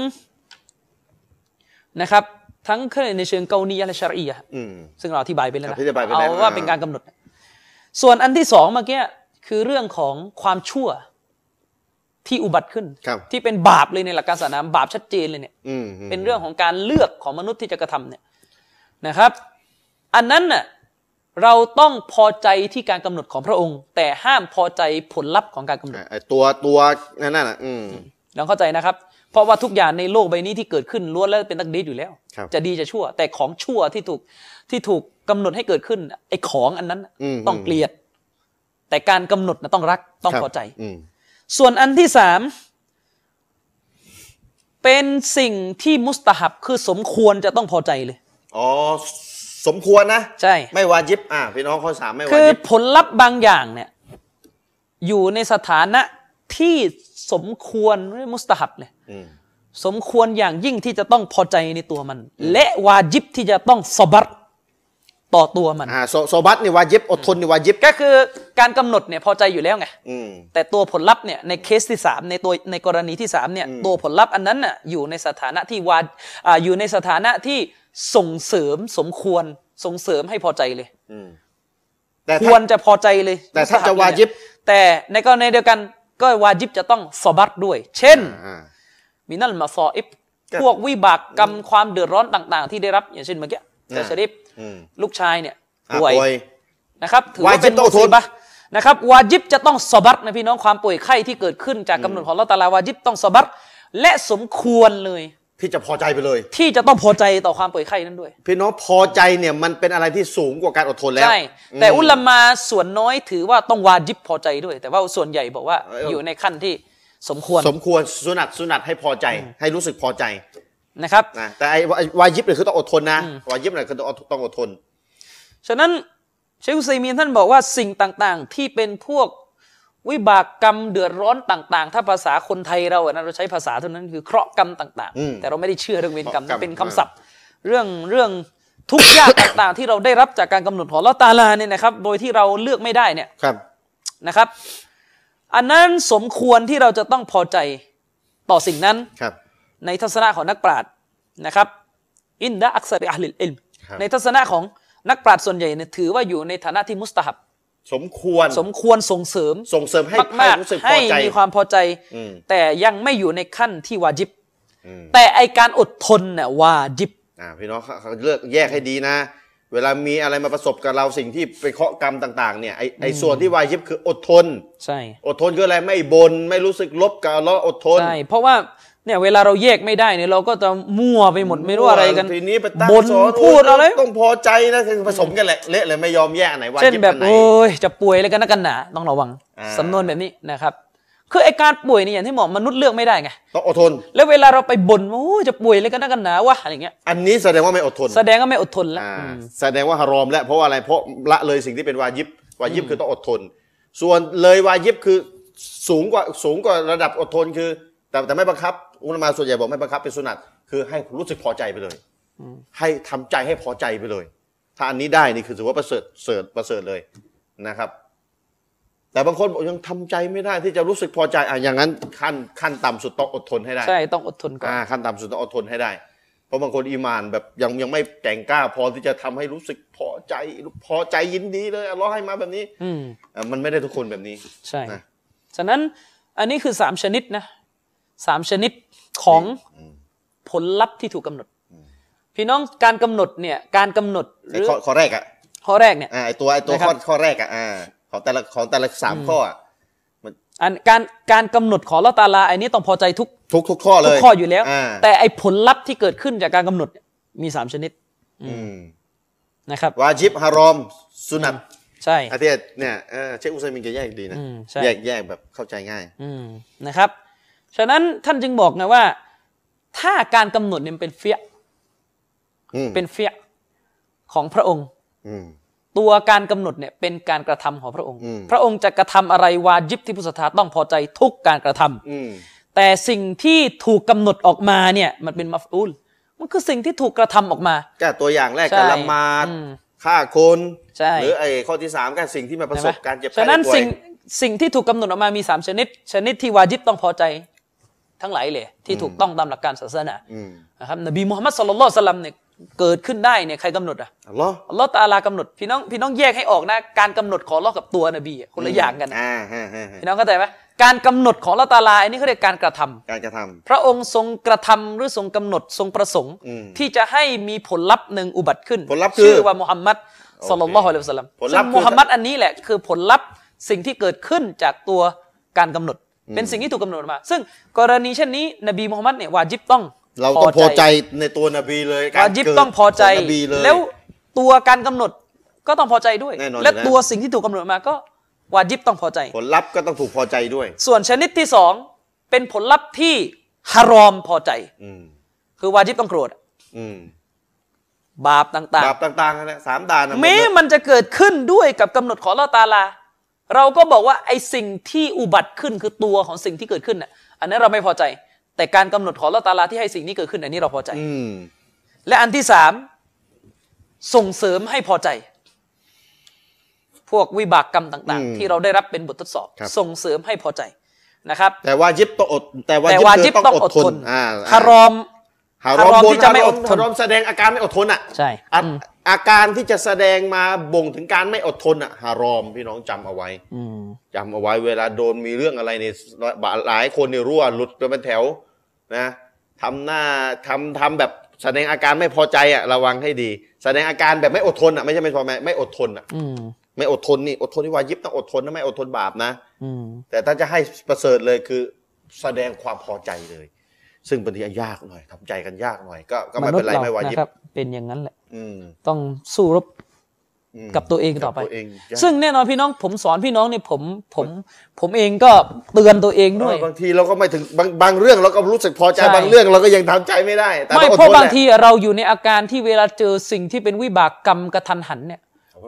B: นะครับ ทั้งในเชิงเกาเนียและชารีอะฮ์
A: อืม
B: ซึ่งเราอธิบายไปแล้วนะ
A: อธิบายไปแล้ว
B: เอาว่า
A: อ่า
B: เป็นการกำหนด ส่วนอันที่สองเมื่อกี้คือเรื่องของความชั่วที่อุบัติขึ้น
A: ครับ
B: ที่เป็นบาปเลยในหลักการศาสนาบาปชัดเจนเลยเนี่ย
A: อืมอืม
B: เป็นเรื่องของการเลือกของมนุษย์ที่จะกระทำเนี่ยนะครับ อันนั้นน่ะเราต้องพอใจที่การกำหนดของพระองค์ แต่ห้ามพอใจผลลัพธ์ของการกำหนด
A: ไอ้ตัวตัวนั่นน่ะอืม
B: น้องเข้าใจนะครับ เพราะว่าทุกอย่างในโลกใบนี้ที่เกิดขึ้นล้วนแล้วเป็นตักดีอยู่แล้ว
A: ครับ
B: จะดีจะชั่ว แต่ของชั่วที่ถูกที่ถูกกำหนดให้เกิดขึ้น ไอ้ของอันนั้นน่ะ
A: อืม
B: ต้องเกลียด แต่การกำหนดนะต้องรักต้อง
A: ครับ
B: พอใจ
A: อืม
B: ส่วนอันที่สามเป็นสิ่งที่มุสตาฮับคือสมควรจะต้องพอใจเลย
A: อ๋อสมควรนะ
B: ใช่
A: ไม่วาจิบอ่าพี่น้องข้อสามไม่วา
B: คือ
A: จิบ
B: ผลลัพธ์บางอย่างเนี่ยอยู่ในสถานะที่สมควรหรือมุสตาฮับเลย
A: อืม
B: สมควรอย่างยิ่งที่จะต้องพอใจในตัวมัน และวาจิบที่จะต้องสบัดต่อตัวมัน
A: อ่าโซโซบัตนี่วาจิบอดทนนี่วาจิบ
B: ก็คือการกำหนดเนี่ยพอใจอยู่แล้วไง
A: อืม
B: แต่ตัวผลลัพธ์เนี่ยในเคสที่สามในตัวในกรณีที่สามเนี่ยตัวผลลัพธ์อันนั้นน่ะอยู่ในสถานะที่วาอ่าอยู่ในสถานะที่ส่งเสริมสมควรส่งเสริมให้พอใจเลย
A: อืมแต่
B: ค
A: ถ้า
B: วรจะพอใจเลย
A: แต่ถ้าจะวาญิบ
B: แต่ในกรณีเดียวกันก็วาจิบจะต้องสบัดด้วย เช่น
A: อ่า
B: มินัลมาซออิบ
A: ครับ
B: พวกวิบากกรรมความเดือดร้อนต่าง ๆ ที่ได้รับอย่างเช่นเมื่อกี้แต่ชริฟ
A: อืม
B: ลูกชายเนี่ย
A: อ่า
B: ป่วย
A: ป่วย
B: นะครับถือ
A: วา
B: ว่า
A: ญิ
B: เป็
A: บ
B: น
A: ต้อง
B: มุ
A: ท
B: สี
A: น
B: บะห์นะครับวาจิบจะต้องสบัดนะพี่น้องความป่วยไข้ที่เกิดขึ้นจากกำหนดของอัลลอฮ์ตะอาลาวาจิบต้องสบัดและสมควรเลย
A: พี่จะพอใจไปเลย
B: ที่จะต้องพอใจต่อความป่วยไข้นั้นด้วย
A: พี่น้องพอใจเนี่ยมันเป็นอะไรที่สูงกว่าการอดทนแล้ว
B: ใช่ แต่
A: ม
B: อุลามาส่วนน้อยถือว่าต้องวาจิบพอใจด้วย แต่ว่าส่วนใหญ่บอกว่าอยู่ในขั้นที่ สมควร
A: สมควรสุนัตสุนัตให้พอใจ ให้รู้สึกพอใจ
B: นะครับ
A: นะแต่ไอ้วาไอ้วายิบเนี่ยคือต้องอดทนนะวายิบเนี่ยคือต้องอดต้องอดทน
B: ฉะนั้นเชคอุซัยมีนท่านบอกว่าสิ่งต่างๆ ที่เป็นพวกวิบากกรรมเดือดร้อนต่าง ๆ ถ้าภาษาคนไทยเราอะนะเราใช้ภาษาเท่านั้นคือเคราะห์กรรมต่าง
A: อืม
B: ๆ แต่เราไม่ได้เชื่อเรื่องเวรกรรม
A: เคราะห์กรรม
B: นะเป็นคำศัพท์ เรื่องเรื่องทุกข์ยากต่างๆ ที่เราได้รับจากการกำหนดของอัลเลอตะอาลาเนี่ยนะครับ โดยที่เราเลือกไม่ได้เนี่ย
A: ครับ
B: นะครับ อันนั้นสมควรที่เราจะต้องพอใจต่อสิ่งนั้น
A: ครับ
B: ในทัศนะของนักปราชญ์นะครับ อินดะอักษริอัลลิลอิลม
A: ครับ
B: ในทัศนะของนักปราชญ์ส่วนใหญ่เนี่ยถือว่าอยู่ในฐานะที่มุสตาฮับ
A: สมควร
B: สมควรส่งเสริม
A: ส่งเสริมให้ให้
B: มาก
A: รู้สึกพ
B: ๆให้
A: อใจ
B: มีความพอใจ
A: อืม
B: แต่ยังไม่อยู่ในขั้นที่วาจิบ
A: อืม
B: แต่ไอการอดทนน่ะวาจิบ
A: อ่าพี่น้องเขาเขาเลือกแยกให้ดีนะ เวลามีอะไรมาประสบกับเราสิ่งที่เป็นเคราะห์กรรมต่าง ๆ เนี่ยไอไอส่วนที่วายิบคืออดทน
B: ใช่
A: อดทนคืออะไรไม่บน ไม่รู้สึกลบกับอัลเลาะห์อดทน
B: ใช่เพราะว่าเนี่ยเวลาเราแยกไม่ได้เนี่ยเราก็จะมั่วไปหมดไม่รู้อะไรกัน
A: ทีนี้ไปตั้ง
B: บน
A: สอน
B: พูดอะไร
A: ต้องพอใจนะคือผสมกันแหละเละเลยไม่ยอมแยกอันไหนวา
B: เช่น
A: ยิบ
B: แบ
A: อัน
B: บ
A: ไหน
B: โอ้ยจะป่วยอะไรกันนะกันหนาต้องระวัง
A: อ่า
B: สำนวนแบบนี้นะครับ คือไอการป่วยเนี่ยอย่างที่บอกมนุษย์เลือกไม่ได้ไง
A: ต้องอดทน แล้ว
B: แล้วเวลาเราไปบ่นว่าโอ้ยจะป่วยอะไรกันนะกันหนาวะอะไรเงี้ย
A: อันนี้แสดงว่าไม่อดทน
B: แสดงว่าไม่อดทนแล้ว
A: อ่า
B: อืม
A: แสดงว่าฮารอมแล้วเพราะว่าอะไรเพราะละเลยสิ่งที่เป็นวายิบวายิบคือต้องอดทน ส่วนเลยวายิบคือสูงกว่าสูงกว่าระดับอดทนคือ แต่แต่ไม่บังคับอุลามาส่วนใหญ่บอกไม่บังคับเป็นสุนัตคือให้รู้สึกพอใจไปเลย ให้ทำใจให้พอใจไปเลย ถ้าอันนี้ได้นี่คือถือว่าประเสริฐเสริฐประเสริฐเลยนะครับ แต่บางคนบอกยังทำใจไม่ได้ที่จะรู้สึกพอใจอ่ะอย่างนั้นขั้นขั้นต่ำสุดต้องอดทนให้ได้
B: ใช่ต้องอดทนก่อน
A: อ่าขั้นต่ำสุดต้องอดทนให้ได้ เพราะบางคนอีหมานแบบยังยังไม่แก่งกล้าพอที่จะทำให้รู้สึกพอใจพอใจยินดีเลยอัลเลอฮ์ให้มาแบบนี้
B: อืม
A: อ่ะมันไม่ได้ทุกคนแบบนี้
B: ใช่
A: นะ
B: ฉะนั้นอันนี้คือสามชนิดนะสามชนิดของผลลัพธ์ที่ถูกกำหนด พี่น้องการกำหนดเนี่ยการกำหนดห
A: ไอ้
B: รือ
A: ข้อข้อแรกอ่ะ
B: ข้อแรกเนี่ย
A: อ่าไอ้ตัวไอ้ตัว
B: นะครับ
A: ข้อข้อแรกอ่ะอ่าของแต่ละของแต่ละสามข้ออ่ะ
B: อันการการกำหนดของอัลเลอฮ์ตะอาลาอันนี้ต้องพอใจทุก
A: ทุกทุกข้อเล
B: ทุ
A: ย
B: กข้ออยู่แล้ว
A: อ่า
B: แต่ไอ้ผลลัพธ์ที่เกิดขึ้นจากการกำหนดเนี่ยมี 3 ชนิด
A: อืม
B: นะครับ
A: วาจิบฮารอมสุนัต
B: ใช่
A: อาเทียเนี่ยเออเชคอุซัยมินจะแยกดีนะ
B: อืมใช่
A: แยกแยกแบบเข้าใจง่าย
B: อืมนะครับ ฉะนั้นท่านจึงบอกไงว่า ถ้าการกำหนดเนี่ยมันเป็นเฟียะ
A: อืม
B: เป็นเฟียะของพระองค์
A: อืม
B: ตัวการกำหนดเนี่ยเป็นการกระทำของพระองค์
A: อืม
B: พระองค์จะกระทำอะไรวาจิบที่ผู้ศรัทธาต้องพอใจทุกการกระทำ
A: อืม
B: แต่สิ่งที่ถูกกำหนดออกมาเนี่ยมันเป็นมัฟอูล มันคือสิ่งที่ถูกกระทำออกมา
A: ก็ตัวอย่างแรก
B: ใช่
A: การละหมาด
B: อืม
A: ฆ่าคน
B: ใช่
A: หรือไอ้ข้อที่สามก็สิ่งที่มาประสบการเจ็บไข้
B: ฉะนั้น
A: ได้ป่วย
B: สิ่งสิ่งที่ถูกกำหนดออกมามีสามชนิด ชนิดที่วาจิบต้องพอใจทั้งหลายเลยที่ถูกต้องตามหลักการศาสนา
A: อืม
B: นะครับนบีมุฮัมมัดสุลลัลลอฮุสลัมเนี่ยเกิดขึ้นได้เนี่ยใครกำหนดอ่ะ
A: อัลลอฮ์
B: อัลลอฮ์ตะอาลากำหนดพี่น้องพี่น้องแยกให้ออกนะการกำหนดของอัลลอฮ์กับตัวนบีอะคนละอย่างกันนะ
A: อ่าฮะฮะฮะ
B: พี่น้องเข้าใจไหมการกำหนดของอัลลอฮ์ตะอาลาอันนี้เขาเรียกการกระทำ
A: การกระท
B: พระองค์ทรงกระทำหรือทรงกำหนดทรงประสงค์
A: อืม
B: ที่จะให้มีผลลัพธ์หนึ่งอุบัติขึ้น
A: ผลลัพธ์
B: ชื่อ
A: คือ
B: ว่ามุฮัมมัดสุลลัลลอฮุอะลัยฮิวะสัลลัม
A: ผลลั
B: ซึ่
A: พธ์คือ
B: งมุฮัมมัดอันนี้แหละคือผลลัพธ์สิ่งที่เกิดขึ้นจากตัวการกำหนด เป็นสิ่งที่ถูกกำหนดมา ซึ่งกรณีเช่นนี้ นบีมุฮัมมัดเนี่ย วาจิบต้อง
A: ำเราต้องพอใจในตัวนบีเลยกร
B: วาจิบ
A: เกิด
B: ต้องพอใจ
A: ขนบีเลย
B: แล้วตัวการกำหนดก็ต้องพอใจด้วย
A: แน่นอน
B: และ
A: อยู่แล้ว
B: ตัวสิ่งที่ถูกกำหนดมาก็วาจิบต้องพอใจ
A: ผลลัพธ์ก็ต้องถูกพอใจด้วย
B: ส่วนชนิดที่สองเป็นผลลัพธ์ที่ฮารอมพอใจ
A: อืม
B: คือวาจิบต้องโกรธ
A: อืม
B: บาปต่างๆ
A: บาปต่างๆนั่นแหละสามด่านนะ
B: แม้
A: หดเลย
B: มันจะเกิดขึ้นด้วยกับกำหนดของอัลลอฮ์ตะอาลา เราก็บอกว่าไอสิ่งที่อุบัติขึ้นคือตัวของสิ่งที่เกิดขึ้นน่ะอันนั้นเราไม่พอใจ แต่การกำหนดของอัลลอฮ์ตะอาลาที่ให้สิ่งนี้เกิดขึ้น อันนี้เราพอใจ
A: อืม
B: และอันที่สามส่งเสริมให้พอใจ พวกวิบากกรรมต่าง ๆ ที่เราได้รับเป็นบททดสอบ ส่งเสริมให้พอใจนะครับ
A: แต่วายิบต้องอดแต่วา
B: แต่
A: ยิบ
B: วา
A: คือ
B: จิบ
A: ต้อง
B: ต้อง
A: อด
B: อด
A: ท
B: ท
A: น
B: น
A: อ่า
B: ฮารอม
A: ฮารอม
B: ฮารอม
A: บน
B: ที่จะไม่อดทน
A: ฮารอมแสดงอาการไม่อดทนอ่ะ
B: ใช่
A: อ่ะ
B: อืม
A: อาการที่จะแสดงมาบ่งถึงการไม่อดทนอ่ะฮารอมพี่น้องจำเอาไว้
B: อืม
A: จำเอาไว้เวลาโดนมีเรื่องอะไรเนี่ยหลายคนเนี่ยรั่วหลุดกันเป็นแถวนะทำหน้าทำทำแบบแสดงอาการไม่พอใจอะระวังให้ดี แสดงอาการแบบไม่อดทนอะไม่ใช่ไม่พอใจไม่อดทนอะ
B: อืม
A: ไม่อดทนนี่อดทนที่วายิบต้องอดทนนะไม่อดทนบาปนะ
B: อืม
A: แต่ถ้าจะให้ประเสริฐเลยคือแสดงความพอใจเลย ซึ่งบางทียากหน่อยทำใจกันยากหน่อย ก็ก็ไม่เป็นไรไม่วายิบ
B: นะครับ เป็นอย่างนั้นแหละ
A: อืม
B: ต้องสู้รบ
A: ม
B: กับตัวเองต่อไป
A: กับวเองใช่
B: ซึ่งแน่นอนพี่น้องผมสอนพี่น้องเนี่ยผมผมผมเองก็เตือนตัวเองด้วย
A: เออบางทีเราก็ไม่ถึงบางบางเรื่องเราก็รู้สึกพอใจ
B: ใช่
A: บางเรื่องเราก็ยังทำใจไม่ได้ แต่ต้อ
B: ไม่
A: งอด
B: เพราะ
A: ทนแหล
B: บางทีเราอยู่ในอาการที่เวลาเจอสิ่งที่เป็นวิบากกรรมกระทันหันเนี่ย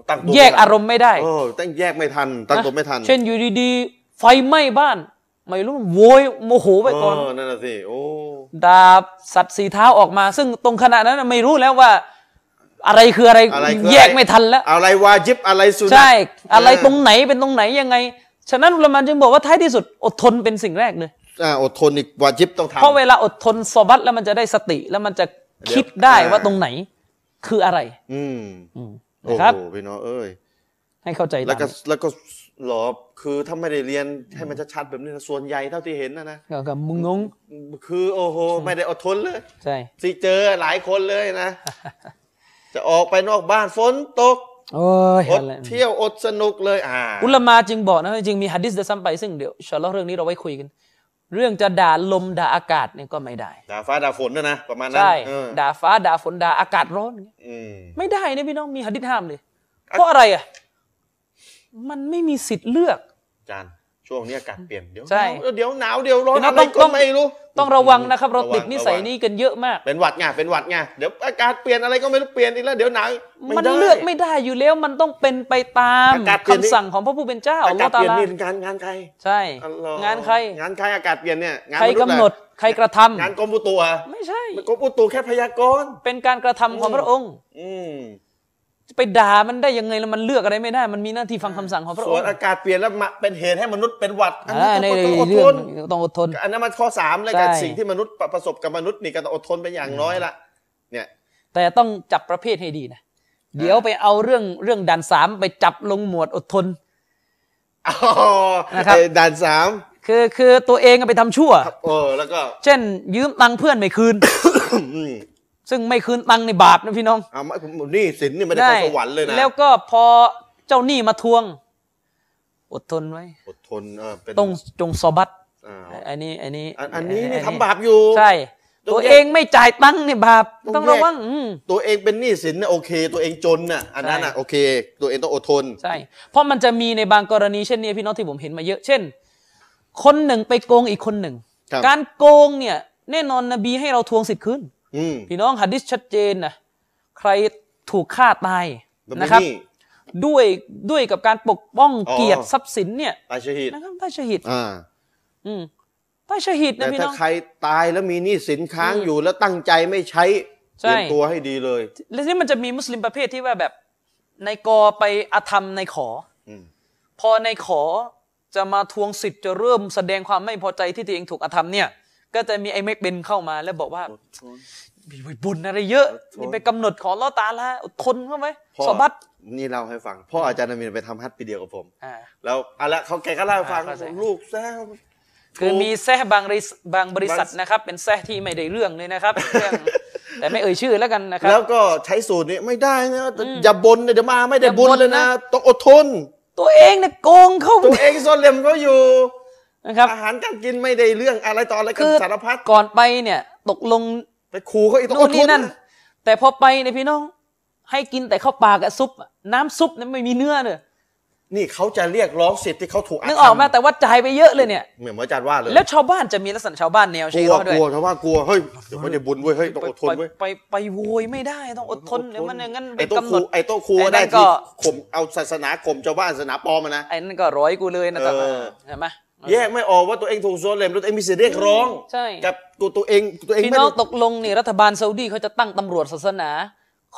A: ตั้งตัว
B: แยกอารมณ์ไม่ได้
A: เออตั้งแยกไม่ทัน ตั้งตัวไม่ทัน
B: เช่นอยู่ดีๆ ไฟไหม้บ้าน ไม่รู้โวย โมโหไปก่อน
A: เนั่นน่ะสิโอ้
B: ดาบสัตว์สีเท้าออกมา ซึ่งตรงขณะนั้นนะไม่รู้แล้วว่า อะไรคืออะไร
A: อะไรคือ
B: แยกไม่ทันแล้ว
A: อะไรวาจิบอะไรสุนัข
B: ใช่ อะไรตรงไหนเป็นตรงไหนยังไง ฉะนั้นละมันจึงบอกว่าท้ายที่สุดอดทนเป็นสิ่งแรกเลย
A: อ่าอดทนอีกวาจิบต้องทำ
B: เพราะเวลาอดทนสบัดแล้วมันจะได้สติแล้วมันจะคิดได้ว่าตรงไหนคืออะไร
A: อืม
B: อืม
A: โอ้
B: นะครับ
A: โหพี่น้องเอ้ย
B: ให้เข้าใจตาม
A: แล้วก็แล้วก็หลอบคือถ้าไม่ได้เรียนให้มันชัดๆแบบนี้นะส่วนใหญ่เท่าที่เห็นนะนะ
B: แล้วก็มึงงง
A: คือโอ้โห ไม่ได้อดทนเลย
B: ใช่
A: สิเจอหลายคนเลย นะ จะออกไปนอกบ้านฝนตก
B: โอ้ย
A: อด
B: อะไร
A: เที่ยวอดสนุกเลยอ่า
B: อุลามาจึงบอกนะจริงๆมีฮัดดิสจะซ้ำไปซึ่งเดี๋ยวอินชาอัลลอฮ์เรื่องนี้เราไว้คุยกัน เรื่องจะด่าลมด่าอากาศเนี่ยก็ไม่ได้
A: ด่าฟ้าด่าฝนนะนะ ประมาณนั้น
B: ใช่
A: เออ
B: ด่าฟ้าด่าฝนด่าอากาศร้อน
A: อืม
B: ไม่ได้นะพี่น้องมีฮัดดิสห้ามเลย เพราะอะไรอ่ะมันไม่มีสิทธิ์เลือก
A: อาจารย์ช่วงนี้อากาศเปลี่ยนเดี๋ยว
B: ใช่
A: หนาวเดี๋ยวหนาวเดี๋ยวร้อน
B: พี่น้อ
A: อะ
B: ง
A: ไร
B: ต้
A: ก็
B: อง
A: ไม่รู้
B: ต้องระวังนะครับ เรา
A: ระวัง
B: ติดนิสัย
A: ระวัง
B: นี้กันเยอะมาก
A: เป็นหวัดไงเป็นหวัดไงเดี๋ยวอากาศเปลี่ยนอะไรก็ไม่รู้เปลี่ยนอีกแล้วเดี๋ยวหนาวไม่
B: มัน
A: ได้
B: เลือกไม่ได้อยู่แล้วมันต้องเป็นไปตาม
A: อากาศเปลี่ย
B: คำ
A: นนี่
B: สั่งของพระผู้เป็นเจ้า
A: อากาศ
B: ตา
A: เปลี่ยน
B: ลา
A: นี่งานงานใคร
B: ใช่
A: อัลลอฮ์
B: งานใครง
A: านใครอากาศเปลี่ยนเนี่ยงาน
B: ใคร
A: มษ
B: กำ
A: ย์เหอ
B: หนดใครกระทำ
A: งานกรมอุตุอะ
B: ไม่ใช่
A: มันกรมอุตุแค่พยากรณ์
B: เป็นการกระทำของ
A: อืม
B: พระองค์
A: อืม
B: จะไปด่ามันได้ยังไงแล้วมันเลือกอะไรไม่ได้ มันมีหน้าที่ฟังคำสั่งของพระอ
A: ส่ว
B: ง
A: น
B: ค์
A: อากาศเปลี่ยนแล้วมาเป็นเหตุให้มนุษย์เป็นหวัดอัน
B: อ่า
A: นี้
B: ใน
A: ก็ต้องอด
B: เรื่
A: ท
B: อง
A: น
B: ต้องอดทน
A: อันนั้นมันข้อสามเลยกับ
B: ใช่
A: สิ่งที่มนุษย์ประประสบกับมนุษย์นี่ก็ต้องอดทนเป็นอย่างน้อยละเนี่ย
B: แต่ต้องจับประเภทให้ดีนะ เดี๋ยวไปเอาเรื่องเรื่องด่านสามไปจับลงหมวดอดทน
A: อ๋อ
B: นะครับ
A: ไอ้ด่านสาม
B: คือคือตัวเองอะไปทำชั่ว
A: เออแล้วก็
B: เช่น ยืมตังค์เพื่อนไม่คืน
A: อืม
B: ซึ่งไม่คืนตังค์ในบาปนะพี่น้อง
A: เอามานี่สินนี่ไม่ได้เข้าสวรรค์เลยนะ
B: แล้วก็พอเจ้าหนี้มาทวง อดทนไว้
A: อดทนเออเป็น
B: ต้องจงสอบัต
A: อ่า
B: อันนี้อันนี้
A: อันอันนี้นี่ทำบาปอยู่
B: ใช่
A: ต้อง
B: ตัว
A: แยก
B: เองไม่จ่ายตังค์ในบาป
A: ต้
B: ต้อ
A: อง ง
B: ระ
A: แยก
B: วังอืม
A: ตัวเองเป็นหนี้สินเนี่ยโอเค ตัวเองจนน่ะอันนั้นน่ะ
B: ใช่
A: โอเค ตัวเองต้องอดทน
B: ใช่ เพราะมันจะมีในบางกรณีเช่นนี้พี่น้องที่ผมเห็นมาเยอะ เช่น คนหนึ่งไปโกงอีกคนหนึ่ง
A: ครับ
B: การโกงเนี่ยแน่นอนนบีให้เราทวงสิทธิ์คืน
A: อืม
B: พี่น้องหัดดิษชัดเจนนะใครถูกฆ่าตาย
A: มันเป็
B: นะ
A: น
B: ครับ
A: หนี้
B: ด้วยด้วยกับการปกป้อง
A: อ๋อ
B: เกียรติทรัพย์สินเนี่ย
A: ตายเฉย
B: นะครับใต้ชะฮิด
A: อ่า
B: อืมใต้ชะฮิด
A: แต่
B: นะพี่
A: ถ้า
B: น้อง
A: ใครตายแล้วมีหนี้สินค้าง
B: อืม
A: อยู่แล้วตั้งใจไม่ใช้เต
B: ใช่
A: รียมตัวให้ดีเลย
B: แล้วนี่มันจะมีมุสลิมประเภทที่ว่าแบบในกอไปอาธรรมในขอ
A: อืม
B: พอในขอจะมาทวงสิทธิ์จะเริ่มแสดงความไม่พอใจที่ตัวเองถูกอาธรรมเนี่ย ก็จะมีไอ้เมกเบนเข้ามาแล้วบอกว่ามีบุญอะไรเยอะนี่ไปกำหนดขอลอตาละอดทนเข้าไว้
A: พ่อ
B: สะบัด
A: นี่เล่าให้ฟัง พ่ออาจารย์นามินไปทำฮัทปีเดียวกับผม
B: อ่า
A: แล้วเอาละเขาแกก็เล่าให้ฟัง
B: อ่าเข้าใจ
A: ลูกแซ่
B: คือมีแซะบางริสบางบริษัท
A: บาง
B: นะครับ เป็นแซะที่ไม่ได้เรื่องเลยนะครับเรื่องแต่ไม่เอ่ยชื่อแล้วกันนะครั
A: แล้วก็ใช้สูตรนี้ไม่ได้นะอย่าบนนะเดี๋ยวมาไม่ได้
B: อย่าบ่
A: บุ
B: น
A: ญเลยนะ
B: นะ
A: ต้องอดทน
B: ตัวเองเนี่ยโกงเข้า
A: ตัวเองโซนเลมก็อยู่
B: นะครับ
A: อาหารการกินไม่ได้เรื่องอะไรต่ออะไรกั
B: คื
A: น
B: อ
A: สารพัด
B: ก่อนไปเนี่ยตกลง
A: ไปขู่เขาอีกต้องอ
B: นู่น
A: ดท
B: นี่
A: น
B: นั่น
A: นะ
B: แต่พอไปเนี่ยพี่น้อง ให้กินแต่ข้าวปลากับซุปอะน้ำซุปเนี่ยไม่มีเนื้อเลย
A: นี่เขาจะเรียกร้องสิทธิ์ที่เขาถูก
B: นึกออกไหมแต่ว่าจ่ายไปเยอะเลยเนี่ย
A: เหมือนหมออาจารย์ว่าเลย
B: แล้วชาวบ้านจะมีลักษณะชาวบ้านแนว
A: ก
B: เชีย
A: ลัว
B: ร์ด้ว
A: ก
B: ย
A: ลัวชาวบ้านกลัวเฮ้ยเดี๋ยวไม่ได้บุญเว้ยเฮ้ยต้อง
B: ไป
A: อดทนเว้ย
B: ไปไปโวยไม่ได้ต้องอดทนเดี๋ยวมันอย่างนั้นไป
A: ไอ้โต๊ะค
B: กำหน
A: รู
B: ด
A: ไอ้โต๊ะครู
B: ไอ้นั่
A: ได้
B: นก็
A: ที่ข่มเอาศาสนาข่มชาวบ้านศาสนาปลอมอะนะ
B: ไอ้นั่นก็ร้อยกูเลยนะแต่ว่า
A: เออ
B: ใช่ไหม
A: แยกไม่ออกว่าตัวเองถูกโซนเลมตัวเองมีสิทธิ์เรียกร้อง
B: ใช่
A: กับตัวตัวเองตัวเอง
B: พี่
A: ไม่
B: น้อง
A: ได้
B: ตกลงนี่รัฐบาลซาอุดีเขาจะตั้งตำรวจศาสนา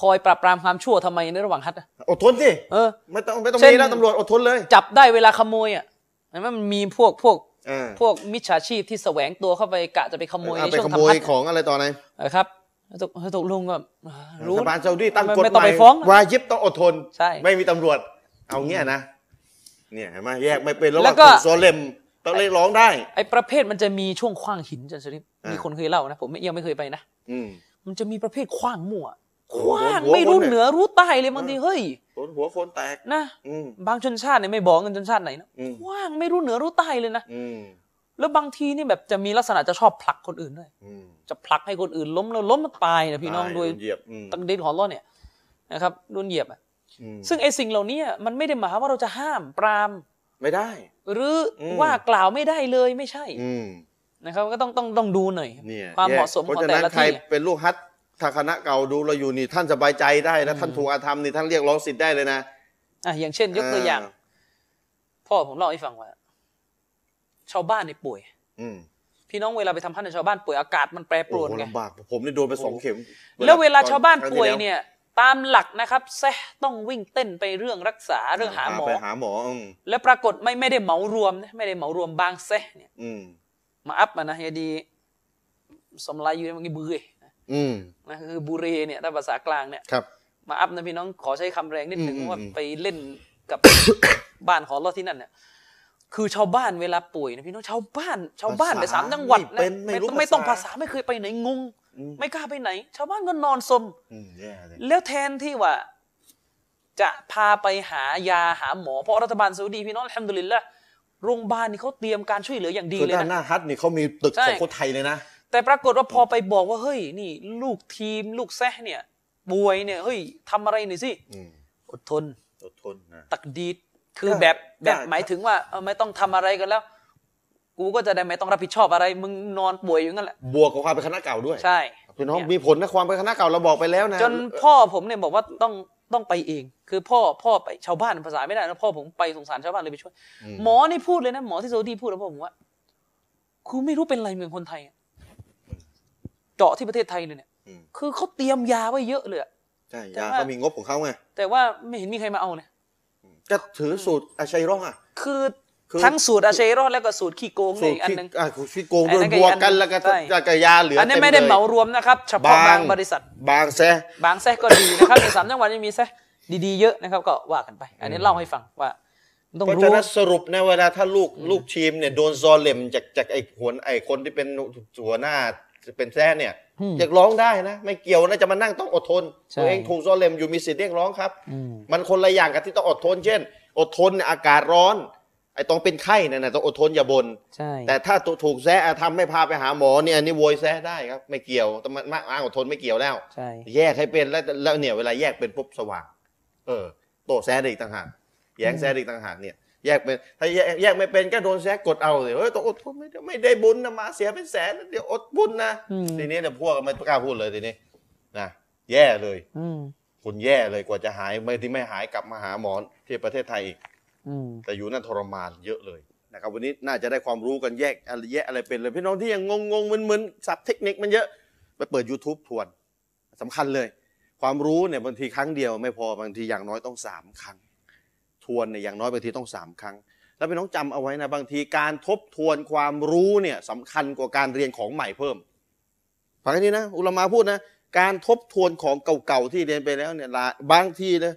B: คอยปราบปรามความชั่วทำไมในระหว่างฮัทอะ
A: อดทนสิ
B: เออ
A: ไม่ต้องไม่ต้อง
B: เช่น
A: มีแล้วตำรวจอดทนเลย
B: จับได้เวลาขโมยอ่ะเห็นไหมมันมีพวกพวก
A: อ่า
B: พวกมิจฉาชีพที่แสวงตัวเข้าไปกะจะไปขโมย
A: เอา
B: ใน
A: ไป
B: ช่ว
A: ข
B: ง
A: โมย
B: ทำฮัท
A: ของอะไรต่อไหน
B: นะครับตกตกลงก็รู้
A: รัฐบาลซาอุดีตั้งกฎ
B: ไม่
A: ให
B: ต้อง
A: ม่
B: ไปฟ้อง
A: วายิบต้องอดทน
B: ใช่
A: ไม่มีตำรวจเอาเงี้ยนะเนี่ยเห็นไหมแยกไม่เป็นระ
B: แล้ว
A: ห่าว ง
B: ก็
A: ถูกโซนเลมต้องเรียกร้องได้
B: ไอ้ประเภทมันจะมีช่วงขว้างหินจันทริป
A: อ่ามี
B: มีคนเคยเล่านะผมไม่ยังไม่เคยไปนะ
A: อืม
B: มันจะมีประเภทขว้างมั่ว
A: โอ้
B: ข
A: โห
B: ว้าง
A: หัว
B: ไม่รู้
A: คนเนี่ย
B: เหนือรู้ใต้เลยบางทีเฮ้ย
A: โดนหัวโคนแตก
B: นะ
A: อืม
B: บางชนชาติเนี่ยไม่บอกกันชนชาติไหนนะ
A: อืม
B: ขว้างไม่รู้เหนือรู้ใต้เลยนะ
A: อืม
B: แล้วบางทีนี่แบบจะมีลักษณะจะชอบผลักคนอื่นด้วย
A: อืม
B: จะผลักให้คนอื่นล้มแล้วล้มมันตายนะพี่น้อง
A: ตาย
B: โดย
A: โเหยียบอืม
B: ตังเดนของอัลเลอเนี่ยนะครับโดนเหยียบอะ
A: อืม
B: ซึ่งไอ้สิ่งเหล่านี้มันไม่ได้หมายความว่าเราจะห้ามปราม
A: ไม่ได้
B: หรืออ
A: ม
B: ว่ากล่าวไม่ได้เลยไม่ใช่
A: อืม
B: นะครับ ก็ต้องต้องต้องดูหน่อย
A: เนี่ย
B: ความเหมาะ
A: แยก
B: สม
A: เพราะ
B: ของ
A: ฉะ
B: แต่
A: นั้น
B: ละ
A: ใคร
B: ที่
A: เป็นลูกฮัททาคณะเก่าดูเราอยู่นี่ท่านสบายใจได้นะท่านถูกอาธรรมนี่ท่านเรียกร้องสิทธิ์ได้เลยนะ
B: อ่ะอย่างเช่น ยกตัวอย่าง พ่อผมเล่าให้ฟังว่า ชาวบ้านในยป่วย
A: อืม
B: พี่น้องเวลาไปทำพันธุ์ในชาวบ้านป่วยอากาศมันแปรปร
A: โอ้
B: วน
A: โห
B: ไง
A: ลำบาก ผมนี่โดนไปสองเข็ม
B: แล้วเวลาชาวบ้าน
A: ครั้งที่
B: ป่วย
A: แล้
B: เนี่ย ตามหลักนะครับแซะต้องวิ่งเต้นไปเรื่องรักษาเรื่องหาหมอ
A: ไปหาหมออืม
B: แล้วปรากฏไม่ไม่ได้เหมารวมนะไม่ได้เหมารวมบางแซะเนี่ย
A: อืม
B: มาอัพมานะอยาดีสมลายอยู่ในเมังกี้บือ
A: อืม
B: นะคือบุเรเนี่ยถ้าภาษากลางเนี่ย
A: ครับ
B: มาอัพนะพี่น้องขอใช้คำแรงนิดหนึ่ง
A: อืม
B: ว่า
A: อืม
B: ไปเล่นกับ บ้านของเราที่นั่นเนี่ยคือชาวบ้านเวลาป่วยนะพี่น้องชาวบ้านชาวบ้านในสามจังหวัด
A: ไม่
B: นะ
A: เป็นไม่รู้
B: ไม่ต้อง
A: ภา
B: ภา
A: ษา
B: ษาไม่เคยไปไหนงง ไม่กล้าไปไหน ชาวบ้านก็นอนสม
A: อืมแย่เลย
B: แล้วแทนที่ว่า จะพาไปหายาหาหมอเพราะรัฐบาลซาอุดีพี่น้องอัลฮัมดุลิลละโรงพยาบาลนี่เขาเตรียมการช่วยเหลืออย่างดี
A: คือ
B: เลย
A: ด้านห
B: นะ
A: น้าฮัทนี่เขามีตึก
B: ใช่
A: ของคนไทยเลยนะ
B: แต่ปรากฏว่าพอไปบอกว่าเฮ้ยนี่ ลูกทีม ลูกแซะเนี่ยป่วยเนี่ยเฮ้ยทำอะไรหน่อยสิ
A: อืม
B: อดทน
A: อดทนนะ
B: ตักดีดคือ
A: ก็
B: แบบแบบ
A: ก็
B: หมายถึงว่าเออไม่ต้องทำอะไรกันแล้ว กูก็จะได้ไม่ต้องรับผิดชอบอะไร มึงนอนป่วยอยู่งั้นแหละ
A: บวกกับความเป็นคณะเก่าด้วย
B: ใช่
A: พี่น้อง
B: เย
A: มีผลนะความเป็นคณะเก่าเราบอกไปแล้วนะ
B: จนพ่อผมเนี่ยบอกว่าต้องต้องไปเอง คือพ่อพ่อไปชาวบ้านภาษาไม่ได้นะพ่อผมไปสงสารชาวบ้านเลยไปช่วย หมอนี่พูดเลยนะหมอที่ซาอุดีพูดแล้วพ่อผมว่ากูไม่รู้เป็นไรเมืองคนไทยอะเจาะที่ประเทศไทยเลยเนี่ย
A: อืม
B: คือเขาเตรียมยาไว้เยอะเลยอะ
A: ใช่
B: แต่
A: ยา
B: ว่า
A: เขามีงบของเขาไง
B: แต่ว่าไม่เห็นมีใครมาเอาเนี่ย
A: จะถือสูตรอาชัยร้องอ่ะ
B: คือ
A: คือ
B: ทั้งสูตรอาเชโรอดแล้วก็สูตรขี้โกง
A: สูตร
B: เนี่ยอีกอัน
A: ที่
B: หนึ่ง
A: อ่ะคือที่โกง
B: ไอ้
A: ด้วย
B: นั่นก็
A: บวกกัน
B: อีกอัน
A: แล้วก็
B: ใช่
A: จะกบยาเหลือ
B: อั
A: อั
B: นนี้ไม่ได้เหมารวมนะครับเฉพาะบางบริษัท
A: บางแซะ
B: บางแซะก็ดีนะครับ ในสามจังหวัดยังมีแซะดีๆเยอะนะครับ ก็ว่ากันไป อันนี้เล่าให้ฟังว่า ต้อง
A: เพราะ
B: รู้
A: ฉะนั้นสรุปนะเวลาถ้าลูกลูกทีมเนี่ยโดนซอเหล่มจากจากไอ้หัวไอ้คนที่เป็นหัวหน้าเป็นแซะเนี่ย
B: อืม
A: อยากร้องได้นะ ไม่เกี่ยวนะจะมานั่งต้องอดทน
B: ใช่
A: ตัวเองถูกซอเหล่มอยู่มีสิทธิ์เรียกร้องครับ
B: อืม
A: มันคนละอย่างกับที่ต้องอดทน เช่น อดทนเนี่ยอากาศร้อน ไอ้ต้องเป็นไข้เนี่ยนะต้องอดทนอย่าบน่น
B: ใช่
A: แต่ถ้าถูถูกแซะอ่ะทำไม่พาไปหาหมอเนี่ยอันนี้โวยแซะได้ครับ ไม่เกี่ยวแต่มันมากอ้างอดทนไม่เกี่ยวแล้ว
B: ใช่
A: แยกให้เป็นแล้วแล้วเนี่ยเวลาแยกเป็นปุ๊บสว่าง เออ โตแซะได้อีกต่างหากแย้งแซะได้อีกต่างหากเนี่ย แยกเป็นถ้าแยกแยกไม่เป็นก็โดนแซะกดเอาเลยเฮ้ยต้องอดทนไม่ได้ไม่ได้บุญนะมาเสียเป็นแสนเดี๋ยวอดบุญนะทีนี้เนี่ยพวกมันไม่กล้าพูดเลยทีนี้นะแย่เลย
B: อืม
A: คุณแย่เลยกว่าจะหายไม่ที่ไม่หายกลับมาหาหมอที่ประเทศไทยอีก
B: อืม
A: แต่อยู่นั่นทรมานเยอะเลยนะครับวันนี้น่าจะได้ความรู้กันแยกอะไรแยะอะไรเป็นเลย พี่น้องที่ยังงงงๆมึนๆศัพท์เทคนิคมันเยอะ ไปเปิด YouTube ทวนสำคัญเลย ความรู้เนี่ยบางทีครั้งเดียวไม่พอบางทีอย่างน้อยต้องสามครั้ง ทวนเนี่ยอย่างน้อยบางทีต้องสามครั้ง แล้วพี่น้องจำเอาไว้นะบางทีการทบทวนความรู้เนี่ยสำคัญกว่าการเรียนของใหม่เพิ่มฟังให้ดีนะ อุลามาพูดนะการทบทวนของเก่าๆที่เรียนไปแล้วเนี่ยหลายบางทีนะ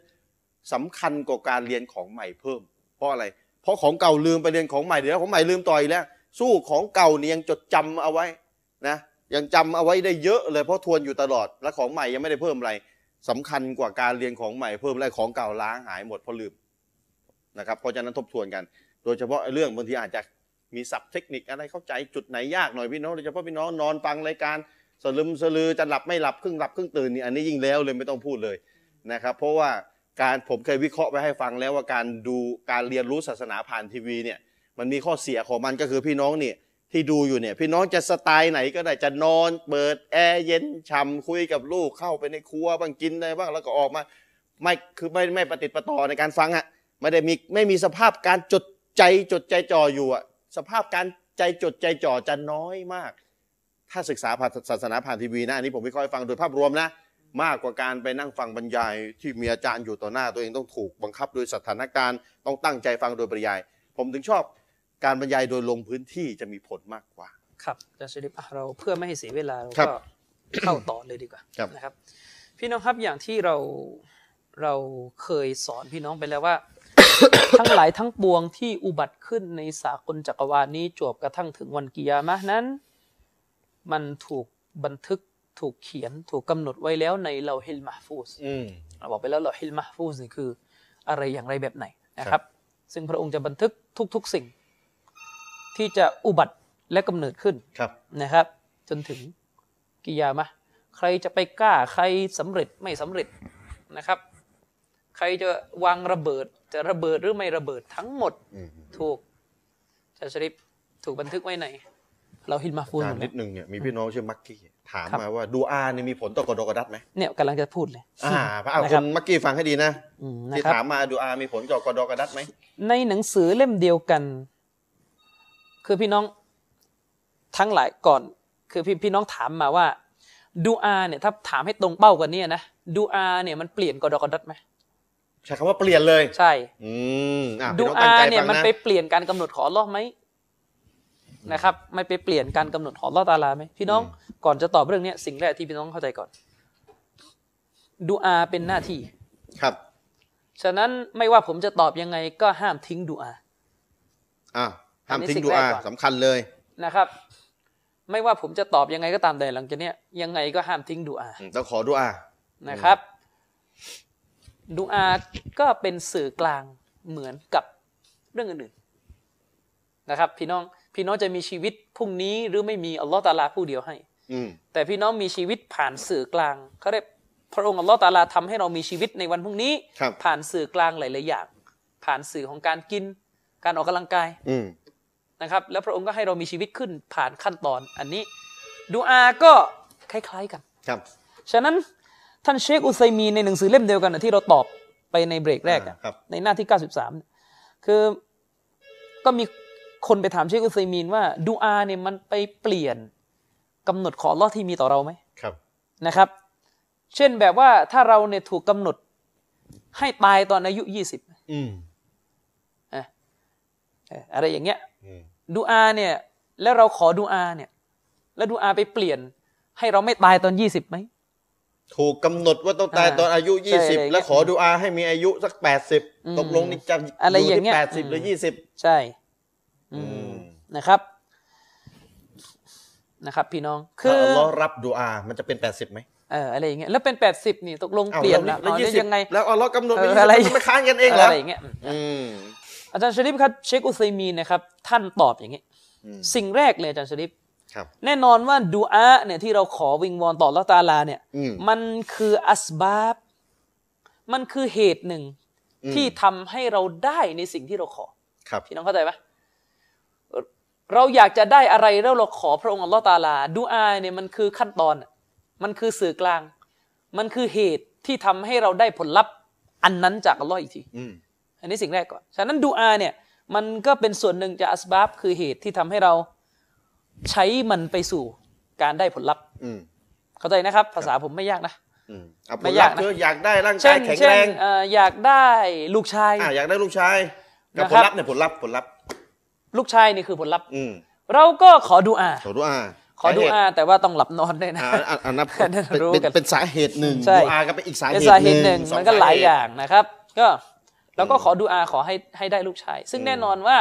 A: สำคัญกว่าการเรียนของใหม่เพิ่ม เพราะอะไร เพราะของเก่าลืมไปเรียนของใหม่เดี๋ยวของใหม่ลืมต่ออีกแล้ว สู้ของเก่าเนี่ยยังจดจำเอาไว้นะ ยังจำเอาไว้ได้เยอะเลยเพราะทวนอยู่ตลอด และของใหม่ยังไม่ได้เพิ่มอะไรสำคัญกว่าการเรียนของใหม่เพิ่มและของเก่าล้างหายหมดเพราะลืมนะครับ เพราะฉะนั้นทบทวนกัน โดยเฉพาะเรื่องบางทีอาจจะมีศัพท์เทคนิคอะไรเข้าใจจุดไหนยากหน่อยพี่น้องโดยเฉพาะพี่น้องนอนฟังรายการสลึมสลือจะหลับไม่หลับครึ่งหลับครึ่งตื่นนี่อันนี้ยิ่งแล้วเลยไม่ต้องพูดเลย นะครับเพราะว่าการผมเคยวิเคราะห์ไว้ให้ฟังแล้วว่าการดูการเรียนรู้ศาสนาผ่านทีวีเนี่ยมันมีข้อเสียของมันก็คือพี่น้องเนี่ยที่ดูอยู่เนี่ยพี่น้องจะสไตล์ไหนก็ได้จะนอนเปิดแอร์เย็นฉ่ำคุยกับลูกเข้าไปในครัวบ้างกินอะไรบ้างแล้วก็ออกมา ไม่คือไม่ไม่ประติดประต่อในการฟังอะไม่ได้มีไม่มีสภาพการจดใจจดใจจ่ออยู่อะสภาพการใจจดใจจ่อจะน้อยมาก ถ้าศึกษาผ่านศาสนาผ่านทีวีนะอันนี้ผมวิเคราะห์ให้ฟังโดยภาพรวมนะ มากกว่าการไปนั่งฟังบรรยายที่มีอาจารย์อยู่ต่อหน้าตัวเองต้องถูกบังคับโดยสถานการณ์ต้องตั้งใจฟังโดยปริยาย ผมถึงชอบการบรรยายโดยลงพื้นที่จะมีผลมากกว่า
B: ครับอาจารย์ชลิปอ่ะเราเพื่อไม่ให้เสียเวลาเรา
A: ครั
B: ก็
A: บ
B: เข้าต่อเลยดีกว่า
A: ครับ
B: นะครับ พี่น้องครับอย่างที่เราเราเคยสอนพี่น้องไปแล้วว่า ทั้งหลายทั้งปวงที่อุบัติขึ้นในสากลจักรวาลนี้จวบกระทั่งถึงวันกิยามะห์นั้น มันถูกบันทึกถูกเขียนถูกกำหนดไว้แล้วในเราฮิลมาฟูส
A: อืม
B: เราบอกไปแล้วเราฮิลมาฟูสนี่คืออะไรอย่างไรแบบไหนนะครับ ซึ่งพระองค์จะบันทึกทุก ๆสิ่ง ที่จะอุบัติและกำเนิดขึ้น
A: ครับ
B: นะครับ จนถึงกิยามะห์ใครจะไปกล้าใครสำเร็จไม่สำเร็จนะครับ ใครจะวางระเบิด จะระเบิดหรือไม่ระเบิดทั้งหมดถูกจะชริปถูกบันทึกไว้ในเราฮิตมาฟูล
A: จา
B: หม
A: น
B: ด
A: นิ
B: แล้ว
A: ดนึงเนี่ยมีพี่น้องชื่อมักกี้ถาม
B: ครับ
A: มาว่าดูอานี่มีผลต่อกฎกดัดไหม
B: เนี่ยกำลังจะพูดเลย
A: อ่าพระอา
B: นะ
A: ค
B: ครับ
A: นมักกี้ฟังให้ดีนะ
B: อืมนะ
A: ที่
B: ครับ
A: ถามมาดูอามีผลต่อกฎกดัดไหม
B: ในหนังสือเล่มเดียวกัน คือพี่น้องทั้งหลายก่อน คือพี่พี่น้องถามมาว่าดูอาเนี่ยถ้าถามให้ตรงเป้ากว่านี้นะดูอาเนี่ยมันเปลี่ยนกอดอกอดัดไหม
A: ใช้คำว่าเปลี่ยนเลย
B: ใช่
A: อืมอ่ะ
B: ดู
A: พี่น้องตั้
B: อาง
A: ใจ
B: เนี่ย
A: ฟัง
B: มัน
A: นะ
B: ไปเปลี่ยนการกำหนดของอัลลอฮ์ไหมนะครับมันไปเปลี่ยนการกำหนดของอัลลอฮ์ตะอาลาไหมพี่น้องก่อนจะตอบเรื่องเนี้ยสิ่งแรกที่พี่น้องเข้าใจก่อนดูอาเป็นหน้าที่
A: ครับ
B: ฉะนั้นไม่ว่าผมจะตอบยังไงก็ห้ามทิ้งดูอา
A: อ่ะห้ามทิ้ง
B: อันนี้สิ่ง
A: ดูอา
B: แรกก่อน
A: สำคัญเลย
B: นะครับ ไม่ว่าผมจะตอบยังไงก็ตามแต่หลังจากเนี้ยยังไงก็ห้ามทิ้งดูอา
A: อืมต้องขอดูอา
B: นะครับดูอาก็เป็นสื่อกลางเหมือนกับเรื่องอื่นๆนะครับ พี่น้องพี่น้องจะมีชีวิตพรุ่งนี้หรือไม่มีอัลลอฮ์ตะอาลาผู้เดียวให้
A: อืม
B: แต่พี่น้องมีชีวิตผ่านสื่อกลางเขาเรียกพระองค์อัลลอฮ์ตะอาลาทำให้เรามีชีวิตในวันพรุ่งนี้
A: ครับ
B: ผ่านสื่อกลางหลายๆอย่าง ผ่านสื่อของการกิน การออกกำลังกาย
A: อืม
B: นะครับแล้วพระองค์ก็ให้เรามีชีวิตขึ้นผ่านขั้นตอนอันนี้ดูอาก็คล้ายๆกัน
A: ครับ
B: ฉะนั้นท่านเชคอุซัยมีนในหนังสือเล่มเดียวกันนะที่เราตอบไปในเบรกแรกอะ
A: อ่าครับ
B: ในหน้าที่ 93เนี่ยคือก็มีคนไปถามเชคอุซัยมีนว่าดูอาเนี่ยมันไปเปลี่ยนกำหนดของอัลลอฮ์ที่มีต่อเราไหม
A: ครับ
B: นะครับ เช่นแบบว่าถ้าเราเนี่ยถูกกำหนดให้ตายตอนอายุ 20
A: อืม
B: เอ่ออะไรอย่างเงี้ย
A: อืม
B: ดูอาเนี่ยแล้วเราขอดูอาเนี่ยแล้วดูอาไปเปลี่ยนให้เราไม่ตายตอนยี่สิบไหม
A: ถูกกำหนดว่าต้องตาย
B: อ่า
A: ตอนอายุ
B: ใช่อะไรอย่าง
A: 20
B: เงี้ย
A: แล้วขอดูอาให้มีอายุสัก
B: อืม
A: 80 ตกลงนี่จะ
B: อะไร
A: อยู่
B: อย่างเงี้
A: ที่
B: ย
A: แปดสิบ
B: อืม
A: หรือยี่สิบ
B: ใช่ อื
A: อื
B: ม
A: ม
B: นะครับนะครับ พี่น้องคื
A: ถ้า
B: อ
A: อัลลอฮ์รับดูอา มันจะเป็น 80ไหม
B: เอออะไรอย่างเงี้ยแล้วเป็นแปดสิบนี่ตกลงเปลี่ยนแล้ว
A: แล้ว
B: เอา
A: ยี่
B: แล้ว
A: สิบ
B: ยังไง
A: แล้วอัลลอฮ์กำหนด
B: เออ
A: ยี่
B: อะไร
A: สิบไม่ค้านกันเองเหรอ
B: อะ
A: อ
B: ไรอย่างเงี้ย
A: อืม
B: อาจารย์ชริปครับเชคอุซัยมีนนะครับท่านตอบอย่างงี้
A: อืม
B: สิ่งแรกเลยอาจารย์ชริป
A: ครับ
B: แน่นอนว่าดูอาเนี่ยที่เราขอวิงวอนต่ออัลลอฮ์ตะอาลาเนี่ย
A: อืม
B: มันคืออัสบาบ มันคือเหตุหนึ่ง
A: อืม
B: ที่ทำให้เราได้ในสิ่งที่เราขอ
A: ครับ
B: พี่น้องเข้าใจไหมเอ่อเราอยากจะได้อะไรแล้วเราขอพระองค์อัลลอฮ์ตะอาลาดูอาเนี่ยมันคือขั้นตอนอะมันคือสื่อกลาง มันคือเหตุที่ทำให้เราได้ผลลัพธ์อันนั้นจากอัลลอฮ์อีกที
A: อืม
B: อันนี้สิ่งแรกก่อน ฉะนั้นดูอาเนี่ยมันก็เป็นส่วนหนึ่งจากอัสบาบคือเหตุที่ทำให้เราใช้มันไปสู่การได้ผลลัพธ์
A: อืม
B: เข้าใจนะครับ ภาษาผมไม่ยากนะ
A: อืมเอาผ
B: ไม่
A: ล
B: ยา
A: ลั
B: ก
A: พ
B: นะ
A: ธ์คืออยากได้ร่าง
B: เช่
A: กาย
B: น
A: แข็ง
B: เช่
A: แร
B: น
A: ง
B: เอ่ออยากได้ลูกชาย
A: อ่าอยากได้ลูกชายกับ
B: นะ
A: ผ
B: ครั
A: ล
B: บ
A: ลัพธ์เนี่ยผลลัพธ์ผลลัพธ์
B: ลูกชายนี่คือผลลัพธ์
A: อืม
B: เราก็ขอดูอา
A: ขอดูอา
B: ขอดูอาแต่ว่าต้องหลับนอนด้วยนะ
A: อ่าอ่าอ่านับ
B: อันนั้น
A: เป็น
B: รู้
A: เป็น
B: กัน
A: เป็นสาเหตุหนึ่ง
B: ใช่
A: ดูอาก็เป็นอีกสา
B: เป็นสาเหตุหนึ่ง
A: ส
B: มันก็หลาย
A: สเหตุ
B: อย่างนะครับ ก็เราก็ขอดูอาขอให้ให้ได้ลูกชาย ซึ่ง
A: อืม
B: แน่นอนว่า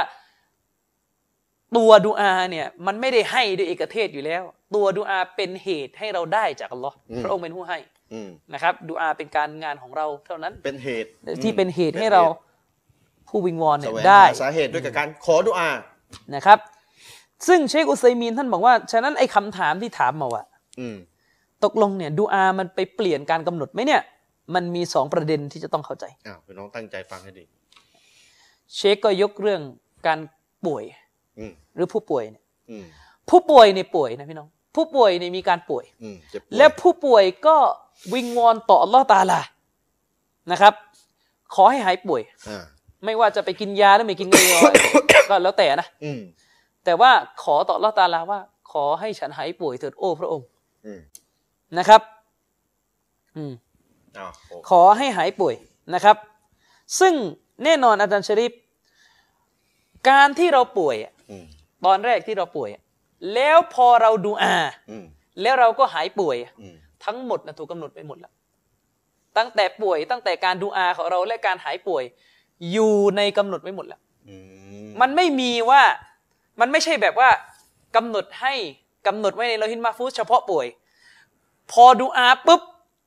B: ตัวดูอาเนี่ยมันไม่ได้ให้ด้วยเอกเทศอยู่แล้ว ตัวดูอาเป็นเหตุให้เราได้จากอัลลอฮ์พระองค์เป็นผู้ให้
A: อืม
B: นะครับดูอาเป็นการงานของเราเท่านั้น
A: เป็นเหตุ
B: ที่เป็นเหตุให้
A: ป็น
B: เราผู้วิงวอนเนี่
A: แส
B: ยว
A: ง
B: ได้
A: หาสาเหตุด้วยกับการขอดูอา
B: นะครับ ซึ่งเชคอุซัยมีนท่านบอกว่า ฉะนั้นไอ้คำถามที่ถามมาว่า
A: อืม
B: ตกลงเนี่ยดูอามันไปเปลี่ยนการกำหนดไหมเนี่ย มันมีสองประเด็นที่จะต้องเข้าใจ
A: อ้าวพี่น้องตั้งใจฟังให้ดี
B: เชคก็ยกเรื่องการป่วย
A: อืม
B: หรือผู้ป่วยเนี่ย
A: อืม
B: ผู้ป่วยในยป่วยนะพี่น้อง ผู้ป่วยในยมีการป่วย
A: อืมเจ็บปวด
B: และผู้ป่วยก็วิงวอนต่ออัลลอฮ์ตะอาลานะครับ ขอให้หายป่วย
A: อ่า
B: ไม่ว่าจะไปกินยาหรือไม่กินยา ก็แล้วแต่นะ
A: อืม
B: แต่ว่าขอต่ออัลลอฮ์ตะอาลาว่า ขอให้ฉันหายป่วยเถิดโอ้พระองค์
A: อืม
B: นะครับ อืม
A: อ้าวโอ้
B: ขอให้หายป่วยนะครับ ซึ่งแน่นอนอาจารย์ชริปการที่เราป่วยอะ
A: อืม
B: ตอนแรกที่เราป่วยอะแล้วพอเราดูอา
A: อืม
B: แล้วเราก็หายป่วยอะ
A: อืม
B: ทั้งหมดนะถูกกำหนดไปหมดแล้ว ตั้งแต่ป่วยตั้งแต่การดูอาของเราและการหายป่วย อยู่ในกำหนดไปหมดแล้ว
A: อืม
B: มันไม่มีว่ามันไม่ใช่แบบว่ากำหนดให้กำหนดไว้ในเราฮินมาฟูสเฉพาะป่วย พอดูอาปุ๊บ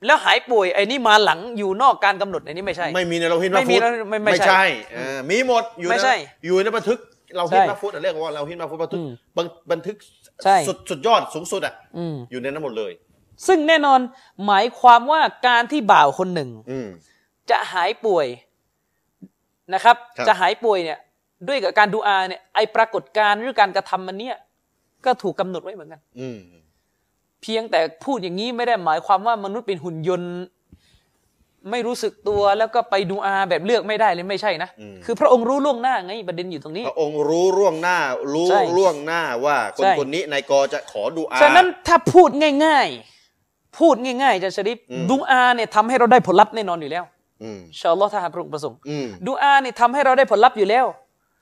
B: แล้วหายป่วยไอ้นี่มาหลังอยู่นอกการกำหนดไอ้นี่ไม่ใช่
A: ไม่มีในเราฮินมา
B: ไม่มี
A: ฟุต
B: ในไม่ไม่ใช่
A: ใช่เออมีหมดอยู่
B: ไม่
A: ใน
B: ใช่
A: อยู่ในบันทึกเราฮิน
B: ใช่
A: มาฟุตอ่ะเรียกว่าเราฮินมาฟุตบันทึก
B: อืม
A: บันบันทึก
B: ใช่
A: สุดสุดยอดสูงสุดอ่ะ
B: อืม
A: อยู่ในนั้นหมดเลย
B: ซึ่งแน่นอนหมายความว่าการที่บ่าวคนหนึ่ง
A: อืม
B: จะหายป่วยนะครับ
A: ครับ
B: จะหายป่วยเนี่ย ด้วยกับการดูอาเนี่ยไอปรากฏการณ์หรือการกระทำมันเนี่ย ก็ถูกกำหนดไว้เหมือนกัน
A: อืม
B: เพียงแต่พูดอย่างนี้ไม่ได้หมายความว่ามนุษย์เป็นหุ่นยนต์ ไม่รู้สึกตัวแล้วก็ไปดูอาแบบเลือกไม่ได้เลยไม่ใช่นะ
A: อืม
B: คือพระองค์รู้ล่วงหน้าไงประเด็นอยู่ตรงนี้
A: พระองค์รู้ร่วงหน้า รู้
B: ใช่
A: ร่วงหน้าว่าคน
B: ใช่
A: คนนี้นายกอจะขอดูอา
B: ฉะนั้นถ้าพูดง่าย ๆ พูดง่ายๆอาจารย์ชริป
A: อืม
B: ดูอาเนี่ยทำให้เราได้ผลลัพธ์แน่นอนอยู่แล้ว
A: อืม
B: อินชาอัลลอฮ์ถ้าหากพระองค์ประสงค์
A: อืม
B: ดูอาเนี่ยทำให้เราได้ผลลัพธ์อยู่แล้ว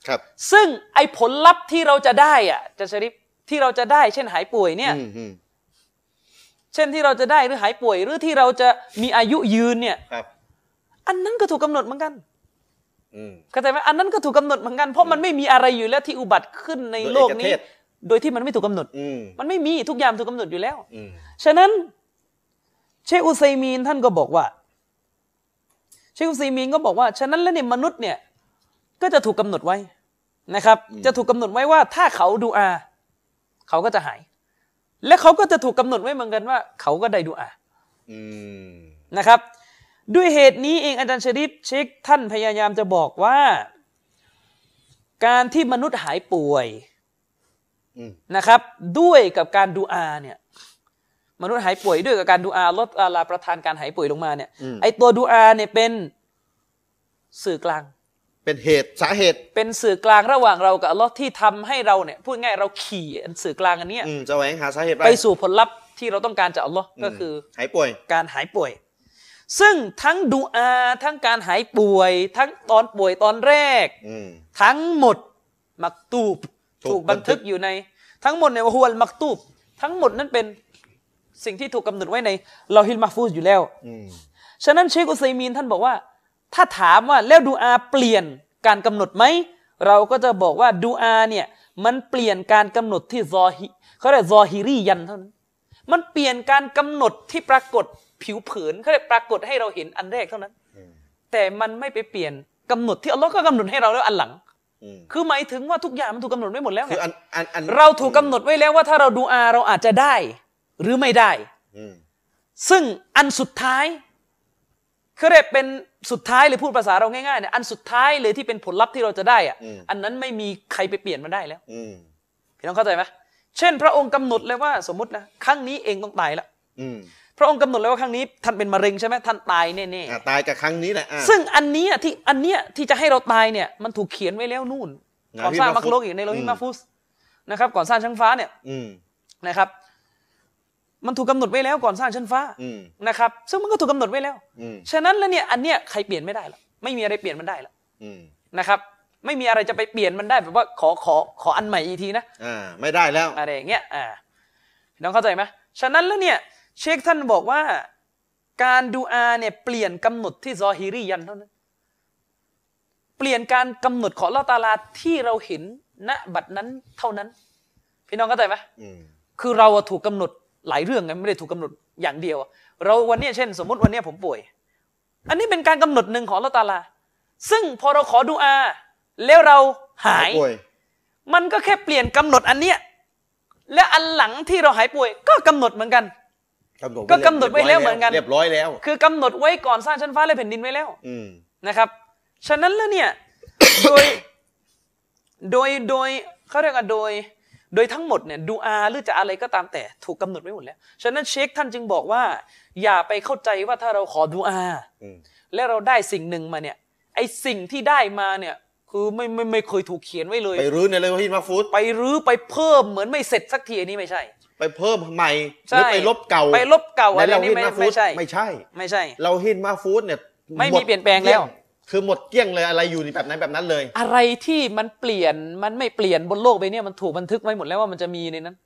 A: ครับ
B: ซึ่งไอ้ผลลัพธ์ที่เราจะได้อะอาจารย์ชริปที่เราจะได้เช่นหายป่วยเนี่ย
A: อืมอืม
B: เช่นที่เราจะได้หรือหายป่วย หรือที่เราจะมีอายุยืนเนี่ย
A: ครับ
B: อันนั้นก็ถูกกำหนดเหมือนกัน
A: อืม
B: เข้าใจไหมอันนั้นก็ถูกกำหนดเหมือนกันเพราะมันไม่มีอะไรอยู่แล้วที่อุบัติขึ้นในโลก
A: โดยเอก
B: นี้
A: เทศ
B: โดยที่มันไม่ถูกกำหนด
A: อืม
B: มันไม่มีทุกอย่างถูกกำหนดอยู่แล้ว
A: อืม
B: ฉะนั้น เชคอุซัยมีนท่านก็บอกว่า เชคอุซัยมีนก็บอกว่า ฉะนั้นแล้วเนี่ยมนุษย์เนี่ย ก็จะถูกกำหนดไว้นะครับ จะถูกกำหนดไว้ว่าถ้าเขาดูอา เขาก็จะหาย และเขาก็จะถูกกำหนดไว้เหมือนกันว่า เขาก็ได้ดูอา
A: อืม
B: นะครับ ด้วยเหตุนี้เองอาจารย์ชริปเช็คท่านพยายามจะบอกว่า การที่มนุษย์หายป่วย
A: อืม
B: นะครับ ด้วยกับการดูอาเนี่ยมนุษย์หายป่วยด้วยกับการดูอาลดอาลาประทานการหายป่วยลงมาเนี่ยไอตัวดูอาเนี่ยเป็นสื่อกลาง
A: เป็นเหตุสาเหตุ
B: เป็นสื่อกลางระหว่างเรากับอัลลอฮ์ที่ทำให้เราเนี่ยพูดง่ายเราขี่อันสื่อกลางอันเนี้ย
A: อืมแสวงหาสาเหตุ
B: ไปสู่ผลลัพธ์ที่เราต้องการจากอัลลอฮ์
A: ม
B: ก็คือ
A: หายป่วย
B: การหายป่วย ซึ่งทั้งดูอาทั้งการหายป่วย ทั้งตอนป่วยตอนแรก
A: อืม
B: ทั้งหมดมักตูบ
A: ถูก
B: ถูกบันทึ
A: บั
B: ก
A: นทึก
B: อยู่ใน ทั้งหมดในวะฮุลมักตูบทั้งหมดนั้นเป็นสิ่งที่ถูกกำหนดไว้ในลอฮิลมาฟูซอยู่แล้ว
A: อืม
B: ฉะนั้นเชคอุซัยมีนท่านบอกว่า ถ้าถามว่าแล้วดูอาเปลี่ยนการกำหนดไหม เราก็จะบอกว่าดูอาเนี่ยมันเปลี่ยนการกำหนดที่ซอฮิเขาเรียกซอฮิรียันเท่านั้น มันเปลี่ยนการกำหนดที่ปรากฏผิวเผินเขาเรียกปรากฏให้เราเห็นอันแรกเท่านั้น แต่มันไม่ไปเปลี่ยนกำหนดที่อัลลอฮ์ก็กำหนดให้เราแล้วอันหลัง
A: อืม
B: คือหมายถึงว่าทุกอย่างมันถูกกำหนดไว้หมดแล้วไง
A: คืออันอันอัน
B: เราถูกกำหนดไว้แล้วว่าถ้าเราดูอาเราอาจจะได้หรือไม่ได้
A: อืม
B: ซึ่งอันสุดท้ายเขาเรียกเป็นสุดท้ายหรือพูดภาษาเราง่ายๆเนี่ยอันสุดท้ายเลยที่เป็นผลลัพธ์ที่เราจะได้อะอันนั้นไม่มีใครไปเปลี่ยนมันได้แล้ว
A: อืม
B: พี่น้องเข้าใจไหมเช่น พระองค์กำหนดเลยว่าสมมตินะครั้งนี้เองต้องตายละ
A: อืม
B: พระองค์กำหนดเลยว่าครั้งนี้ท่านเป็นมะเร็งใช่ไหมท่านตายแน่
A: อ่ะตายกับครั้งนี้แหละอ่ะ
B: ๆซึ่งอันเนี้ยที่อันเนี้ยที่จะให้เราตายเนี่ยมันถูกเขียนไว้แล้วนู่น
A: ใน
B: ก่อนสร้าง
A: ฮิมาฟุต
B: มักโลกอีกในโลหิ
A: อื
B: ต
A: ม
B: มาฟุสนะครับก่อนสร้างชั้นฟ้าเนี่ย
A: อืม
B: นะครับ มันถูกกำหนดไว้แล้วก่อนสร้างชั้นฟ้า
A: อืม
B: นะครับ ซึ่งมันก็ถูกกำหนดไว้แล้ว
A: อืม
B: ฉะนั้นแล้วเนี่ยอันเนี้ยใครเปลี่ยนไม่ได้หรอกไม่มีอะไรเปลี่ยนมันได้หรอก
A: อืม
B: นะครับ ไม่มีอะไรจะไปเปลี่ยนมันได้แบบว่าขอขอขออันใหม่อีกทีนะ
A: อ่าไม่ได้แล้ว
B: อะไรอย่างเงี้ยอ่าพี่น้องเข้าใจไหมฉะนั้นแล้วเนี่ยเชคท่านบอกว่า การดูอาเนี่ยเปลี่ยนกำหนดที่ซอฮิรียันเท่านั้น เปลี่ยนการกำหนดของอัลลอฮ์ตะอาลาที่เราเห็นณบัดนั้นเท่านั้น พี่น้องเข้าใจไหม
A: อืม
B: คือเราอะถูกกำหนดหลายเรื่องไงไม่ได้ถูกกำหนดอย่างเดียวอะเราวันเนี้ยเช่น สมมติวันเนี้ยผมป่วย อันนี้เป็นการกำหนดหนึ่งของอัลลอฮ์ตะอาลา ซึ่งพอเราขอดูอา แล้วเราหาย
A: ป่วย
B: มันก็แค่เปลี่ยนกำหนดอันเนี้ยและอันหลังที่เราหายป่วย ก็กำหนดเหมือนกัน
A: กำหนด
B: ก็กำหนดไว้แล้วเหมือนกัน
A: เรียบร้อยแล้ว
B: คือกำหนดไว้ก่อนสร้างชั้นฟ้าและแผ่นดินไว้แล้ว
A: อืม
B: นะครับ ฉะนั้นแล้วเนี่ย โดย โดย โดยเขาเรียกว่าโดย โดยทั้งหมดเนี่ยดูอาหรือจะอะไรก็ตามแต่ถูกกำหนดไว้หมดแล้ว ฉะนั้นเชคท่านจึงบอกว่า อย่าไปเข้าใจว่าถ้าเราขอดูอา
A: อืม
B: และเราได้สิ่งหนึ่งมาเนี่ย ไอสิ่งที่ได้มาเนี่ย คือไม่ไม่ไม่เคยถูกเขียนไว้เลย
A: ไปรื้อในเลยว่าฮิมาฟูด
B: ไปรื้อไปเพิ่มเหมือนไม่เสร็จสักทีอันนี้ไม่ใช่
A: ไปเพิ่มใหม่หรื
B: ใช่
A: อไปลบเก่า
B: ไปลบเก่า
A: ในเรา
B: อันนี้
A: ฮิ
B: ไม่
A: มาฟูด
B: ไม่ใช่
A: ไม่ใช่
B: ไม่ใช่
A: เราฮิมาฟูดเนี่ย
B: ไม่
A: ห
B: มี
A: ด
B: เปลี่ยนแปลงแล้ว
A: คือหมดเกลี้ยงเลยอะไรอยู่ในแบบไหนแบบนั้นเลย
B: อะไรที่มันเปลี่ยนมันไม่เปลี่ยนบนโลกใบเนี้ยมันถูกบันทึกไว้หมดแล้วว่ามันจะมีในนั้น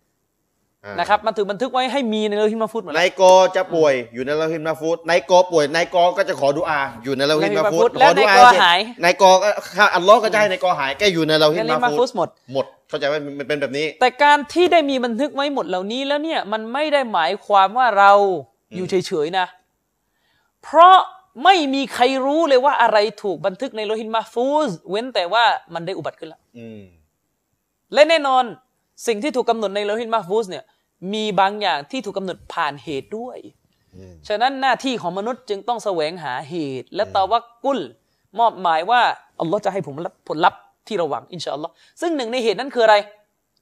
B: นะครับมันถูกบันทึกไว้ให้มีในโลกที่มาฟุตหมดแล้ว
A: นายกอจะป่วยอยู่ในเราฮิมาฟูดนายกอป่วยนายกอก็จะขอดุอาอยู่ในเราฮิมาฟูด
B: แล้วนายกอ
A: เสร็จ
B: หาย
A: นายกอก็ข้าอัลเลอฮ์ก็จะให้นายกอหายแกอยู่ในเราฮิ
B: ในลิ
A: มา
B: มา
A: ฟู
B: ฟุ
A: ด
B: สหมด
A: หมดเข้าใจไหมมันเป็นแบบนี้
B: แต่การที่ได้มีบันทึกไว้หมดเหล่านี้แล้วเนี่ยมันไม่ได้หมายความว่าเราอยู่เฉยๆนะ เพราะไม่มีใครรู้เลยว่าอะไรถูกบันทึกในโลหิตมาฟูสเว้นแต่ว่ามันได้อุบัติขึ้นแล้ว
A: อืม
B: และแน่นอนสิ่งที่ถูกกำหนดในโลหิตมาฟูสเนี่ยมีบางอย่างที่ถูกกำหนดผ่านเหตุด้วย ฉะนั้นหน้าที่ของมนุษย์จึงต้องแสวงหาเหตุ และตะวักกุล มอบหมายว่าอัลลอฮ์จะให้ผมรับผลลัพธ์ที่เราหวังอินชาอัลลอฮ์ซึ่งหนึ่งในเหตุนั้นคืออะไร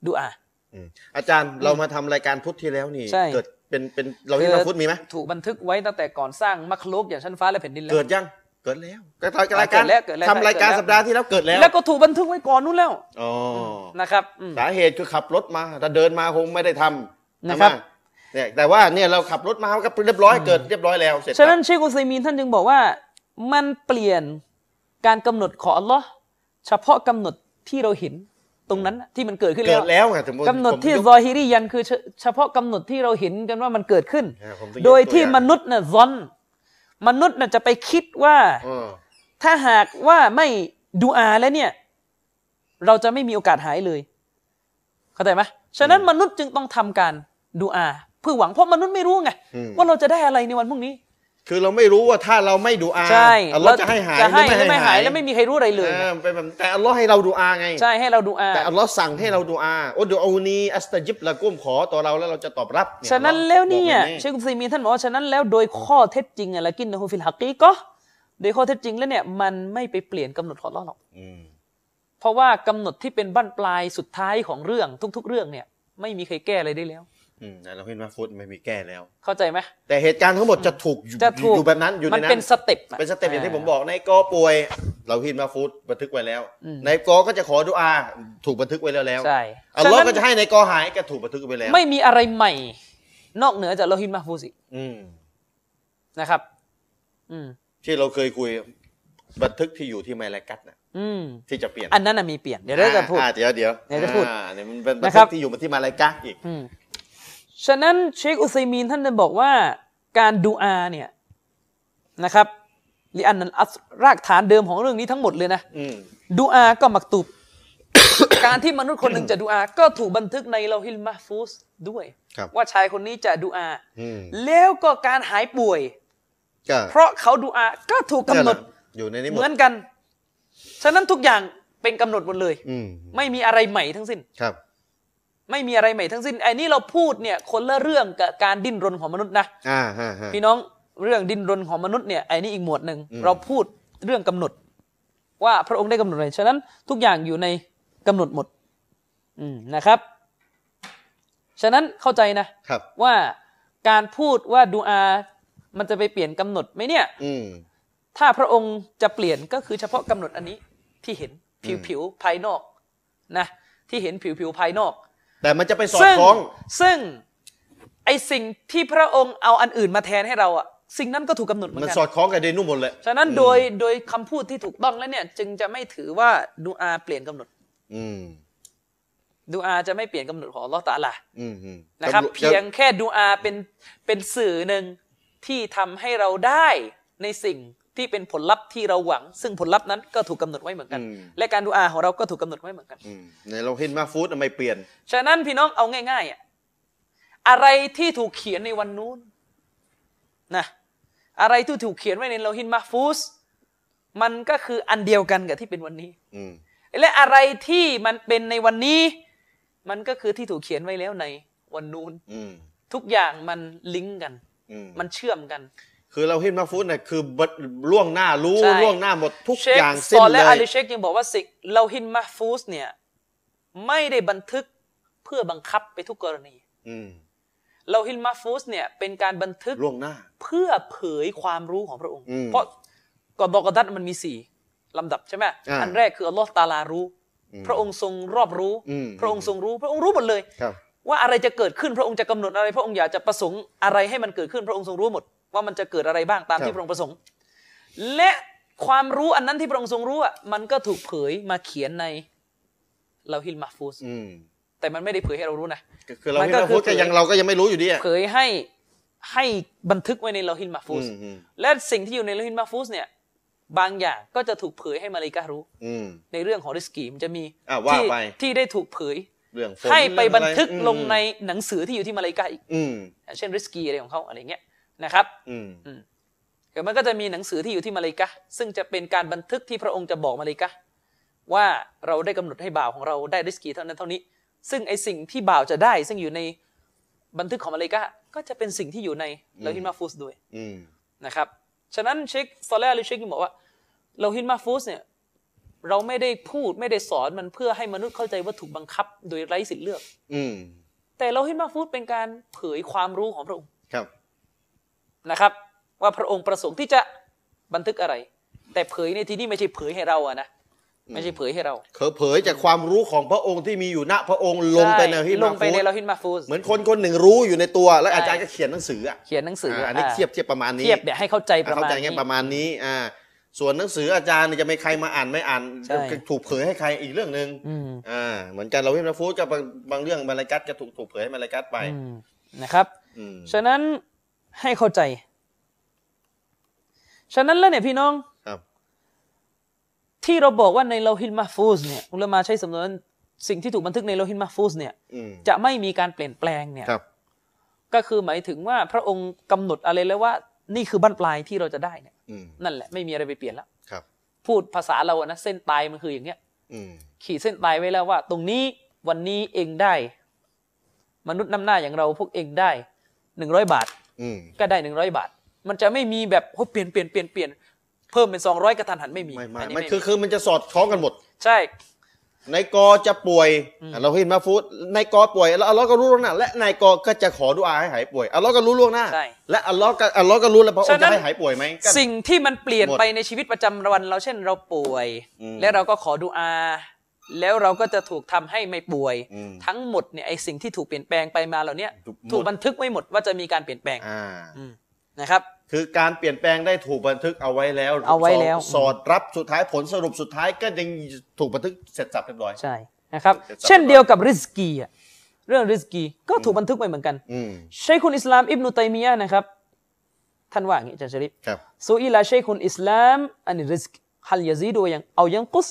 B: ดูอา
A: อืมอาจารย์เรามาทำรายการพุทธที่แล้วนี่
B: ใช่
A: เกิดเป็นเป็นเราเรียกว่าพุทธมีไหม
B: ถูกบันทึกไว้ตั้งแต่ก่อนสร้างมัคลุกอย่างชั้นฟ้าและแผ่นดินแล้ว
A: เกิดยังเกิดแล้วก็ทำรายการ
B: เกิดแล้วเกิดแล้ว
A: ทำรายการสัปดาห์ที่แล้วเกิดแล้ว
B: แล้วก็ถูกบันทึกไว้ก่อนนู้นแล้ว
A: อ๋อ
B: นะครับอืม
A: สาเหตุคือขับรถมาถ้าเดินมาคงไม่ได้ทำ
B: นะครับ
A: ทำมาเนี่ยแต่ว่าเนี่ยเราขับรถมาก็เรียบร้อยเกิดเรียบร้อยแล้วเสร็จ
B: ฉะนั้นเชคอุซัยมีนท่านจึงบอกว่ามันเปลี่ยนการกำหนดของอัลลอฮ์เฉพาะกำหนดที่เราเห็นตรงนั้นน่ะที่มันเกิดขึ้น
A: เกิ
B: แล้
A: ด
B: ว
A: แล้วไงถึงผม
B: กำหนดที่
A: ผมย
B: ซอฮิรียันคือเฉเฉพาะกำหนดที่เราเห็นกันว่ามันเกิดขึ้น
A: อ่าผมต้องยกตัวอย่าง
B: โดยที่มนุษย์น่ะซอนมนุษย์น่ะจะไปคิดว่า
A: เออ
B: ถ้าหากว่าไม่ดูอาแล้วเนี่ย เราจะไม่มีโอกาสหายเลย เข้าใจไหมฉะนั้นมนุษย์จึงต้องทำการดูอาเพื่อหวังเพราะมนุษย์ไม่รู้ไงว่าเราจะได้อะไรในวันพรุ่งนี้
A: คือเราไม่รู้ว่าถ้าเราไม่ดูอา
B: ใช่
A: อัลลอฮ์จะให้หาย
B: จะให้
A: รือ
B: หรือไม่หายแล้วไม่มีใครรู้อะไรเลย
A: เออเป็นแบบแต่อัลลอฮ์ให้เราดูอาไง
B: ใช่ให้เราดูอา
A: แต่อัลลอฮ์สั่งให้เราดูอาโอ้ดูอานีอัสตะจิบละกุ้มขอต่อเราแล้วเราจะตอบรับเย
B: ฉะนั้นแล้วเนี่ย
A: บอกแบบ
B: เชคกุซีมีนท่านบอกว่าฉะนั้นแล้วโดยข้อเท็จจริงอะละกินนะฮูฟิลฮักกีก็โดยข้อเท็จจริงแล้วเนี่ยมันไม่ไปเปลี่ยนกำหนดของเราหรอก
A: อืม
B: เพราะว่ากำหนดที่เป็นบั้นปลายสุดท้ายของเรื่องทุก ๆ เรื่องเนี่ย ไม่มีใครแก้อะไรได้แล้ว
A: อืมแต่เราเห็นว่าฟุตไม่มีแก้แล้ว
B: เข้าใจไหม
A: แต่เหตุการณ์ทั้งหมดจะถูกอยู่
B: จะถูก
A: อยู่แบบนั้นอยู่ใน
B: มัน
A: นั้น
B: เป็นสเต็ปอะ
A: เป็นสเต็ปอย่างที่ผมบอกในกอป่วย เราเห็นว่าฟุตบันทึกไว้แล้ว ในกอก็จะขอดูอาถูกบันทึกไว้แล้วแล้ว
B: ใช่
A: อัลลอฮ์
B: ฉะนั้น
A: ก็จะให้ในกอหายก็ถูกบันทึกไว้แล้ว
B: ไม่มีอะไรใหม่ นอกเหนือจากโลหิตมาฟูซิ
A: อืม
B: นะครับ อืม
A: ที่เราเคยคุยบันทึกที่อยู่ที่ไมลากัตนะ
B: อืม
A: ที่จะเปลี่ยน
B: อันนั้นน่ะมีเปลี่ยนเดี๋ยวเราจะพูด
A: อ่าเดี๋ยวเดี๋ยว
B: เดี๋ยวจะพูด
A: อ่าเนี่ยมันเป็นบัน
B: นะค
A: ทึ
B: รับ
A: กที่อยู่ที่มาลากัตอีก
B: อืมฉะนั้นเชคอุซัยมีนท่านได้บอกว่าการดูอาเนี่ยนะครับลิอันนันอัสรากฐานเดิมของเรื่องนี้ทั้งหมดเลยนะ
A: อืม
B: ดูอาก็มักตุบ การที่มนุษย์คนหนึ่งจะดูอา ก็ถูกบันทึกในเราฮิลมาฟูสด้วย
A: ครับ
B: ว่าชายคนนี้จะดูอา
A: อืม
B: แล้วก็การหายป่วย
A: ก็
B: เพราะเขาดูอาก็ถูกกำหนด
A: อยู่ในนี้หม
B: เหมื
A: ด
B: อนกัน ฉะนั้นทุกอย่างเป็นกำหนดหมดเลย
A: อืม
B: ไม่มีอะไรใหม่ทั้งสิ้น
A: ครับ
B: ไม่มีอะไรใหม่ทั้งสิ้นไอ้นี่เราพูดเนี่ยคนละเรื่องกับการดิ้นรนของมนุษย์นะ
A: อ่าฮะฮะ
B: พี่น้องเรื่องดิ้นรนของมนุษย์เนี่ยไอ้นี่อีกหมวดหนึ่ง
A: อืม
B: เราพูดเรื่องกำหนด ว่าพระองค์ได้กำหนดอะไร ฉะนั้นทุกอย่างอยู่ในกำหนดหมด อืมนะครับ ฉะนั้นเข้าใจนะ
A: ครับ
B: ว่าการพูดว่าดูอา มันจะไปเปลี่ยนกำหนดไหมเนี่ย
A: อืม
B: ถ้าพระองค์จะเปลี่ยนก็คือเฉพาะกำหนดอันนี้ที่เห็นผิวผิวๆภายนอกนะที่เห็นผิวผิวๆภายนอก
A: แต่มันจะไปสอด
B: ซึ่ง
A: คล้อง
B: ซึ่งไอสิ่งที่พระองค์เอาอันอื่นมาแทนให้เราอะสิ่งนั้นก็ถูกกำหนดเหมือ
A: มัน
B: นกัน
A: สอดคล้องกับเดนุ่มหมดเลย
B: ฉะนั้นโดยโดยคำพูดที่ถูกต้องแล้วเนี่ย จึงจะไม่ถือว่าดูอาเปลี่ยนกำหนด
A: อืม
B: ดูอาจะไม่เปลี่ยนกำหนดของอัลลอฮ์ตะอาลา
A: อืมอืม
B: นะครับ
A: จ
B: เพียงแค่ดูอาเป็นเป็นสื่อหนึ่งที่ทำให้เราได้ในสิ่งที่เป็นผลลัพธ์ที่เราหวัง ซึ่งผลลัพธ์นั้นก็ถูกกำหนดไว้เหมือนกัน และการดูอาของเราก็ถูกกำหนดไว้เหมือนกัน
A: อืมในเราเห็นมาฟูดไม่เปลี่ยน
B: ฉะนั้นพี่น้องเอาง่ายๆอะอะไรที่ถูกเขียนในวันนู้นนะอะไรที่ถูกเขียนไว้ในเราฮินมาฟูสมันก็คืออันเดียวกันกับที่เป็นวันนี้
A: อืม
B: และอะไรที่มันเป็นในวันนี้ มันก็คือที่ถูกเขียนไว้แล้วในวันนู้น
A: อืม
B: ทุกอย่างมันลิงก์กัน
A: อืม
B: มันเชื่อมกัน
A: คือเราเห็นมาฟูดเนี่ยคือบัดล่วงหน้ารู้
B: ใช่
A: ล่วงหน้าหมดทุก
B: เช
A: อย่าง
B: ซ
A: สิ้น
B: อน
A: เล
B: และอาลี
A: ย
B: เชคยังบอกว่าสิเราฮินมาฟูสเนี่ย ไม่ได้บันทึกเพื่อบังคับไปทุกกรณี
A: อืม
B: เราฮินมาฟูสเนี่ยเป็นการบันทึก
A: ล่วงหน้า
B: เพื่อเผยความรู้ของพระองค์
A: อืม
B: เพราะกอบอกอดัตมันมีสี่ลำดับใช่ไหม
A: อ่า
B: อันแรกคืออัลลอฮ์ตาลารู้
A: อืม
B: พระองค์ทรงรอบรู้
A: อืม
B: พระองค์ทรงรู้ พระองค์รู้หมดเลย
A: ครับ
B: ว่าอะไรจะเกิดขึ้นพระองค์จะกำหนดอะไร พระองค์อยากจะประสงค์อะไรให้มันเกิดขึ้นพระองค์ทรงรู้หมด ว่ามันจะเกิดอะไรบ้างตาม
A: ครั
B: ที่
A: บ
B: พระองค์ประสงค์ และความรู้อันนั้นที่พระองค์ทรงรู้อ่ะมันก็ถูกเผยมาเขียนในเราฮิลมาฟูส
A: อืม
B: แต่มันไม่ได้เผยให้เรารู้นะ
A: ก็คือเรา
B: มัน
A: เห็น
B: ก็
A: มาฟูด
B: คือ
A: ก็ยังเราก็ยังไม่รู้อยู่ดีอะ
B: เผยให้ให้บันทึกไว้ในเราฮิลมาฟูส
A: อืมอืม
B: และสิ่งที่อยู่ในเราฮิลมาฟูสเนี่ยบางอย่างก็จะถูกเผยให้มาเลการู้
A: อืม
B: ในเรื่องของริสกีมันจะมี
A: อ่ะว่า
B: ที่
A: ไป
B: ที่ได้ถูกเผย
A: เรื่องฝน
B: ให้ไปบันทึก
A: เรื่องอะไร
B: ลงในหนังสือที่อยู่ที่มาเลกาอีก
A: อืม
B: อย่างเช่นริสกีอะไรของเขาอะไรเงี้ยนะครับ
A: อืม
B: เดี๋ยวมันก็จะมีหนังสือที่อยู่ที่มาเลกาซึ่งจะเป็นการบันทึกที่พระองค์จะบอกมาเลกาว่าเราได้กำหนดให้บ่าวของเราได้ริสกีเท่านั้นเท่านี้ ซึ่งไอสิ่งที่บ่าวจะได้ ซึ่งอยู่ในบันทึกของมาเลกา ก็จะเป็นสิ่งที่อยู่ในลาฮินมาฟูสด้วย
A: อืม
B: นะครับ ฉะนั้นเชคซอลแลหรือเชคนี่บอกว่าเราฮินมาฟูสเนี่ยเราไม่ได้พูดไม่ได้สอนมันเพื่อให้มนุษย์เข้าใจว่าถูกบังคับโดยไร้สิทธิ์เลือก
A: อืม
B: แต่เราฮินมาฟูสเป็นการเผยความรู้ของพระองค์
A: ครับ
B: นะครับ ว่าพระองค์ประสงค์ที่จะบันทึกอะไร แต่เผยในที่นี้ไม่ใช่เผยให้เราอะนะไม่ใช่เผยให้เรา
A: เผยจากความรู้ของพระองค์ที่มีอยู่ณพระองค์ลงไปในฮิ
B: ล
A: มาง
B: ไป
A: ฟู
B: ใน
A: ด
B: เราฮินมาฟูส
A: เหมือนคนคนหนึ่งรู้อยู่ในตัว แล้ว
B: ใช่
A: อาจารย์ก็เขียนหนังสืออ่ะ
B: เขียนหนังสือ
A: อ่า
B: อ่ะ
A: อันนี้เทียบเทียบประมาณนี้
B: เทียบเนี่ยให้เข้าใจประ
A: เข้า
B: มาณ
A: ใจไง
B: นี้
A: ประมาณนี้อ่าส่วนหนังสืออาจารย์เนี่ยจะไม่ใครมาอ่านไม่อ่าน
B: ใช่
A: จะถูกเผยให้ใครอีกเรื่องหนึ่ง
B: อืม
A: อ่าเหมือนกันเราฮิมางฟูดกับบางบางเรื่องมาลากัตก็ถูกถูกเผยให้มาลากัตไป
B: อืมนะครับ
A: อืม
B: ฉะนั้นให้เข้าใจ ฉะนั้นแล้วเนี่ยพี่น้อง
A: ครับ
B: ที่เราบอกว่าในเราฮินมาฟูสเนี่ยอุลามาใช้สำนวนสิ่งที่ถูกบันทึกในเราฮินมาฟูสเนี่ย
A: อืม
B: จะไม่มีการเปลี่ยนแปลงเนี่ย
A: ครับ
B: ก็คือหมายถึงว่าพระองค์กำหนดอะไรแล้วว่า นี่คือบั้นปลายที่เราจะได้เนี่ย
A: อืม
B: นั่นแหละไม่มีอะไรไปเปลี่ยนแล้ว
A: ครับ
B: พูดภาษาเราอะนะเส้นตายมันคืออย่างเงี้ย
A: อืม
B: ขีดเส้นตายไว้แล้วว่า ตรงนี้วันนี้เองได้ มนุษย์นำหน้าอย่างเราพวกเองได้หนึ่งร้อยบาท
A: อืม
B: ก็ได้หนึ่งร้อยบาท มันจะไม่มีแบบโอ้เปลี่ยนเปลี่ยนเปลี่ยนเปลี่ยนเพิ่มเป็นสองร้อยกระทันหันไม่มี
A: ไม่ไม่
B: อันนี้
A: มันคือคือมันจะสอดคล้องกันหมด
B: ใช่
A: นายกอจะป่วยอ่ะเราเห็นมาฟูดนายกอป่วยแล้วอัลเลอฮ์ก็รู้ล่วงหน้าและนายกอก็จะขอดุอาให้หายป่วยอัลเลอฮ์ก็รู้ล่วงหน้า
B: ใช่
A: และอัลเลอฮ์ก็อัลเลอฮ์ก็รู้แล้วพระอง
B: ฉะ
A: ค์
B: นั้
A: จะ
B: น
A: ให้หายป่วยไหมก็
B: สิ่งที่มันเปลี่ยน
A: หมด
B: ไปในชีวิตประจำวันเราเช่นเราป่วย
A: อืม
B: และเราก็ขอดุอา แล้วเราก็จะถูกทำให้ไม่ป่วย
A: อืม
B: ทั้งหมดเนี่ยไอสิ่งที่ถูกเปลี่ยนแปลงไปมาเหล่าเนี้ย
A: ถูกหมด
B: ถูกบันทึกไว้หมดว่าจะมีการเปลี่ยนแปลง
A: อ่า
B: อืมนะครับ
A: คือการเปลี่ยนแปลงได้ถูกบันทึกเอาไว้แล้ว
B: เอาไว้แล้ว
A: สอดสอดรับสุดท้ายผลสรุปสุดท้ายก็ยังถูกบันทึกเสร็จสับเรียบร้อย
B: ใช่นะครับ
A: จะจำ
B: เช่นเดียวกับริสกีอะเรื่องริสกีก็ถูกบันทึกไปเหมือนกัน
A: อืม
B: เชคุนอิสลามอิบนุตัยมียะห์นะครับท่านว่าอย่างนี้อาจารย์ชริป
A: ครับ
B: ซูอิลาเชคุนอิสลามอันริสกฮัลยาซีดวยังเอายังกุส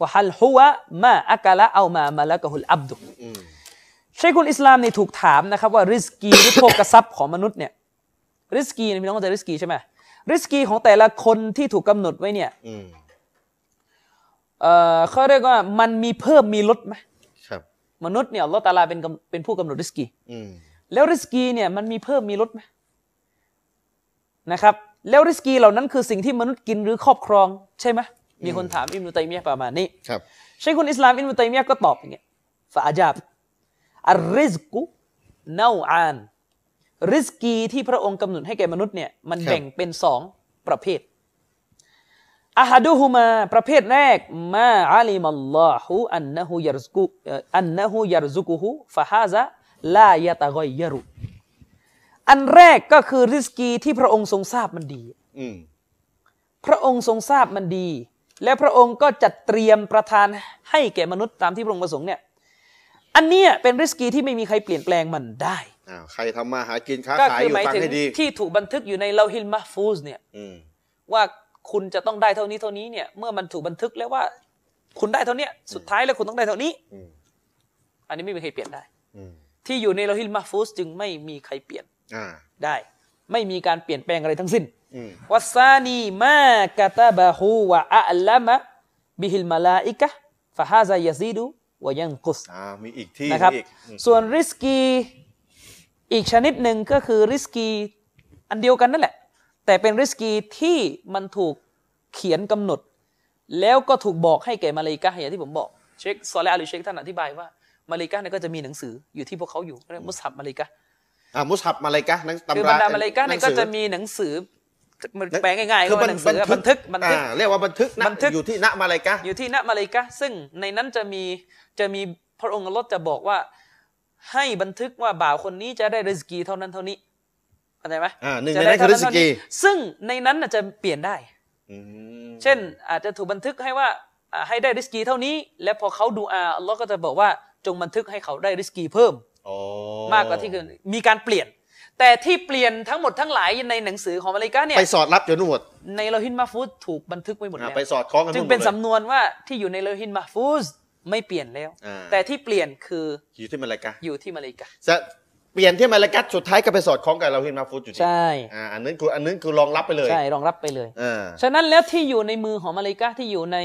B: วะฮัลฮุวะมาอักละเอามามาละกะฮุลอับดุ
A: อืม
B: เชคุนอิสลามเนี่ยถูกถามนะครับว่าริสกีหรือโภกทรัพย์ของมนุษย์เนี่ยริสกีเนี่ยพี่น้องเข้าใจริสกีใช่ไหมริสกีของแต่ละคนที่ถูกกำหนดไว้เนี่ย
A: อืม
B: เอ่อเขาเรียกว่ามันมีเพิ่มมีลดไหม
A: ครับ
B: มนุษย์เนี่ยอัลลอฮ์ตะอาลาเป็นกำเป็นผู้กำหนดริสกี
A: อืม
B: แล้วริสกีเนี่ยมันมีเพิ่มมีลดไหมนะครับ แล้วริสกีเหล่านั้นคือสิ่งที่มนุษย์กินหรือครอบครอง ใช่ไหมมีคนถามอิมนุตัยมียะห์ประมาณนี้
A: ครับ
B: ใช่คุณอิสลามอิมนุตัยมียะห์ก็ตอบอย่างเงี้ยฟาอาจาบอัลริสกุเนาอานริสกีที่พระองค์กำหนดให้แก่มนุษย์เนี่ยมันแบ่งเป็นสองประเภทอาฮาดูฮุมาประเภทแรกมาอาลิมัลลอฮุอันนะฮูยารซุกุเอ่ออันนะฮูยารซุกุฮุฟะฮาซะลายะตะกอยยะรุ อันแรกก็คือริสกีที่พระองค์ทรงทราบมันดี
A: อืม
B: พระองค์ทรงทราบมันดี และพระองค์ก็จัดเตรียมประทานให้แก่มนุษย์ตามที่พระองค์ประสงค์เนี่ย อันเนี้ยเป็นริสกีที่ไม่มีใครเปลี่ยนแปลงมันได้
A: อ้าวใครทำมาหากินค้า
B: ก็
A: ขาย
B: คื
A: อยู่
B: หมาย
A: ฟัง
B: ถึง
A: ให้ดี
B: ที่ถูกบันทึกอยู่ในเลาฮิลมาฟูสเนี่ย
A: อืม
B: ว่าคุณจะต้องได้เท่านี้เท่านี้เนี่ยเมื่อมันถูกบันทึกแล้วว่า คุณได้เท่าเนี้ยสุดท้ายแล้วคุณต้องได้เท่านี้
A: อืม
B: อันนี้ไม่มีใครเปลี่ยนได้
A: อืม
B: ที่อยู่ในเลาฮิลมาฟูสจึงไม่มีใครเปลี่ยน
A: อ่า
B: ได้ ไม่มีการเปลี่ยนแปลงอะไรทั้งสิ้น
A: อืม
B: วัสซานีมากะตาบะฮูวะอัลลามะบิฮิลมาลาอิกะฟะฮาซายาซีดูวะยังกุส
A: อ่ามีอีกที่
B: นะครับ
A: มีอีกอืม
B: ส่วนริสกีอีกชนิดหนึ่งก็คือริสกีอันเดียวกันนั่นแหละ แต่เป็นริสกีที่มันถูกเขียนกำหนด แล้วก็ถูกบอกให้แก่มาเลาอิกะห์อย่างที่ผมบอกเชคซอลและอาลีเชคท่านอธิบายว่ามาเลาอิกะห์เนี่ยก็จะมีหนังสืออยู่ที่พวกเขาอยู่เรียกมุสฮับมาเลาอิกะห์
A: อ่ามุสฮับมาเลยกะหนังตำรา
B: คือบรรดามาเลาอิกะห์เนี่ยก็
A: หงสื
B: จะ
A: อ
B: มีหนังสือแปลง่ายๆ
A: คือ
B: ว่าหนังสือบันทึกบันทึก
A: อ่าเรียกว่าบันทึกนะ
B: บันทึก
A: อยู่ที่ณมาลายกะ
B: อยู่ที่ณมาเลกะห์ซึ่งในนั้นจะมีจะมีพระองค์อัลลดจะบอกว่า ให้บันทึกว่าบ่าวคนนี้จะได้ริสกีเท่านั้นเท่านี้เข้าใจไหม
A: อ่าหนึ่ง
B: จะ
A: ใน
B: ได้
A: นั้นคือริส
B: เท่านั้นเท่า
A: กี
B: นี้ซึ่งในนั้นน่ะจะเปลี่ยนได้
A: อืม
B: เช่น อาจจะถูกบันทึกให้ว่าอ่าให้ได้ริสกีเท่านี้ และพอเขาดูอาอัลลอฮ์ก็จะบอกว่าจงบันทึกให้เขาได้ริสกีเพิ่ม
A: อ๋อ
B: มากกว่าที่คือมีการเปลี่ยน แต่ที่เปลี่ยนทั้งหมดทั้งหลายในหนังสือของมาเลกะห์เนี่ย
A: ไปสอดรับจนหมด
B: ในเราฮินมาฟูดถูกบันทึกไว้หมด
A: อ่า
B: แล้ว
A: ไปสอดคล้องกัน
B: จึง
A: หมด
B: เป็น
A: ลย
B: สำนวนว่าที่อยู่ในเลอฮินมาฟูสไม่เปลี่ยนแล้ว
A: อ่า
B: แต่ที่เปลี่ยนคือ
A: อยู่ที่มาลายกะ
B: อยู่ที่มาเลเกา
A: จะเปลี่ยนที่มาลายกะสุดท้ายก็ไปสอดคล้องกับเราเห็นมาฟูดอยู่ดี
B: ใช่
A: อ่าอันนั้นคืออันนั้นคือรองรับไปเลย
B: ใช่รองรับไปเลย
A: อ่า
B: ฉะนั้นแล้วที่อยู่ในมือของมาเลเกาที่อยู่ใน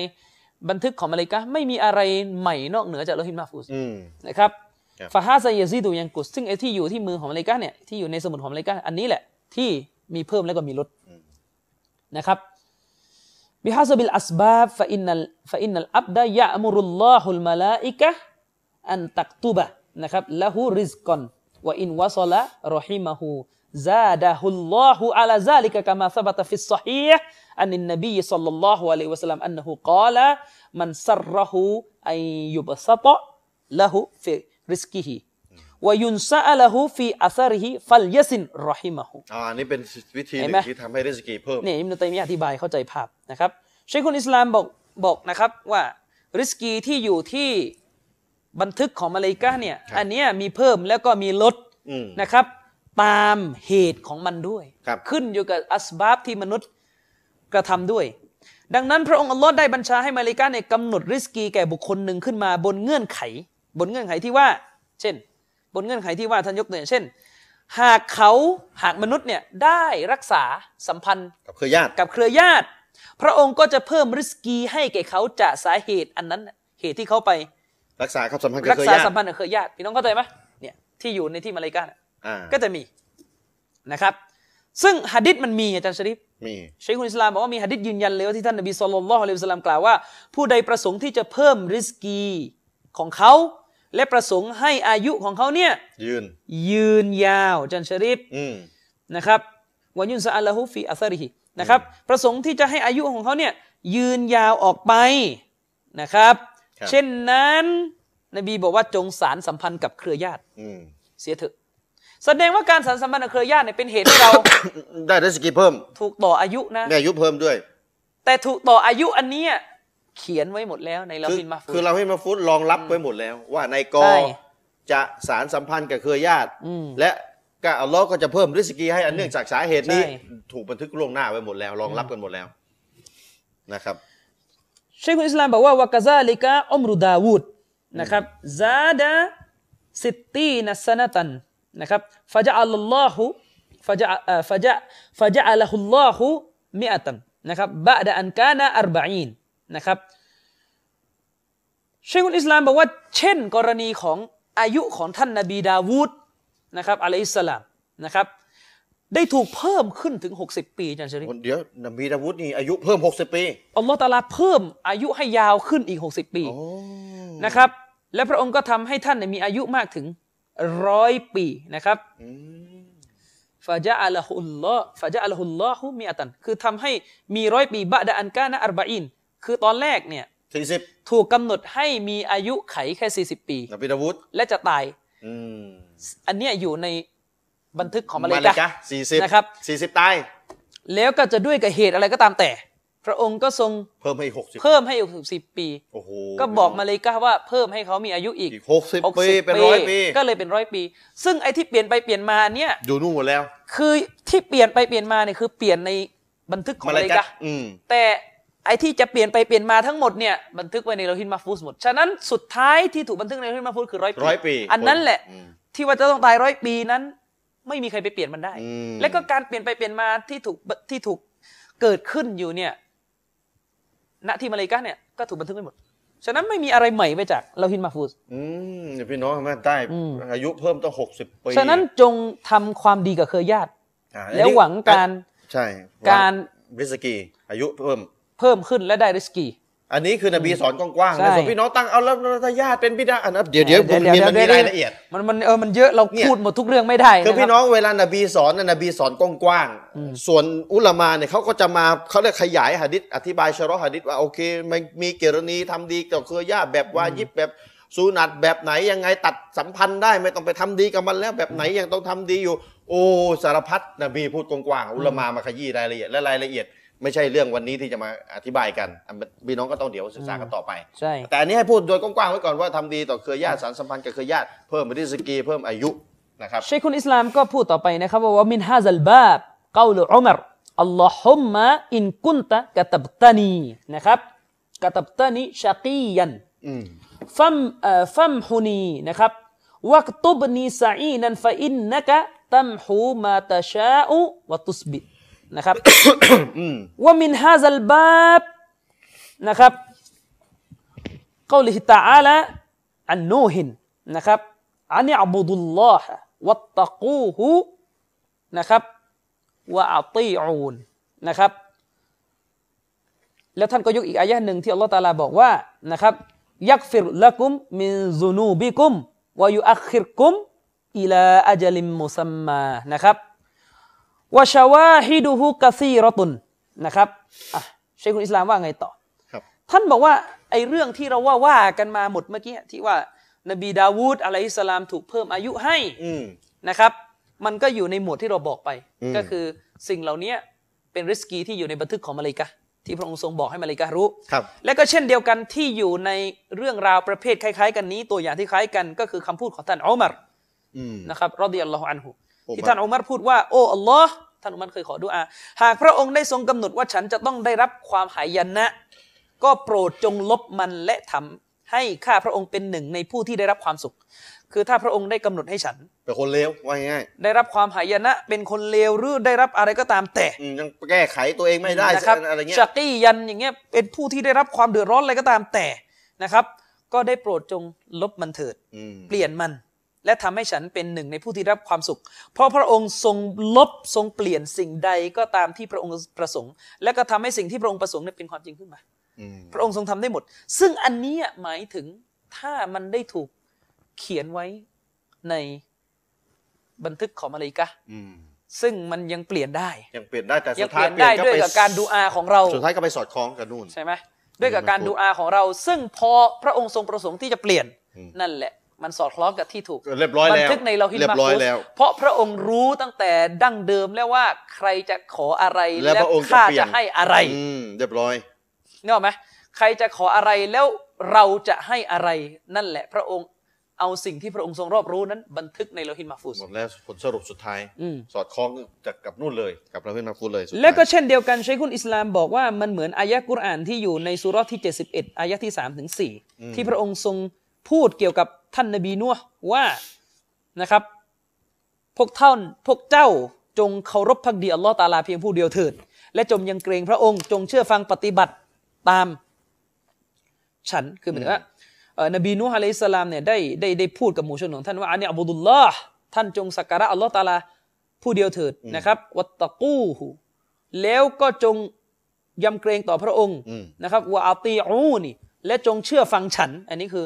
B: บันทึกของมาเลเกาไม่มีอะไรใหม่นอกเหนือจากเลอฮินมาฟูส
A: อืม
B: นะครับ
A: ค ครับ
B: ฟาฮาซายซีดูยังกุสซึ่งไอ้ที่อยู่ที่มือของมาเลกาเนี่ยที่อยู่ในสมุดของมาเลกาอันนี้แหละที่มีเพิ่มแล้วก็มีลดนะครับบิฮาซบิลอัสบาบฟะอินนัลฟะอินนัลอับดะยะอมุรุลลอฮุลมาลาอิกะฮ์อันตักตุบะนะครับละหูริซกอนวะอินวะซละรอฮิมะฮูซาดะฮุลลอฮุอะลาซาลิกะกะมาซะบะตะฟิสซอฮีฮ์อันนินนบีศ็อลลัลลอฮุอะลัยฮิวะซัลลัมอันนะฮูกาละมันซัรเราะฮูอัยยุบซัตะ له في رزقه وينسأ له في أثره فليسن رحمه
A: อ่าอันนี้เป็นวิธีห
B: เห็น
A: นึ่
B: ไหม
A: งที่ทำให้ริสกีเพิ่ม
B: เนี่ยอิมนุตัยมียะห์อธิบายเข้าใจภาพนะครับเชคคนอิสลามบอกบอกนะครับว่าริสกีที่อยู่ที่บันทึกของมาเลายกาเนี่ย
A: ครับ
B: อันเนี้ยมีเพิ่มแล้วก็มีลด
A: อืม
B: นะครับตามเหตุของมันด้วย
A: ครับ
B: ขึ้นอยู่กับอัสบาบที่มนุษย์กระทำด้วย ดังนั้นพระองค์อัลลอฮ์ได้บัญชาให้มาเลายกาเนี่ยกำหนดริสกีแก่บุคคลหนึ่งขึ้นมาบนเงื่อนไข บนเงื่อนไขที่ว่า เช่น บนเงื่อนไขที่ว่าท่านยกตัวอย่างเช่น หากเขาหากมนุษย์เนี่ยได้รักษาสัมพันธ์
A: กับเครือญาติ
B: กับเครือญาติ พระองค์ก็จะเพิ่มริสกีให้แก่เขาจากสาเหตุอันนั้นน่ะเหตุที่เขาไป
A: รักษาครับสัมพันธ์กับ
B: รัก
A: เครือ
B: ษา
A: ญา
B: สัม
A: ติ
B: พันธ์กับเครือญาติพี่น้องเข้าใจไหมเนี่ยที่อยู่ในที่มาเลย์กาน่ะ
A: อ่า
B: ก็จะมีนะครับ ซึ่งหะดิษมันมีอาจารย์ชริฟ
A: มี
B: เชคุนอิสลามบอกว่ามีหะดิษยืนยันเลยว่าที่ท่านนบีสุลต่านละฮ์อะลัยฮิวะสัลลัมกล่าวว่าผู้ใดประสงค์ที่จะเพิ่มริสกีของเขา และประสงค์ให้อายุของเขาเนี่ย
A: ยืน
B: ยืนยาวอาจารย์ชริฟ
A: อืม
B: นะครับวายุนซาอัลลอฮุฟีอัซาริฮินะครับประสงค์ที่จะให้อายุของเขาเนี่ยยืนยาวออกไปนะครับ
A: ครับ
B: เช่นนั้นนบีบอกว่าจงสารสัมพันธ์กับเครือญาติ
A: อืม
B: เสียเถอะแสดงว่าการสารสัมพันธ์กับเครือญาติเนี่ยเป็นเหตุ ให้เรา
A: ได้ริสกีเพิ่ม
B: ถูกต่ออายุนะ
A: ได้อายุเพิ่มด้วย
B: แต่ถูกต่ออายุอันเนี้ยเขียนไว้หมดแล้วในลา
A: คือ
B: ฟินมาฟู
A: คือเราให้มาฟุตรองรับไว้หมดแล้ว ว่านายก
B: ใช่
A: จะสารสัมพันธ์กับเครือญาติ
B: อืม
A: และก็อัลลอฮ์ก็จะเพิ่มริสกีให้อันเนื่องจากสาเหตุนี้
B: ใช่
A: ถูกบันทึกล่วงหน้าไว้หมดแล้วรองรับกันหมดแล้วนะครับ
B: เชคุนอิสลามบอกว่าวากาซาลิกะอมรุดาวูดนะครับซาดะสิตตีนัสนะตันนะครับฟะจะอัลลอฮุฟะจะเอ่อฟะจะฟะจะอัลฮุลลอฮุมิอัตันนะครับบะดะอันกานะอัรบะอีนนะครับเชคุนอิสลามบอกว่าเช่นกรณีของอายุของท่านนบีดาวูดนะครับอะลัยฮิสสลามนะครับได้ถูกเพิ่มขึ้นถึง 60 ปีอาจารย์ชริฟ
A: เดี๋ยวนบีดาวุฒนี่อายุเพิ่ม 60 ปี
B: อัลลอฮ์ตะอาลาเพิ่มอายุให้ยาวขึ้นอีก 60 ปี นะครับ และพระองค์ก็ทำให้ท่านเนี่ยมีอายุมากถึงร้อยปีนะครับฟาจาอัลฮุลลอฮ์ฟาจาอัลฮุลลอฮุมีอัตัน คือทำให้มีร้อยปีบะดะอันกานะอัรบะอิน คือตอนแรกเนี่ย
A: 40
B: ถูกกำหนดให้มีอายุไขแค่ 40 ปี
A: นบีดาวุฒ
B: และจะตาย
A: อืม
B: อันเนี้ยอยู่ในบันทึกของมาเล
A: มาย เล
B: กา
A: กะ40
B: นะครับ
A: 40 ตาย
B: แล้วก็จะด้วยกับเหตุอะไรก็ตามแต่ พระองค์ก็ทรง
A: เพิ่มให้60
B: เพิ่มให้อีก60 ปี
A: โอ้โห
B: ก็บอกมาเลยกาว่าเพิ่มให้เขามีอายุอีก
A: อีก 60 ปี เป็นร้อยปี
B: ก็เลยเป็นร้อยปี ซึ่งไอ้ที่เปลี่ยนไปเปลี่ยนมาเนี่ย
A: อยู่นู่นหมดแล้ว
B: คือที่เปลี่ยนไปเปลี่ยนมาเนี่ยคือเปลี่ยนในบันทึกของ
A: มา
B: มา
A: เล
B: เลาย
A: กะ
B: กา
A: อืม
B: แต่ไอ้ที่จะเปลี่ยนไปเปลี่ยนมาทั้งหมดเนี่ยบันทึกไว้ในโลหิตมาฟูสหมด ฉะนั้นสุดท้ายที่ถูกบันทึกในโลหิตมาฟูสคือร้อยปี
A: ร้อยปี
B: อันนั้นแหละ
A: อืม
B: ที่ว่าจะต้องตายร้อยปีนั้น ไม่มีใครไปเปลี่ยนมันได้
A: อืม
B: และก็การเปลี่ยนไปเปลี่ยนมาที่ถูกที่ถูกเกิดขึ้นอยู่เนี่ย ณที่มาเลกาเนี่ยก็ถูกบันทึกไว้หมด ฉะนั้นไม่มีอะไรใหม่ไปจากโลหิตมาฟูส
A: อืมเดี๋ยวพี่น้องเห็นไหมได้อายุเพิ่มต้อง 60 ปี
B: ฉะนั้นจงทำความดีกับเครือญาติ
A: อ่า
B: แล้วหวังการ
A: ใช่
B: การ
A: ริสกี อายุเพิ่ม
B: เพิ่มขึ้นและได้ริสกี
A: อันนี้คือนบีสอนกว้างๆ
B: ใช่
A: นะส่วนพี่น้องตั้งเอาแล้วแล้วถ้าญาติเป็นบิดาอันนั้นเดี๋ยวเดี๋ยวผมมีมันมีรายละเอียด
B: มันมันเออมันเยอะเรา
A: เนี่ย
B: พูดหมดทุกเรื่องไม่ได้
A: คือพี่
B: ะรับ
A: น้องเวลานบีสอนนะนบีสอนกว้างๆส่วนอุลามาเนี่ยเขาก็จะมาเขาเรียกขยายหะดิษอธิบายชะรอหะดิษว่าโอเค มันมีกรณีทำดีกับเครือญาติแบบวาญิบแบบสุนัตแบบไหนยังไงตัดสัมพันธ์ได้ไม่ต้องไปทำดีกับมันแล้วแบบไหนยังต้องทำดีอยู่ โอ้สารพัดนบีพูดกว้างๆอุลามามาขยี้รายละเอียดและรายละเอียด ไม่ใช่เรื่องวันนี้ที่จะมาอธิบายกันอ่ะพี่น้องก็ต้องเดี๋ยวศึกษากันต่อไป
B: ใช่
A: แต่อันนี้ให้พูดโดยกว้างๆไว้ก่อนว่าทำดีต่อเครือญาติสารสัมพันธ์กับเครือญาติเพิ่มริสกีเพิ่มอายุนะครับ
B: เชคุนอิสลามก็พูดต่อไปนะครับว่าว่ามินฮาซัลบาบกาลูอุมรอัลลอฮุมมะอินกุนตะกะตับตานีนะครับกะตับตานีชากียันฟัมเอ่อฟัมฮุนีนะครับวักตุบนีซาอีนันฟะอินนะกะตัมฮูมาตะชาอุวะตุสบิดนะครับ ว่ามินฮาซัลบาบนะครับ قوله تعالى عن نوح นะครับ อันนี้อับดุลลอฮ์วัตตะกูฮุนะครับวะอัตีอูนนะครับ แล้วท่านก็ยกอีกอายะห์หนึ่งที่อัลลอฮ์ตะอาลาบอกว่านะครับยักฟิรละกุมมินซุนูบิกุมวะยุอัคคิรกุมอิลาอัจลิมมุซัมมานะครับวะชาวาฮิดูฮุกะซีรอตุนนะครับอ่ะเชคุลอิสลามว่าไงต่อ
A: ครับ
B: ท่านบอกว่าไอ้เรื่องที่เราว่าว่ากันมาหมดเมื่อกี้ที่ว่านบีดาวูดอะลัยฮิสสลามถูกเพิ่มอายุให้
A: อืม
B: นะครับ มันก็อยู่ในหมวดที่เราบอกไป
A: อืม
B: ก็คือสิ่งเหล่านี้เป็นริสกีที่อยู่ในบันทึกของมาเลกะห์ที่พระองค์ทรงบอกให้มาเลกะห์รู้
A: ครับ
B: และก็เช่นเดียวกันที่อยู่ในเรื่องราวประเภทคล้าย ๆ กันนี้ ตัวอย่างที่คล้ายกันก็คือคำพูดของท่านอุมัร
A: อืม
B: นะครับรอดิยัลลอฮุอันฮุ
A: อุมัร
B: ที่ท่านอุมัรพูดว่า โอ้อัลลอฮ์ท่านอุมัรเคยขอดุอาหากพระองค์ได้ทรงกำหนดว่าฉันจะต้องได้รับความหายนะ ก็โปรดจงลบมันและทำให้ข้าพระองค์เป็นหนึ่งในผู้ที่ได้รับความสุข คือถ้าพระองค์ได้กำหนดให้ฉัน
A: เป็นคนเลวว่าง่าย
B: ได้รับความหายนะ เป็นคนเลวหรือได้รับอะไรก็ตามแต่
A: ๆอืมยังแก้ไขตัวเองไม่ได้
B: นะครับ
A: อะไรเงี้ย
B: ชักกี้ยันอย่างเงี้ยเป็นผู้ที่ได้รับความเดือดร้อนอะไรก็ตามแต่นะครับ ก็ได้โปรดจงลบมันเถิด
A: อืม
B: เปลี่ยนมัน และทำให้ฉันเป็นหนึ่งในผู้ที่รับความสุข เพราะพระองค์ทรงลบทรงเปลี่ยนสิ่งใดก็ตามที่พระองค์ประสงค์ และก็ทำให้สิ่งที่พระองค์ประสงค์เนี่ยเป็นความจริงขึ้นมา
A: อืม
B: พระองค์ทรงทำได้หมด ซึ่งอันเนี้ยหมายถึงถ้ามันได้ถูกเขียนไว้ในบันทึกของมาเลกะห์
A: อืม
B: ซึ่งมันยังเปลี่ยนได้
A: ยังเปลี่ยนได้แต่
B: ยั
A: สุ
B: ง
A: ด
B: เป
A: ท้าย
B: ลี่ยนได้ด้วยกับการดูอาของเรา
A: สุดท้ายก็ไปสอดคล้องกับนู่น
B: ใช่ไหมด้วยกับการ
A: ไม่พูด
B: ดูอาของเรา ซึ่งพอพระองค์ทรงประสงค์ที่จะเปลี่ยน
A: อืม
B: นั่นแหละ มันสอดคล้องกับที่ถูก
A: เรียบร้อยแล้ว
B: บันทึกในเราฮิต
A: เรีย
B: มา
A: บร้อย
B: ฟุส
A: แล้ว
B: เพราะพระองค์รู้ตั้งแต่ดั้งเดิมแล้วว่าใครจะขออะไร
A: แล้วพระองค์จะ
B: ข้า
A: เปลี่ย
B: จะ
A: น
B: ให้อะไร
A: อืมเรียบร้อย
B: เนกอะไหมใครจะขออะไรแล้วเราจะให้อะไร นั่นแหละ พระองค์เอาสิ่งที่พระองค์ทรงรอบรู้นั้น บันทึกในโลหิตมาฟุส
A: หมดแล้วผลสรุปสุดท้าย
B: อืม
A: สอดคล้องจากกับนู่นเลย กับเราเพื่อนมาพูดเลยสุดท้าย
B: แล้วก็เช่นเดียวกันชัยคุณอิสลามบอกว่ามันเหมือนอายะกุรอานที่อยู่ในสุเราะห์ที่ 71 อายะที่3ถึง4ที่พระองค์ทรงพูดเกี่ยวกับท่านนบีนัวว่านะครับ พวกท่านพวกเจ้าจงเคารพพักดีอัลลอฮ์ตะอาลาเพียงผู้เดียวเถิด และจงยังเกรงพระองค์จงเชื่อฟังปฏิบัติตาม ฉันคือหมายถึงว่าเอ่อนบีนูฮ์อะลัยฮิสสลามเนี่ยได้ได้ได้พูดกับหมู่ชนของท่านว่าอันนี้อับดุลลอฮ์ท่านจงสักการะอัลลอฮ์ตะอาลาผู้เดียวเถิดนะครับ วัตตะกูฮูแล้วก็จงยำเกรงต่อพระองค์นะครับวะอาตีอูนีและจงเชื่อฟังฉัน อันนี้คือ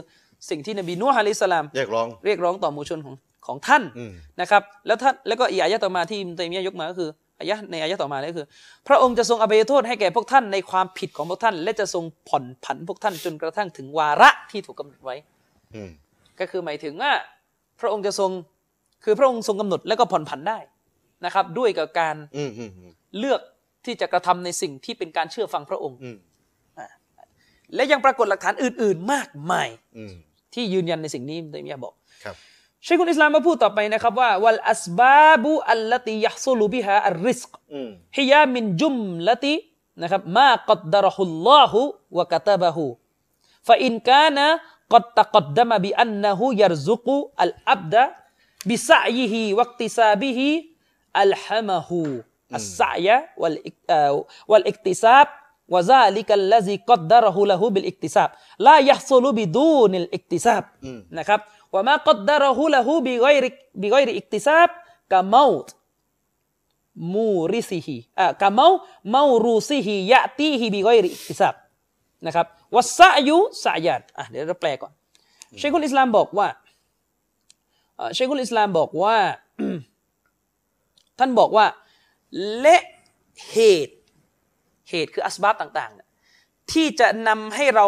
B: สิ่งที่นบีนูฮ์อะลัยฮิสสลาม
A: เรียกร้อง
B: เรียกร้องต่อมวลชนของของท่าน
A: อืม
B: นะครับ แล้วท่านแล้วก็อีกอายะห์ต่อมาที่อิบนุตัยมียะห์ยกมาก็คืออายะห์ในอายะห์ต่อมาเลยก็คือ พระองค์จะทรงอภัยโทษให้แก่พวกท่านในความผิดของพวกท่าน และจะทรงผ่อนผันพวกท่านจนกระทั่งถึงวาระที่ถูกกำหนดไว้
A: อืม
B: ก็คือหมายถึงว่าพระองค์จะทรงคือพระองค์ทรงกำหนดและก็ผ่อนผันได้นะครับ ด้วยกับการ
A: อืมอืมอืม
B: เลือกที่จะกระทำในสิ่งที่เป็นการเชื่อฟังพระองค์
A: อืม
B: และยังปรากฏหลักฐานอื่น ๆ มากมาย
A: อืม
B: ที่ยืนยันในสิ่งนี้อิบนุตัยมียะห์บอก
A: ครับ
B: เชคุนอิสลามมาพูดต่อไปนะครับว่าวัลอัสบาบุอัลลติยัซลูบิฮาอัลริสก
A: อืม
B: ฮิยามินจุมลตินะครับมากัดดารหุลลอฮุวะกะตาบะฮูฟาอินกานะกัดตะกัดดมบิอันนะฮูยัรซุกุอัลอับดะบิสะยิฮิวักติซาบิฮิอัลฮามะฮูอัสสะยะวัลอิกเอ่อวัลอิกติซาบ آه، وذلك الذي قدره له بالاكتساب لا يحصل بدون الاكتساب نعم. นะครับว่ามากัดดารหูละหูบิไกรบิไกรอิกติซาบกะเมาตมูริซิฮีอ่ากะเมาเมารูซิฮียะตีฮีบิไกรอิกติซาบนะครับวัสสะยุสะยานอ่ะเดี๋ยวเราแปลก่อนเชคุลอิสลามบอกว่าเอ่อเชคุลอิสลามบอกว่า ท่านบอกว่าและเหตุ เหตุคืออัสบาบต่างๆเนี่ยที่จะนำให้เรา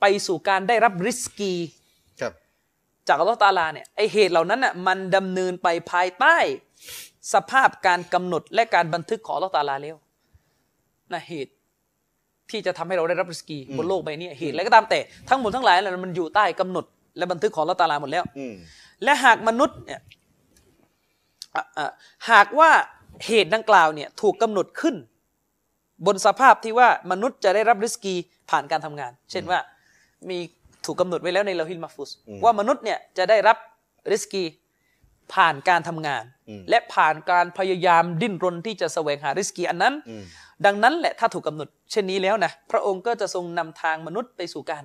B: ไปสู่การได้รับริสกี
A: ครับ
B: จากอัลลอฮ์ตะอาลาเนี่ยไอเหตุเหล่านั้นน่ะมันดำเนินไปภายใต้ สภาพการกำหนดและการบันทึกของอัลลอฮ์ตะอาลาแล้วนะเหตุที่จะทำให้เราได้รับริสกีบนโลกใบนี้เหตุอะไรก็ตามแต่ทั้งหมดทั้งหลายเหล่านั้นมันอยู่ใต้กำหนด และบันทึกของอัลลอฮ์ตะอาลาหมดแล้ว
A: อืม
B: และหากมนุษย์เนี่ยอ่ะอ่ะหากว่าเหตุดังกล่าวเนี่ยถูกกำหนดขึ้น บนสภาพที่ว่ามนุษย์จะได้รับริสกีผ่านการทำงาน เช่นว่ามีถูกกำหนดไว้แล้วในลาฮิลมาฟุสว่ามนุษย์เนี่ยจะได้รับริสกีผ่านการทำงาน และผ่านการพยายามดิ้นรนที่จะแสวงหาริสกีอันนั้น ดังนั้นแหละถ้าถูกกำหนด เช่นนี้แล้วนะพระองค์ก็จะทรงนำทางมนุษย์ไปสู่การ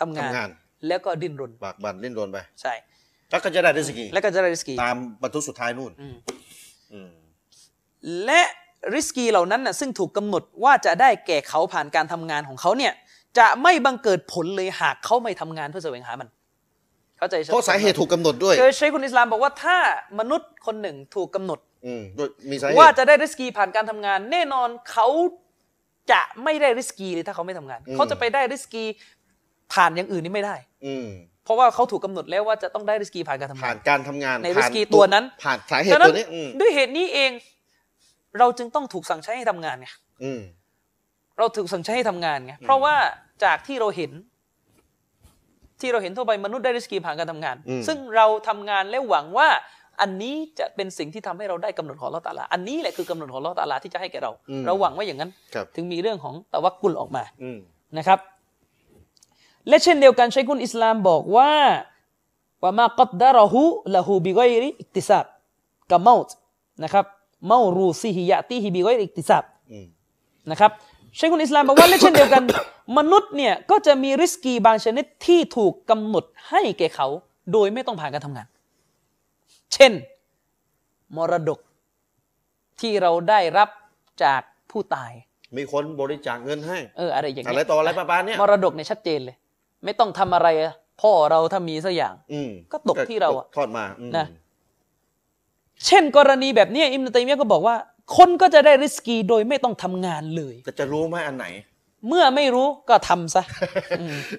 B: ทำงาน
A: ทำงาน
B: แล้วก็ดิ้นรน
A: บากบั่นเล่นโดนไป
B: ใช่
A: แล้วก็จะได้ริสกี
B: และก็จะได้ริสกี
A: ตามบรรทุกสุดท้ายนู่น
B: อืม
A: อืม
B: และริสกีเหล่านั้นน่ะซึ่งถูกกำหนดว่าจะได้แก่เขาผ่านการทำงานของเขาเนี่ย จะไม่บังเกิดผลเลยหากเขาไม่ทำงานเพื่อแสวงหามัน เข้าใจใช่ไห
A: เพราะ
B: ม
A: สาเหตุถูกกำหนดด้วย
B: เคยใช้คุณอิสลามบอกว่าถ้ามนุษย์คนหนึ่งถูกกำหนด
A: อืมด้วยมีสาเหตุ
B: ว่าจะได้ริสกีผ่านการทำงาน แน่นอนเขาจะไม่ได้ริสกีเลยถ้าเขาไม่ทำงาน เขาจะไปได้ริสกีผ่านอย่างอื่นนี่ไม่ได้
A: อืม
B: เพราะว่าเขาถูกกำหนดแล้วว่าจะต้องได้ริสกีผ่านการ
A: ผ่าง
B: ทำาน น
A: การทำงาน
B: ใน
A: ผ่า
B: ริสกีตัวนั้น
A: ผ่านสาเห
B: ฉะ
A: ตุ
B: นั้
A: ตัวน นี้อืม
B: ด้วยเหตุนี้เอง เราจึงต้องถูกสั่งใช้ให้ทำงานไง
A: อืม
B: เราถูกสั่งใช้ให้ทำงานไง เพราะว่าจากที่เราเห็น ที่เราเห็นทั่วไปมนุษย์ได้ริสกีผ่านการทำงาน ซึ่งเราทำงานและหวังว่า อันนี้จะเป็นสิ่งที่ทำให้เราได้กำหนดของอัลเลอฮ์ตะอาลา อันนี้แหละคือกำหนดของอัลเลอฮ์ตะอาลาที่จะให้แก่เรา เราหวังว่าอย่างนั้น
A: ครับ
B: ถึงมีเรื่องของตะวักกุลออกมา
A: อืม
B: นะครับ และเช่นเดียวกันใช้คุณอิสลามบอกว่าว่ามากัดดารหูละหูบิกอยริอิกติซาบกับเมาตนะครับเมารูซีฮิยะตีฮิบิกอยริอิกติซาบ
A: อืม
B: นะครับใช้คุณอิสลามบอกว่าและเช่นเดียวกัน มนุษย์เนี่ยก็จะมีริสกีบางชนิดที่ถูกกำหนดให้แก่เขา โดยไม่ต้องผ่านการทำงาน เช่น มรดกที่เราได้รับจากผู้ตาย
A: มีคนบริจาคเงินให้
B: เอออะไรอย่างเงี้ย
A: อะไรต่ออะไรประมาณเนี้ย
B: มรดกเนี่ยชัดเจนเลย ไม่ต้องทำอะไรอะพ่อเราถ้ามีสักอย่าง
A: อืม
B: ก็ตกที่เราอะ
A: ทอดมาอืม
B: นะ เช่น กรณีแบบเนี้ยอิมนุตัยมียะห์ก็บอกว่า คนก็จะได้ริสกีโดยไม่ต้องทำงานเลย
A: แต่จะรู้ไหมอันไหน
B: เมื่อไม่รู้ก็ทำ ซะ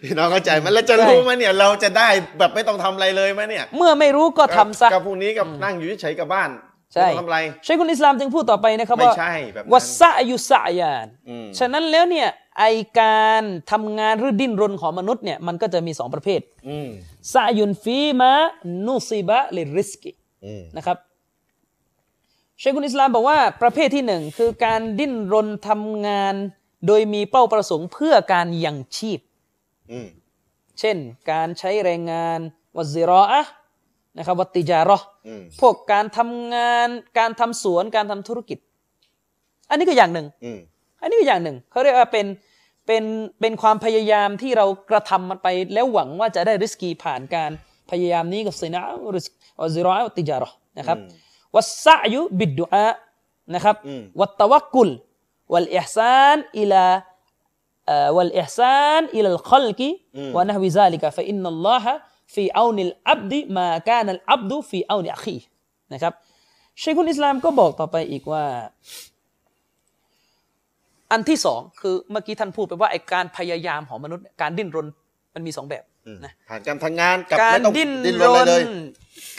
A: พี่น้องเข้าใจไหมแล้วจะรู้ไหมเนี่ย เราจะได้แบบไม่ต้องทำอะไรเลยไหมเนี่ย
B: เมื่อไม่รู้ก็ทำซะ
A: กับพรุ่งนี้กับนั่งอยู่เฉยๆกับบ้าน
B: ใช่
A: ไม่ต้องทำอะไร
B: ใช่คุณอิสลามจึงพูดต่อไปนะครับ
A: ไม่
B: ว่า
A: ใช่แบบนั้น
B: วัสสะอายุสะอายาน
A: อืม
B: ฉะนั้นแล้วเนี่ยไอการทำงานหรือดิ้นรนของมนุษย์เนี่ยมันก็จะมีสองประเภท
A: อืม
B: สะอายุนฟีมานุซิบะลิริสกี
A: อืม
B: นะครับเชคุนอิสลามบอกว่าประเภทที่หนึ่งคือการดิ้นรนทำงานโดยมีเป้าประสงค์เพื่อการยังชีพ
A: อืม
B: เช่น การใช้แรงงานวัซิรออะห์นะครับวัตติจาระห์
A: อืม
B: พวกการทำงานการทำสวนการทำธุรกิจ อันนี้ก็อย่างหนึ่ง
A: อืม
B: อันนี้ก็อย่างหนึ่งเขาเรียกว่าเป็นเป็นเป็นความพยายามที่เรากระทำมันไปแล้วหวังว่าจะได้ริสกีผ่านการพยายามนี้กับซินาอุริสอัซิรออะห์วัตติจาระห์นะครับ วัสสะยุบิดดุอานะครับวัตตะวักกุลวัลอิฮซานอิลาเอ่อวัลอิฮซานอิลาลคอลกิวะนะฮวิซาลิกะฟะอินนัลลอฮะฟีเอานิลอับดิมากานัลอับดุฟีเอานิอะคีนะครับเชคุนอิสลามก็บอกต่อไปอีกว่า อันที่สองคือเมื่อกี้ท่านพูดไปว่าไอการพยายามของมนุษย์เนี่ยการดิ้นรนมันมีสองแบบ
A: อืม
B: นะ
A: ผ่านการทำงานกับ
B: การ
A: ไม่ต้อง
B: ดิ้น
A: ดิ้น
B: ร
A: รน
B: น
A: เลย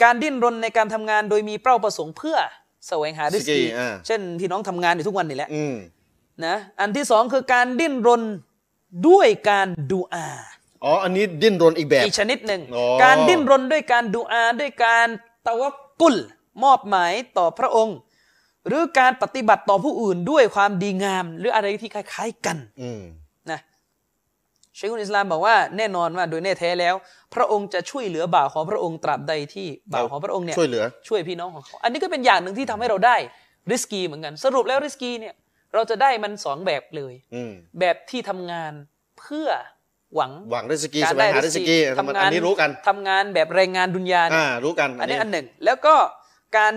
B: การดิ้นรนในการทำงานโดยมีเป้าประสงค์เพื่อแสวงหาดิส
A: สกี
B: กี
A: อ่า
B: เช่นที่น้องทำงานอยู่ทุกวันนี่แหละ
A: อืม
B: นะ อันที่สองคือการดิ้นรนด้วยการดูอา
A: อ๋ออันนี้ดิ้นรนอีกแบบ
B: อีกชนิดหนึ่ง
A: อ๋อ
B: การดิ้นรนด้วยการดูอาด้วยการตะวักกุลมอบหมายต่อพระองค์ หรือการปฏิบัติต่อผู้อื่นด้วยความดีงาม หรืออะไรที่คล้ายๆกัน
A: อืม
B: นะเชคุนอิสลามบอกว่าแน่นอนว่าโดยแน่แท้แล้ว พระองค์จะช่วยเหลือบ่าวของพระองค์ตราบใดที่บ่าวของพระองค์เนี่ย
A: ช่วยเหลือ
B: ช่วยพี่น้องของเขา อันนี้ก็เป็นอย่างหนึ่งที่ทำให้เราได้ริสกีเหมือนกัน สรุปแล้วริสกีเนี่ยเราจะได้มันสองแบบเลย
A: อืม
B: แบบที่ทำงานเพื่อหวัง
A: หวังได้สกี
B: กา
A: ส
B: ร
A: บา
B: ได้
A: ยหาได้สกีทำอันนี้รู้กัน
B: ทำงานแบบแรงงานดุนยาเนี่ย
A: อ่า รู้กัน
B: อันนี้อันหนึ่งแล้วก็การ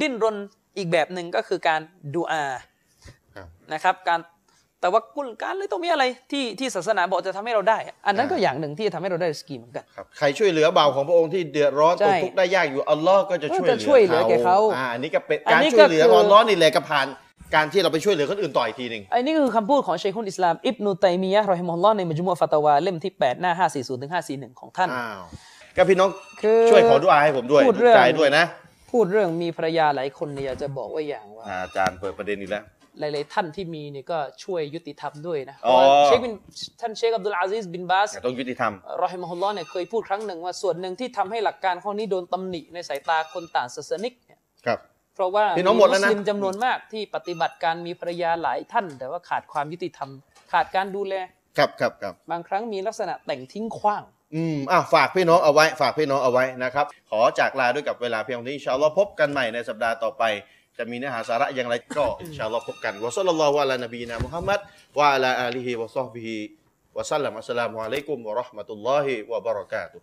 B: ดิ้นรนอีกแบบหนึ่งก็คือการดูอานะครับ การแต่ว่ากุลการเลยต้องมีอะไรที่ที่ศาสนาบอกจะทำให้เราได้อะอันนั้นก็อย่างหนึ่งที่จะทำให้เราได้ริสกีเหมือนกัน
A: ครับใครช่วยเหลือบ่าวของพระองค์ที่เดือดร้อนต
B: ใช่
A: กทุกข์ได้ยากอยู่อัลลอฮ์ก็จะ
B: ก็
A: ช่วย
B: จะช่วยเหลือแก่เขา
A: อ่าอันนี้ก็เป็น
B: อัน
A: การ
B: นี้
A: ช่วยเหลือ
B: ก็คือ
A: อัลลอฮ์นี่แหละก็ผ่านการที่เราไปช่วยเหลือคนอื่นต่ออีกทีหนึ่ง
B: อันนี้ก็คือคำพูดของชัยคุนอิสลามอิบนุตัยมียะห์รอฮิมุลลอฮ์ในมัจมุอะห์ฟัตาวาเล่มที่ 8 หน้า 540ถึง541 ของท่าน
A: อ้าวก็พี่น้อง
B: คือ
A: ช่วยขอดุอาให้ผมด้วย
B: พูดเรื่อง
A: ใจด้วยนะ
B: พูดเรื่องมีภรรยาหลายคนเนี่ยอยากจะบอกว่าอย่างว่า
A: อ่าอาจารย์เปิดประเด็นอีกแล้ว
B: หลาย ๆ ท่านที่มีเนี่ยก็ช่วยยุติธรรมด้วยนะเพ
A: อ๋อ
B: ราะว่าเชคบินท่านเชคอับดุลอาซิสบินบาส
A: แต่ต้องยุติธรรม
B: รอฮิมะฮุลลอฮ์เนี่ยเคยพูดครั้งหนึ่งว่าส่วนหนึ่งที่ทำให้หลักการข้อนี้โดนตำหนิในสายตาคนต่างศาสนิกเนี่ย
A: ครับ
B: เพราะว่า
A: พี่น้องหมดแล้วนะ
B: สลิมจำนวนมากที่ปฏิบัติการมีภรรยาหลายท่าน แต่ว่าขาดความยุติธรรม ขาดการดูแล
A: ครับครับครับ
B: บางครั้งมีลักษณะแต่งทิ้งขว้าง
A: อืมอ่ะฝากพี่น้องเอาไว้ ฝากพี่น้องเอาไว้นะครับ ขอจากลาด้วยกับเวลาเพียงเท่านี้อินชาอัลลอฮ์พบกันใหม่ในสัปดาห์ต่อไป จะมีเนื้อหาสาระอย่างไรก็ อินชาอัลลอฮ์พบกันวะซัลลัลลอฮุอะลานบีนามุฮัมมัดวะอะลาอาลีฮิวะซอฮบิฮิวะซัลลัมอัสสลามุอะลัยกุมวะเราะห์มะตุลลอฮิวะบะเราะกาตุฮ์